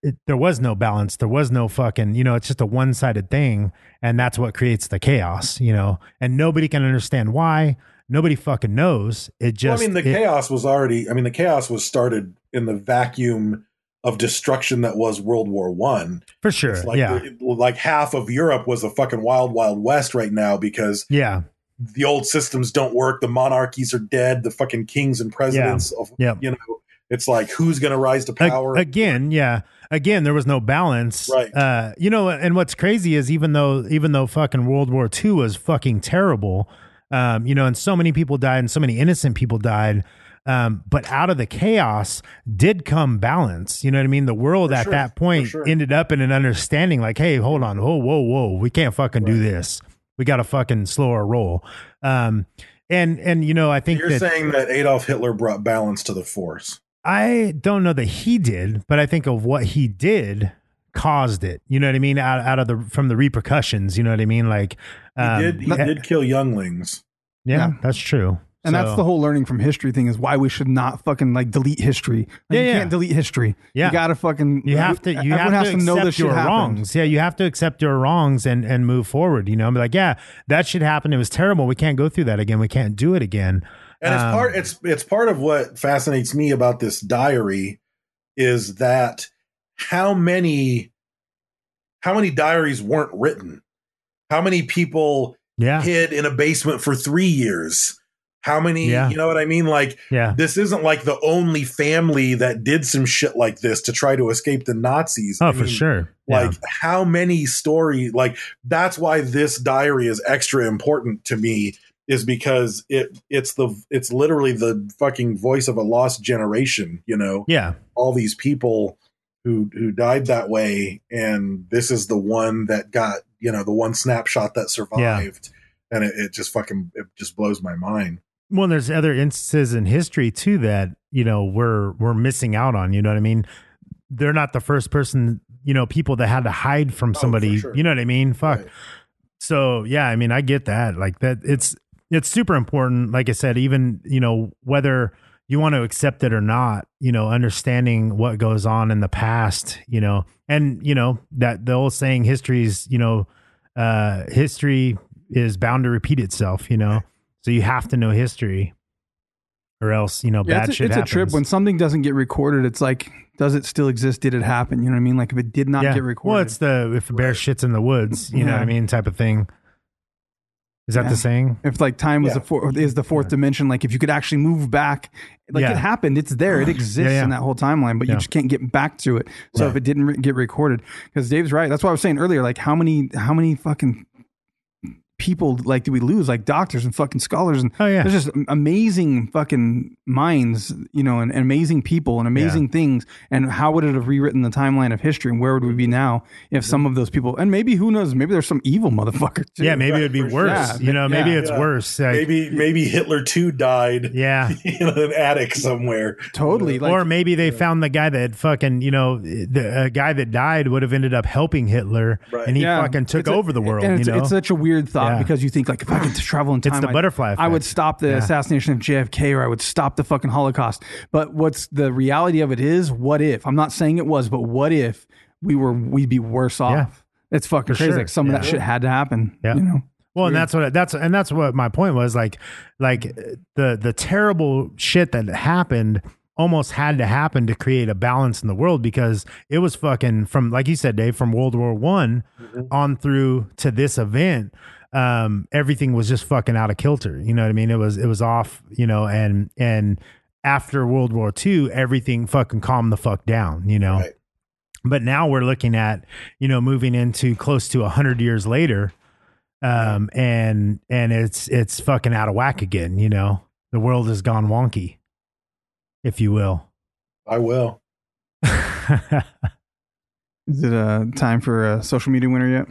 Speaker 4: it, there was no balance. There was no fucking, you know, it's just a one sided thing. And that's what creates the chaos, you know, and nobody can understand why. Nobody fucking knows. It just,
Speaker 5: Well, I mean, the
Speaker 4: it-
Speaker 5: chaos was already. I mean, the chaos was started in the vacuum of destruction that was World War One.
Speaker 4: for sure.
Speaker 5: It's like
Speaker 4: yeah.
Speaker 5: it- like half of Europe was a fucking wild, wild west right now because
Speaker 4: yeah.
Speaker 5: the old systems don't work. The monarchies are dead. The fucking kings and presidents. Of,
Speaker 4: Yeah.
Speaker 5: You know, it's like who's going to rise to
Speaker 4: Ag-
Speaker 5: power?
Speaker 4: again yeah again there was no balance
Speaker 5: Right.
Speaker 4: uh you know and what's crazy is even though even though fucking world war ii was fucking terrible um you know and so many people died and so many innocent people died um but out of the chaos did come balance you know what i mean the world at
Speaker 5: sure,
Speaker 4: that
Speaker 5: for
Speaker 4: point
Speaker 5: sure.
Speaker 4: ended up in an understanding like hey hold on whoa whoa whoa we can't fucking do this we gotta fucking slow our roll um and and you know i think
Speaker 5: You're
Speaker 4: that,
Speaker 5: saying that Adolf Hitler brought balance to the force.
Speaker 4: I don't know that he did, but I think of what he did caused it. You know what I mean? Out, out of the from the repercussions. You know what I mean? Like,
Speaker 5: He
Speaker 4: um,
Speaker 5: did. He
Speaker 4: yeah,
Speaker 5: did kill younglings.
Speaker 4: yeah,
Speaker 3: Yeah.
Speaker 4: that's true.
Speaker 3: and that's
Speaker 4: So-
Speaker 3: the whole learning from history thing is why we should not fucking like delete history. Like,
Speaker 4: Yeah,
Speaker 3: you
Speaker 4: yeah.
Speaker 3: can't delete history.
Speaker 4: Yeah.
Speaker 3: you gotta fucking.
Speaker 4: You have to. You
Speaker 3: everyone
Speaker 4: have
Speaker 3: has
Speaker 4: to, accept
Speaker 3: know this shit
Speaker 4: your
Speaker 3: happened.
Speaker 4: wrongs. Yeah, you have to accept your wrongs and and move forward. You know, I'm like, yeah, that shit happened. It was terrible. We can't go through that again. We can't do it again.
Speaker 5: and it's
Speaker 4: Um,
Speaker 5: part it's it's part of what fascinates me about this diary is that how many how many diaries weren't written how many people
Speaker 4: Yeah.
Speaker 5: hid in a basement for three years how many
Speaker 4: Yeah.
Speaker 5: you know what i mean like
Speaker 4: Yeah.
Speaker 5: this isn't like the only family that did some shit like this to try to escape the nazis
Speaker 4: Oh,
Speaker 5: I
Speaker 4: for
Speaker 5: mean,
Speaker 4: sure. Yeah.
Speaker 5: like how many story like that's why this diary is extra important to me is because it it's the it's literally the fucking voice of a lost generation you know
Speaker 4: yeah.
Speaker 5: all these people who who died that way and this is the one that got you know the one snapshot that survived and it, it just fucking it just blows my mind
Speaker 4: well there's other instances in history too that you know we're we're missing out on you know what i mean they're not the first person you know people that had to hide from
Speaker 5: Oh, for
Speaker 4: somebody
Speaker 5: sure.
Speaker 4: you know what i mean fuck
Speaker 5: Right.
Speaker 4: so yeah i mean i get that like that it's it's super important like i said even you know whether you want to accept it or not you know understanding what goes on in the past you know and you know that the old saying history's you know uh history is bound to repeat itself, you know? So you have to know history or else, you know,
Speaker 3: Yeah, it's,
Speaker 4: bad
Speaker 3: a,
Speaker 4: shit
Speaker 3: it's a
Speaker 4: happens.
Speaker 3: trip when something doesn't get recorded. It's like, does it still exist? Did it happen? You know what I mean? Like if it did not
Speaker 4: Yeah.
Speaker 3: get
Speaker 4: Well,
Speaker 3: recorded,
Speaker 4: it's the if a bear shits in the woods, you know what
Speaker 3: Yeah.
Speaker 4: I mean, type of thing. Is that
Speaker 3: Yeah.
Speaker 4: the saying?
Speaker 3: if like time was
Speaker 4: Yeah.
Speaker 3: a four, is the fourth dimension, like if you could actually move back, like
Speaker 4: Yeah.
Speaker 3: it happened, it's there, it exists
Speaker 4: yeah.
Speaker 3: in that whole timeline, but
Speaker 4: Yeah.
Speaker 3: you just can't get back to it. So if it didn't re- get recorded, because Dave's right, that's why I was saying earlier, like how many, how many fucking people like do we lose like doctors and fucking scholars and
Speaker 4: Oh, yeah.
Speaker 3: there's just amazing fucking minds you know and, and amazing people and amazing things and how would it have rewritten the timeline of history and where would we be now if some of those people and maybe who knows maybe there's some evil motherfucker too.
Speaker 4: Yeah, maybe it'd be worse.
Speaker 3: Yeah,
Speaker 4: you know, maybe
Speaker 3: yeah.
Speaker 4: it's worse. Like,
Speaker 5: maybe maybe Hitler too died
Speaker 4: yeah.
Speaker 5: in an attic somewhere.
Speaker 3: totally like
Speaker 4: or maybe they found the guy that fucking you know the a guy that died would have ended up helping Hitler,
Speaker 5: Right.
Speaker 4: and he
Speaker 3: Yeah.
Speaker 4: fucking took
Speaker 3: It's a-
Speaker 4: over the world.
Speaker 3: and it's,
Speaker 4: you know,
Speaker 3: it's such a weird thought
Speaker 4: Yeah.
Speaker 3: because you think like if I could travel in time,
Speaker 4: the
Speaker 3: I'd-
Speaker 4: butterfly
Speaker 3: I would
Speaker 4: effect.
Speaker 3: stop the
Speaker 4: Yeah.
Speaker 3: assassination of JFK or I would stop the fucking Holocaust. But what's the reality of it is, what if? I'm not saying it was, but what if we were we'd be worse off? It's fucking
Speaker 4: For
Speaker 3: crazy.
Speaker 4: sure.
Speaker 3: Like some
Speaker 4: Yeah.
Speaker 3: of that shit had to happen.
Speaker 4: Yeah.
Speaker 3: you know.
Speaker 4: Well, and that's what that's and that's what my point was like like uh, the the terrible shit that happened almost had to happen to create a balance in the world because it was fucking from like you said Dave from World War 1 on through to this event um everything was just fucking out of kilter you know what I mean it was it was off you know and and after World War 2 everything fucking calmed the fuck down you know but now we're looking at you know moving into close to 100 years later um and and it's it's fucking out of whack again you know the world has gone wonky if you will
Speaker 5: I will.
Speaker 4: sure
Speaker 3: Is it uh, time for a social media winner yet?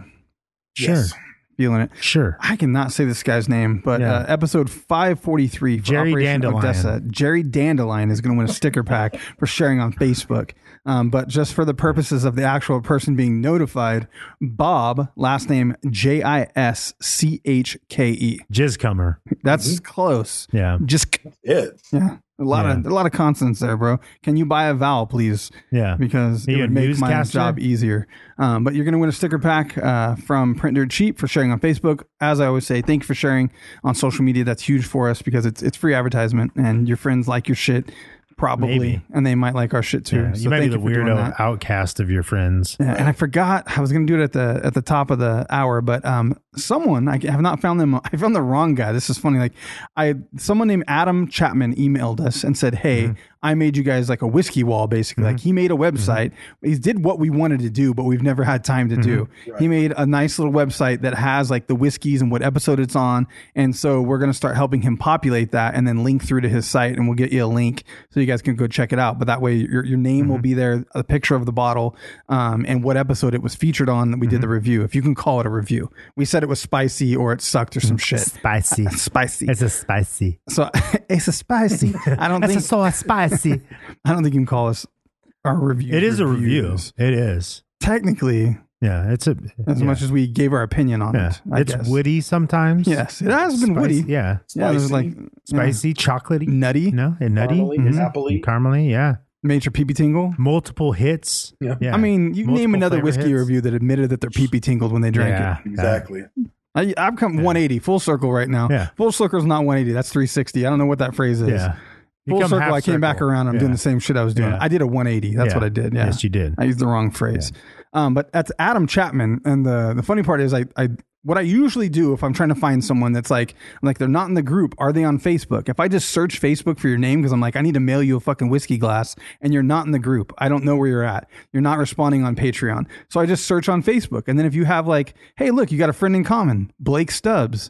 Speaker 3: Feeling it.
Speaker 4: sure
Speaker 3: I cannot say this guy's name, but
Speaker 4: Yeah.
Speaker 3: uh, episode 543 for
Speaker 4: Jerry
Speaker 3: Operation
Speaker 4: Dandelion.
Speaker 3: Odessa, Jerry Dandelion is going to win a sticker pack for sharing on Facebook. Um, but just for the purposes of the actual person being notified, Bob, last name J I S C H K E.
Speaker 4: jizzcomer
Speaker 3: That's close.
Speaker 4: Mm-hmm. yeah
Speaker 3: Just
Speaker 5: It.
Speaker 3: yeah, a lot of a lot of consonants there, bro. Can you buy a vowel, please?
Speaker 4: Yeah.
Speaker 3: because
Speaker 4: Are
Speaker 3: it
Speaker 4: you
Speaker 3: would
Speaker 4: a
Speaker 3: make my
Speaker 4: newscaster?
Speaker 3: job easier. Um, but you're gonna win a sticker pack uh, from Print Dirt Cheap for sharing on Facebook. As I always say, thank you for sharing on social media. That's huge for us because it's it's free advertisement, and your friends like your shit probably,
Speaker 4: Maybe.
Speaker 3: and they might like our shit too.
Speaker 4: Yeah, you might be
Speaker 3: thank
Speaker 4: the
Speaker 3: for doing
Speaker 4: weirdo
Speaker 3: that.
Speaker 4: outcast of your friends
Speaker 3: Yeah, and I forgot I was going to do it at the at the top of the hour, but um, someone I have not found them. I found the wrong guy. This is funny. Like I, someone named Adam Chapman emailed us and said, "Hey, I made you guys like a whiskey wall, basically. Like he made a website. He did what we wanted to do, but we've never had time to do. He made a nice little website that has like the whiskeys and what episode it's on, and so we're going to start helping him populate that and then link through to his site, and we'll get you a link so you guys can go check it out. But that way, your your name
Speaker 4: Mm-hmm.
Speaker 3: will be there, a picture of the bottle, um, and what episode it was featured on that we
Speaker 4: Mm-hmm.
Speaker 3: did the review. If you can call it a review, we said it was spicy or it sucked or some shit.
Speaker 4: Mm, spicy
Speaker 3: Spicy.
Speaker 4: it's a spicy
Speaker 3: So it's a spicy. I don't think
Speaker 4: so spicy
Speaker 3: I don't think you can call us our review.
Speaker 4: it is a review
Speaker 3: reviews.
Speaker 4: it is
Speaker 3: Technically,
Speaker 4: yeah it's a
Speaker 3: as
Speaker 4: yeah.
Speaker 3: much as we gave our opinion on
Speaker 4: yeah.
Speaker 3: it, I
Speaker 4: it's
Speaker 3: guess.
Speaker 4: woody sometimes
Speaker 3: Yes, it has been
Speaker 4: Spicy-
Speaker 3: woody.
Speaker 4: yeah
Speaker 3: Yeah, there's like
Speaker 5: Spicy,
Speaker 3: you know,
Speaker 4: spicy chocolatey
Speaker 3: nutty,
Speaker 4: no and nutty
Speaker 5: Caramely,
Speaker 4: Mhm.
Speaker 5: appley.
Speaker 4: caramely yeah
Speaker 3: major pee tingle.
Speaker 4: multiple hits
Speaker 5: Yeah.
Speaker 3: I mean, you name
Speaker 4: Multiple
Speaker 3: another
Speaker 4: flavor
Speaker 3: whiskey
Speaker 4: hits.
Speaker 3: review that admitted that their pee pee tingled when they drank
Speaker 4: yeah.
Speaker 3: it.
Speaker 5: Exactly.
Speaker 3: I, I've come 180 full circle right now.
Speaker 4: Yeah.
Speaker 3: Full circle is not 180. That's 360. I don't know what that phrase is.
Speaker 4: Yeah. You
Speaker 3: Full
Speaker 4: come
Speaker 3: circle.
Speaker 4: half
Speaker 3: I came back
Speaker 4: circle.
Speaker 3: around. I'm
Speaker 4: Yeah.
Speaker 3: doing the same shit I was doing.
Speaker 4: Yeah.
Speaker 3: I did a 180. That's
Speaker 4: Yeah.
Speaker 3: what I did. Yeah.
Speaker 4: Yes, you did.
Speaker 3: I used the wrong phrase. Um, but that's Adam Chapman. And the, the funny part is I, I, what I usually do if I'm trying to find someone that's like, like they're not in the group, are they on Facebook? If I just search Facebook for your name, cause I'm like, I need to mail you a fucking whiskey glass and you're not in the group. I don't know where you're at. You're not responding on Patreon. So I just search on Facebook. And then if you have like, Hey, look, you got a friend in common, Blake Stubbs.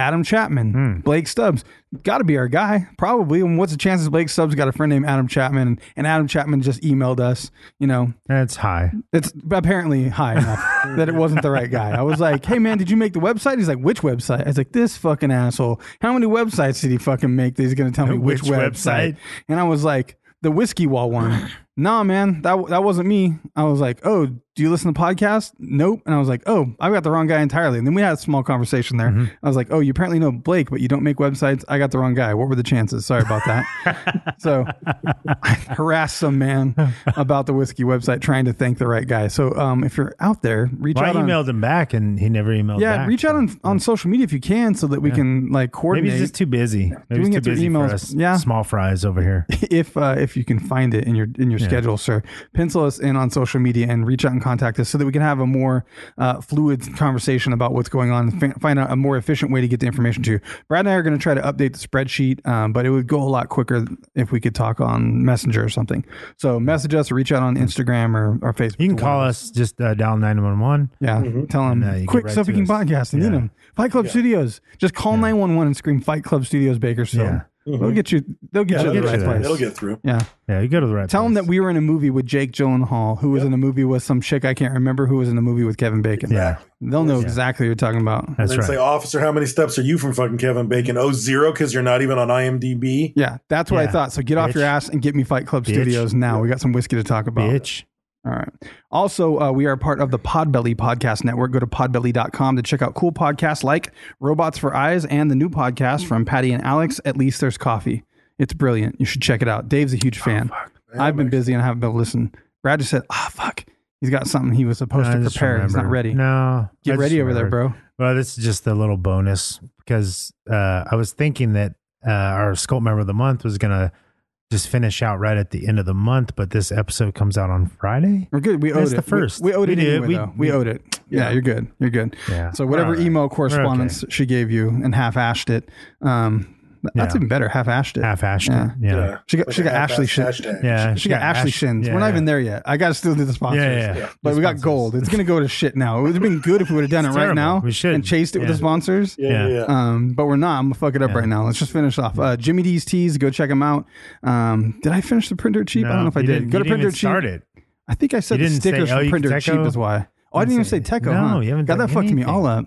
Speaker 3: Adam Chapman, Blake Stubbs, got to be our guy, probably. And what's the chances Blake Stubbs got a friend named Adam Chapman, and, and Adam Chapman just emailed us? You know,
Speaker 4: That's high.
Speaker 3: it's apparently high enough that it wasn't the right guy. I was like, "Hey man, did you make the website?" He's like, "Which website?" I was like, "This fucking asshole. How many websites did he fucking make that he's gonna tell me which,
Speaker 4: Which
Speaker 3: website?
Speaker 4: website?
Speaker 3: And I was like, "The whiskey wall one." nah, man, that that wasn't me. I was like, "Oh, do you listen to podcasts? Nope. And I was like, oh, I've got the wrong guy entirely. And then we had a small conversation there. I was like, oh, you apparently know Blake, but you don't make websites. I got the wrong guy. What were the chances? Sorry about that. so I harassed some man about the whiskey website trying to thank the right guy. So um, if you're out there, reach
Speaker 4: Well, I
Speaker 3: out. on-
Speaker 4: emailed him back and he never emailed
Speaker 3: yeah,
Speaker 4: back.
Speaker 3: reach out on, on social media if you can so that we can like coordinate.
Speaker 4: Maybe he's just too busy. Maybe
Speaker 3: Doing
Speaker 4: he's
Speaker 3: it
Speaker 4: too
Speaker 3: through
Speaker 4: busy
Speaker 3: emails,
Speaker 4: for us.
Speaker 3: yeah.
Speaker 4: Small fries over here.
Speaker 3: if uh, if you can find it in your in your
Speaker 4: Yeah.
Speaker 3: schedule, sir, pencil us in on social media and reach out and contact us so that we can have a more uh, fluid conversation about what's going on and fi- find out a more efficient way to get the information to you. Brad and I are going to try to update the spreadsheet, um, but it would go a lot quicker if we could talk on Messenger or something. So message us or reach out on Instagram or, or Facebook.
Speaker 4: You can call us just uh, dial 911.
Speaker 3: Yeah, tell them
Speaker 4: And, uh, you get
Speaker 3: quick
Speaker 4: right
Speaker 3: so
Speaker 4: to
Speaker 3: we can
Speaker 4: us.
Speaker 3: podcast. I
Speaker 4: Yeah.
Speaker 3: need them. Fight Club Studios. Just call nine one one and scream Fight Club Studios Bakersfield.
Speaker 4: Yeah.
Speaker 3: They'll get you. They'll get
Speaker 5: Yeah,
Speaker 3: you to
Speaker 5: it'll
Speaker 3: the
Speaker 5: get
Speaker 3: right
Speaker 5: you
Speaker 3: place.
Speaker 5: there. It'll get through.
Speaker 3: Yeah.
Speaker 4: Yeah, you go to the right
Speaker 3: Tell
Speaker 4: place.
Speaker 3: them that we were in a movie with Jake Gyllenhaal, who was in a movie with some chick I can't remember, who was in a movie with Kevin Bacon.
Speaker 4: Yeah.
Speaker 3: They'll know exactly what you're talking about.
Speaker 4: That's
Speaker 5: and
Speaker 4: right.
Speaker 5: say, officer, how many steps are you from fucking Kevin Bacon? Oh, zero, because you're not even on IMDb.
Speaker 3: Yeah, that's what I
Speaker 4: Yeah.
Speaker 3: thought. So get off your
Speaker 4: Bitch.
Speaker 3: ass and get me Fight Club
Speaker 4: Bitch.
Speaker 3: Studios now. We got some whiskey to talk
Speaker 5: "Oh,
Speaker 3: about.
Speaker 4: Bitch.
Speaker 3: All right. Also, uh, we are part of the Podbelly Podcast Network. Go to podbelly.com to check out cool podcasts like Robots for Eyes and the new podcast from Patty and Alex, At Least There's Coffee. It's brilliant. You should check it out. Dave's a huge fan. I've been busy and I haven't been able to listen. Brad just said, ah, fuck. He's got something he was supposed
Speaker 4: I
Speaker 3: to
Speaker 4: just
Speaker 3: prepare. He's not
Speaker 4: remembered.
Speaker 3: ready.
Speaker 4: No.
Speaker 3: Get
Speaker 4: I just
Speaker 3: ready over there,
Speaker 4: remembered. Well, this is just a little bonus because uh, I was thinking that uh, our Sculpt Member of the Month was going to just finish out right at the end of the month, but this episode comes out on Friday.
Speaker 3: We're good. We owed
Speaker 4: That's
Speaker 3: it.
Speaker 4: the first.
Speaker 3: We, we owed
Speaker 4: We
Speaker 3: it.
Speaker 4: did.
Speaker 3: Anyway,
Speaker 4: We-
Speaker 3: though. we
Speaker 4: we-
Speaker 3: owed it. Yeah, you're good. You're good.
Speaker 4: Yeah.
Speaker 3: So whatever
Speaker 4: We're all right.
Speaker 3: email
Speaker 4: We're okay.
Speaker 3: correspondence she gave you and half-ashed it. Um, th- that's
Speaker 4: Yeah.
Speaker 3: even better. Half-ashed it.
Speaker 4: Half Ashton. Yeah. Yeah.
Speaker 3: She got
Speaker 5: Like
Speaker 3: she
Speaker 5: a
Speaker 3: got
Speaker 5: half-assed
Speaker 3: Ashley shins.
Speaker 5: hashtag.
Speaker 4: Yeah,
Speaker 3: she, got, Ashley shins. We're not even there yet. I got to still do the sponsors.
Speaker 4: Yeah, yeah, yeah.
Speaker 3: But
Speaker 4: The
Speaker 3: we got
Speaker 4: sponsors.
Speaker 3: gold. It's gonna go to shit now. It would have been good if we would have done it
Speaker 4: It's
Speaker 3: right
Speaker 4: terrible.
Speaker 3: now
Speaker 4: We should.
Speaker 3: and chased it with
Speaker 4: Yeah.
Speaker 3: the sponsors.
Speaker 5: Yeah, yeah,
Speaker 4: Yeah. Uh,
Speaker 5: yeah.
Speaker 3: Um, but we're not. I'm gonna fuck it up
Speaker 4: Yeah.
Speaker 3: right now. Let's just finish off. Uh, Jimmy D's teas. Go check them out. Um, did I finish the printer cheap? I don't know if I
Speaker 4: you
Speaker 3: did.
Speaker 4: didn't-
Speaker 3: Go
Speaker 4: you
Speaker 3: to printer
Speaker 4: didn't even
Speaker 3: cheap.
Speaker 4: start it.
Speaker 3: I think I said
Speaker 4: You
Speaker 3: the
Speaker 4: didn't say,
Speaker 3: stickers
Speaker 4: "Oh,
Speaker 3: from
Speaker 4: you can
Speaker 3: printer
Speaker 4: Teco?"
Speaker 3: cheap is why. Oh, I didn't even say
Speaker 4: Didn't say-
Speaker 3: Teco.
Speaker 4: No,
Speaker 3: huh?
Speaker 4: you haven't
Speaker 3: God,
Speaker 4: done
Speaker 3: that fucked me
Speaker 4: anything.
Speaker 3: all up.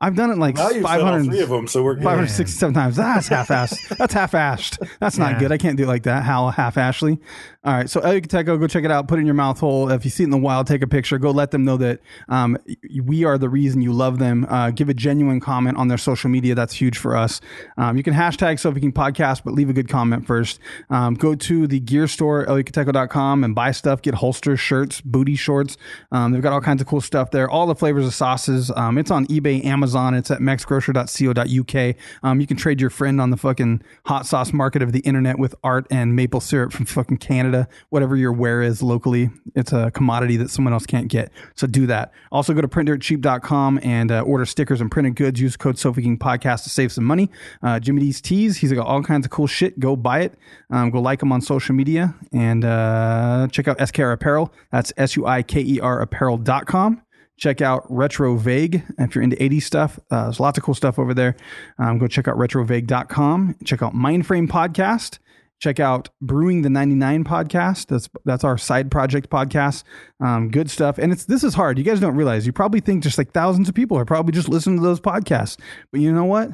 Speaker 3: I've done it like
Speaker 5: Now you've said all
Speaker 3: 500,
Speaker 5: three of them, so we're good.
Speaker 3: 567 times. That's half-assed. That's half-assed. That's not
Speaker 4: Yeah.
Speaker 3: good. I can't do it like that. How half-ashly. All right. So El Yucateco, go check it out. Put it in your mouth hole. If you see it in the wild, take a picture. Go let them know that um, y- we are the reason you love them. Uh, give a genuine comment on their social media. That's huge for us. Um, you can hashtag Sophie King Podcast, but leave a good comment first. Um, go to the gear store, eliocateco.com, and buy stuff. Get holsters, shirts, booty shorts. Um, they've got all kinds of cool stuff there. All the flavors of sauces. Um, it's on eBay, Amazon. It's at maxgrocer.co.uk. Um, you can trade your friend on the fucking hot sauce market of the internet with art and maple syrup from fucking Canada. Whatever your wear is locally, it's a commodity that someone else can't get. So do that. Also go to printdirtcheap.com and uh, order stickers and printed goods. Use code Sophie King Podcast to save some money. Uh, Jimmy D's tees. He's got all kinds of cool shit. Go buy it. Um, go like him on social media and uh, check out SKR Apparel. That's S U I K E R apparel.com check out Retro Vague if you're into 80s stuff. Uh, there's lots of cool stuff over there. Um, go check out retrovague.com. Check out Mindframe Podcast. Check out Brewing the 99 podcast. That's that's our side project podcast. Um, good stuff. And it's this is hard. You guys don't realize. You probably think just like thousands of people are probably just listening to those podcasts. But you know what?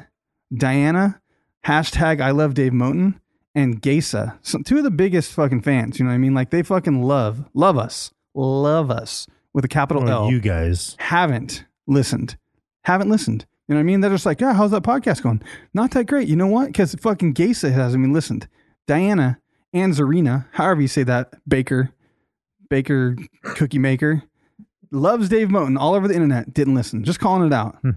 Speaker 3: Diana, hashtag I love Dave Moten, and Gesa. So two of the biggest fucking fans. You know what I mean? Like they fucking love, love us, love us with a capital
Speaker 4: Well,
Speaker 3: L
Speaker 4: you guys.
Speaker 3: haven't listened, haven't listened. You know what I mean? They're just like, yeah, how's that podcast going? Not that great. You know what? Because fucking Gesa hasn't even listened. Diana and Zarina, however you say that, Baker, Baker, Cookie Maker, loves Dave Moten all over the internet, didn't listen. Just calling it out.
Speaker 4: Hmm.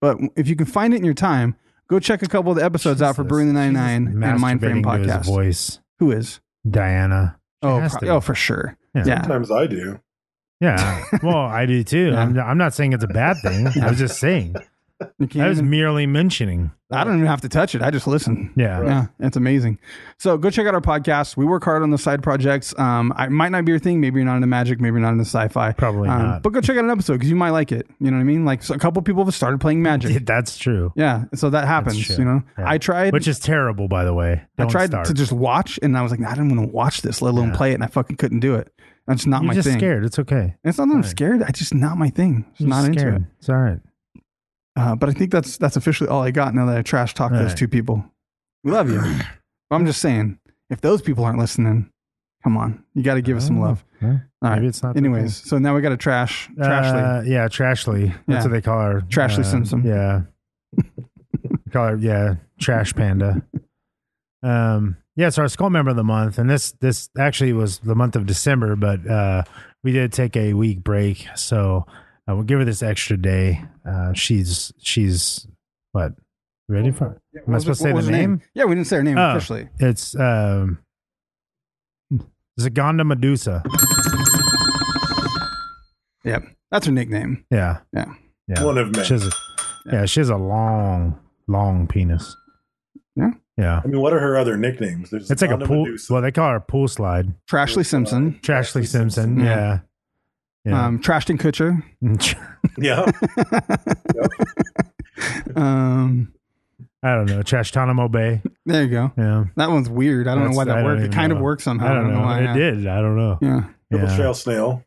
Speaker 3: But if you can find it in your time, go check a couple of the episodes out for Brewing the 99 and Mindframe
Speaker 4: Masturbating to his
Speaker 3: podcast.
Speaker 4: voice.
Speaker 3: Who is?
Speaker 4: Diana. She
Speaker 3: Oh,
Speaker 4: has
Speaker 3: pro-
Speaker 4: to be.
Speaker 3: oh, for sure.
Speaker 4: Yeah.
Speaker 3: yeah.
Speaker 5: Sometimes I do.
Speaker 4: Yeah. Well, I do too. I'm, I'm not saying it's a bad thing. I was just saying.
Speaker 3: You
Speaker 4: I
Speaker 3: can't
Speaker 4: was
Speaker 3: even-
Speaker 4: merely mentioning.
Speaker 3: I don't even have to touch it. I just listen.
Speaker 4: Yeah. Right.
Speaker 3: Yeah. It's amazing. So go check out our podcast. We work hard on the side projects. Um, I it might not be your thing. Maybe you're not into magic. Maybe you're not into sci-fi.
Speaker 4: Probably
Speaker 3: Um,
Speaker 4: not.
Speaker 3: But go check out an episode because you might like it. You know what I mean? Like so a couple people have started playing magic.
Speaker 4: That's true.
Speaker 3: yeah. So that
Speaker 4: That's
Speaker 3: happens.
Speaker 4: true.
Speaker 3: You know,
Speaker 4: Yeah.
Speaker 3: I tried.
Speaker 4: which is terrible, by the way.
Speaker 3: I
Speaker 4: Don't
Speaker 3: tried
Speaker 4: start.
Speaker 3: to just watch, and I was like, I didn't want to watch this, let alone play it, and I fucking couldn't do it. That's just not
Speaker 4: You're
Speaker 3: my
Speaker 4: just
Speaker 3: thing.
Speaker 4: scared. It's okay.
Speaker 3: And it's not that I'm scared. I just not my thing. It's
Speaker 4: You're
Speaker 3: not
Speaker 4: just
Speaker 3: into
Speaker 4: scared.
Speaker 3: it.
Speaker 4: It's all right.
Speaker 3: Uh, but I think that's that's officially all I got now that I trash talked
Speaker 4: All
Speaker 3: those
Speaker 4: right.
Speaker 3: two people. We love you. But I'm just saying, if those people aren't listening, Come on, you got to give us some love.
Speaker 4: Yeah.
Speaker 3: All right.
Speaker 4: Oh. Maybe it's not that
Speaker 3: Anyways, so now we got a trash, trashly.
Speaker 4: Uh, yeah, Trashly. That's
Speaker 3: Yeah.
Speaker 4: what they call her.
Speaker 3: Trashly Simpson.
Speaker 4: Yeah. They call her, yeah, Trash Panda. Um, yeah, so our skull member of the month, and this this actually was the month of December, but uh, we did take a week break, so uh, we'll give her this extra day. Uh, she's she's what ready for? Am I
Speaker 3: What was
Speaker 4: supposed
Speaker 3: it-
Speaker 4: to say
Speaker 3: what was
Speaker 4: the
Speaker 3: her
Speaker 4: name?
Speaker 3: Yeah, we didn't say her name
Speaker 4: Oh,
Speaker 3: officially.
Speaker 4: It's um, Zagonda Medusa.
Speaker 3: Yep, that's her nickname.
Speaker 4: Yeah.
Speaker 3: Yeah.
Speaker 4: Yeah.
Speaker 5: One of many.
Speaker 4: She has a, yeah. she has a long, long penis.
Speaker 3: Yeah.
Speaker 4: Yeah.
Speaker 5: I mean, what are her other nicknames? There's
Speaker 4: It's like a
Speaker 5: Donna
Speaker 4: pool.
Speaker 5: Medusa.
Speaker 4: Well, they call her a pool slide.
Speaker 3: Trashly Simpson,
Speaker 4: Trashley Simpson. Yeah.
Speaker 3: Yeah.
Speaker 4: Yeah.
Speaker 3: um, Trashton Kutcher.
Speaker 5: Yeah.
Speaker 3: Um,
Speaker 4: I don't know. Trashtanamo Bay.
Speaker 3: there you go.
Speaker 4: Yeah.
Speaker 3: That one's weird. I don't know why that
Speaker 4: That's- I don't
Speaker 3: worked. It
Speaker 4: even
Speaker 3: kind
Speaker 4: know.
Speaker 3: of worked somehow.
Speaker 4: I don't, know.
Speaker 3: why.
Speaker 4: It did. I don't know.
Speaker 3: Yeah.
Speaker 5: Triple
Speaker 4: Yeah.
Speaker 5: Trail Snail.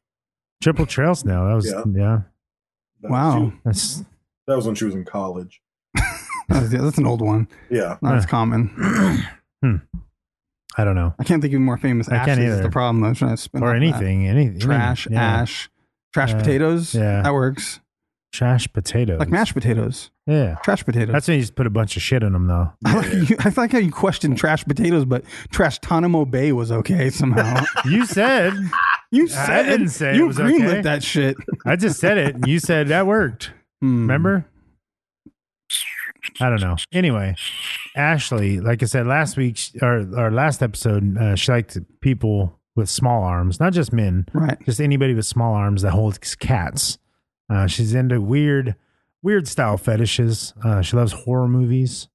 Speaker 4: Triple Trail Snail. That was, yeah.
Speaker 5: Yeah. That was-
Speaker 3: Wow.
Speaker 4: That's,
Speaker 5: That was when she was in college.
Speaker 3: That's, yeah, that's an old one.
Speaker 5: Yeah.
Speaker 3: Not as common.
Speaker 4: I don't know.
Speaker 3: I can't think of more famous.
Speaker 4: I can't
Speaker 3: ashes is
Speaker 4: either.
Speaker 3: the problem. I'm trying to spin
Speaker 4: Or
Speaker 3: off that.
Speaker 4: anything. Any,
Speaker 3: Trash,
Speaker 4: any- Mm, yeah.
Speaker 3: ash, trash
Speaker 4: Uh,
Speaker 3: potatoes.
Speaker 4: yeah.
Speaker 3: that works.
Speaker 4: Trash potatoes.
Speaker 3: Like mashed potatoes.
Speaker 4: Yeah.
Speaker 3: Trash potatoes.
Speaker 4: That's when you just put a bunch of shit in them, though.
Speaker 3: I like, you, I like how you questioned trash potatoes, but trash Tanamo Bay was okay somehow.
Speaker 4: You said,
Speaker 3: you said
Speaker 4: didn't say it
Speaker 3: you
Speaker 4: was
Speaker 3: greenlit
Speaker 4: okay.
Speaker 3: that shit.
Speaker 4: I just said it, and you said that worked.
Speaker 3: Hmm.
Speaker 4: Remember? I don't know. Anyway, Ashley, like I said last week sh- or or last episode, uh, she liked people with small arms, not just men,
Speaker 3: Right.
Speaker 4: just anybody with small arms that holds cats. Uh, she's into weird, weird style fetishes. Uh, she loves horror movies.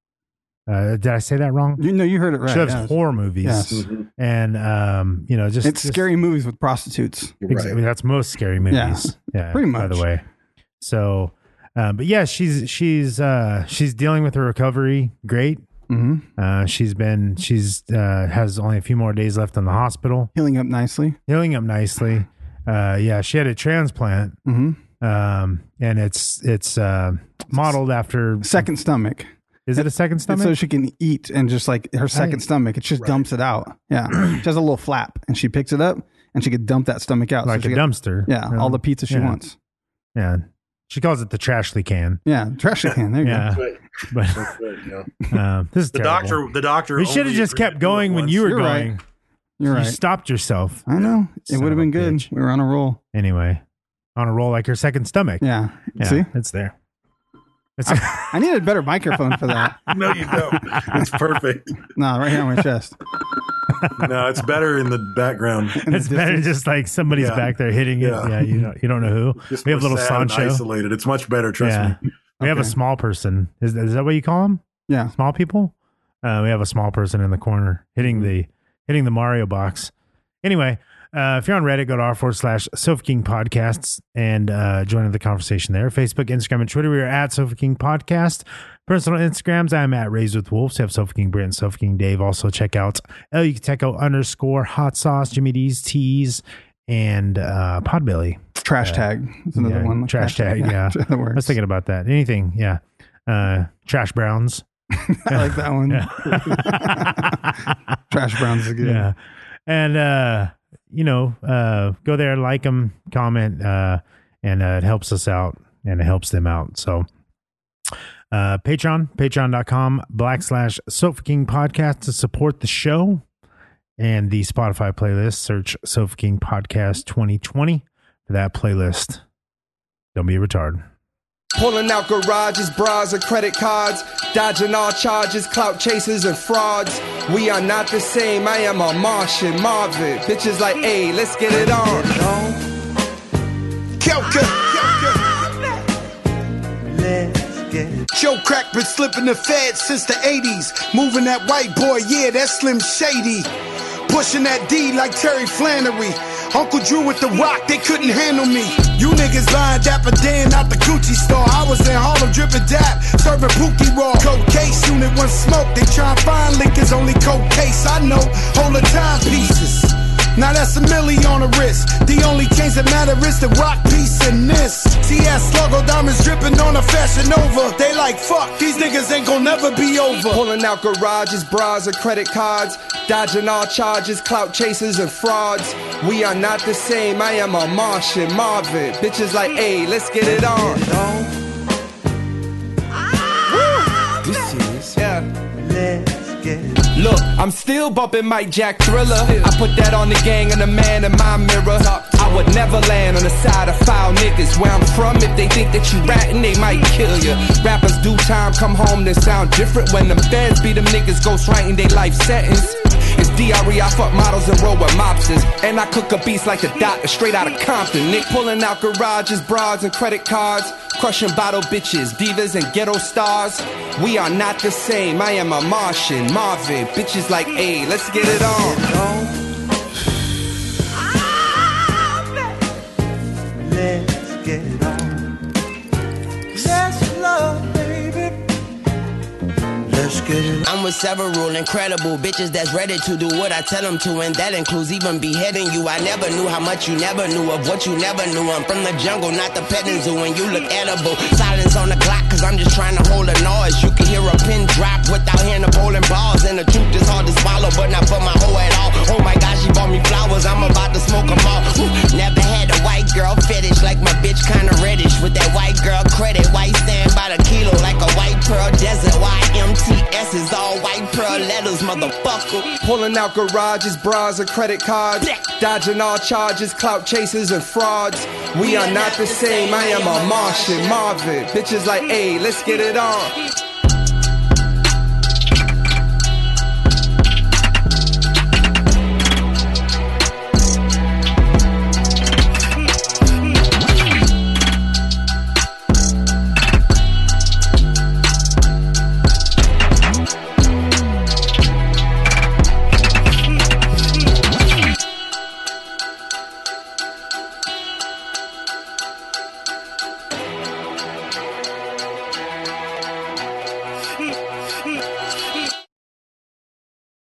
Speaker 4: Uh, did I say that wrong?
Speaker 3: You know, you heard it right.
Speaker 4: she loves
Speaker 3: yeah.
Speaker 4: horror movies,
Speaker 3: Yes.
Speaker 4: and um, you know, just
Speaker 3: It's
Speaker 4: just-
Speaker 3: scary movies with prostitutes.
Speaker 5: You're
Speaker 4: Exa-
Speaker 5: right.
Speaker 4: That's most scary movies. Yeah.
Speaker 3: Pretty
Speaker 4: By the
Speaker 3: much.
Speaker 4: way, so, uh, but yeah, she's she's uh, she's dealing with her recovery. Great.
Speaker 3: Mhm.
Speaker 4: Uh, she's been she's uh, has only a few more days left in the hospital,
Speaker 3: Healing up nicely.
Speaker 4: healing up nicely. Uh, yeah, she had a transplant,
Speaker 3: hmm
Speaker 4: um, and it's it's uh, modeled after.
Speaker 3: Second stomach.
Speaker 4: Is it a second
Speaker 3: And
Speaker 4: stomach?
Speaker 3: so she can eat and just like her second stomach, it just dumps it out. Yeah. she has a little flap and she picks it up and she could dump that stomach out. So
Speaker 4: like
Speaker 3: she
Speaker 4: a
Speaker 3: got-
Speaker 4: dumpster.
Speaker 3: Yeah.
Speaker 4: Um,
Speaker 3: all the pizza she
Speaker 4: yeah,
Speaker 3: wants.
Speaker 4: Yeah, she calls it the trashly can.
Speaker 3: Yeah. Trash can. There you
Speaker 4: Yeah,
Speaker 3: go.
Speaker 5: Right.
Speaker 4: but
Speaker 5: That's right, yeah.
Speaker 4: um, this is
Speaker 5: The
Speaker 4: terrible.
Speaker 5: doctor, the doctor.
Speaker 4: We should have
Speaker 5: only
Speaker 4: just
Speaker 5: agreed to
Speaker 4: kept
Speaker 5: do it
Speaker 4: going when
Speaker 5: once.
Speaker 4: you were
Speaker 3: You're right.
Speaker 4: going.
Speaker 3: You're
Speaker 4: You
Speaker 3: right.
Speaker 4: stopped yourself.
Speaker 3: I know. It
Speaker 4: Son
Speaker 3: would have
Speaker 4: of a
Speaker 3: been good.
Speaker 4: bitch.
Speaker 3: We were on a roll.
Speaker 4: Anyway, on a roll like her second stomach.
Speaker 3: Yeah.
Speaker 4: Yeah,
Speaker 3: See?
Speaker 4: it's there. It's,
Speaker 3: I need a better microphone for that.
Speaker 5: No, you don't. It's perfect.
Speaker 3: Nah, right here on my chest.
Speaker 5: No, it's better in the background.
Speaker 4: it's better just like somebody's
Speaker 5: Yeah.
Speaker 4: back there hitting it.
Speaker 5: Yeah.
Speaker 4: Yeah, you don't you don't know who.
Speaker 5: Just
Speaker 4: we have
Speaker 5: more
Speaker 4: little
Speaker 5: sad and
Speaker 4: Sancho.
Speaker 5: Isolated. It's much better. Trust
Speaker 4: yeah,
Speaker 5: me.
Speaker 4: we have a
Speaker 3: Okay.
Speaker 4: small person. Is is that what you call them?
Speaker 3: Yeah.
Speaker 4: Small people. Uh, we have a small person in the corner hitting the hitting the Mario box. Anyway. Uh, if you're on Reddit, go to r forward slash Sofa King Podcasts and uh, join in the conversation there. Facebook, Instagram, and Twitter, we are at Sofa King Podcast. Personal Instagrams, I'm at Raised with Wolves. We have Sofa King Brent, Sofa King Dave. Also check out El Yucateco underscore Hot Sauce, Jimmy D's, Teas, and uh, Podbelly.
Speaker 3: Trash tag. That's another
Speaker 4: Yeah,
Speaker 3: one.
Speaker 4: Trash tag. Yeah.
Speaker 3: that works.
Speaker 4: I was thinking about that. Anything. Yeah. Uh, trash Browns.
Speaker 3: I like that one. Trash Browns is good.
Speaker 4: Yeah. And, uh, you know, uh, go there, like them, comment, uh, and uh, it helps us out and it helps them out. So, uh, Patreon, patreon.com, black slash Sofa King podcast to support the show and the Spotify playlist. Search Sofa King podcast 2020 for that playlist. Don't be a retard.
Speaker 6: Pulling out garages, bras, and credit cards. Dodging all charges, clout chasers, and frauds. We are not the same. I am a Martian Marvin. Bitches like, hey, let's get it on. Kelka. Joe Crack been slipping the feds since the 80s. Moving that white boy, yeah, that Slim Shady. Pushing that D like Terry Flannery. Uncle Drew with the rock, they couldn't handle me. You niggas lying dapper Dan out the Gucci store. I was in Harlem dripping dap, serving Pookie Raw. Cold case unit, one smoke. They try and find liquors, only cold case. I know, whole of timepieces. Now that's a milli on the wrist. The only change that matter is the rock piece in this. TS logo diamonds dripping on a fashion over. They like fuck, these niggas ain't gonna never be over. Pulling out garages, bras, and credit cards.
Speaker 7: Dodging all charges, clout chasers, and frauds. We are not the same. I am a Martian Marvin. Bitches like, hey, let's get it on. Woo! Yeah. Look, I'm still bumping Mike Jack Thriller. I put that on the gang and the man in my mirror. I would never land on the side of foul niggas. Where I'm from, if they think that you ratting, they might kill ya. Rappers do time, come home, they sound different. When them feds be them niggas ghostwriting they life sentence. It's DRE, I fuck models and roll with mobsters. And I cook a beast like the doctor, straight out of Compton. Nick pulling out garages, broads, and credit cards. Crushing bottle bitches, divas, and ghetto stars. We are not the same. I am a Martian, Marvin. Bitches like, hey, let's get it on.
Speaker 8: Let's get it on. Let's love, baby.
Speaker 9: Let's get it. I'm with several incredible bitches that's ready to do what I tell them to, and that includes even beheading you. I never knew how much you never knew of what you never knew. I'm from the jungle, not the petting zoo, and you look edible. Silence on the clock, cause I'm just trying to hold a noise. You can hear a pin drop without hearing the bowling balls, and the truth is hard to swallow, but not for my hoe at all. Oh my gosh, she bought me flowers, I'm about to smoke 'em all. Ooh, never had a white girl fetish like my bitch, kinda reddish with that white girl credit. White stand by the kilo like a white pearl desert. YMTS is all white pearl letters, motherfucker.
Speaker 7: Pulling out garages, bras, and credit cards. Dodging all charges, clout chasers, and frauds. We are not the same. I am a Martian Marvin. Bitches like, hey, let's get it on.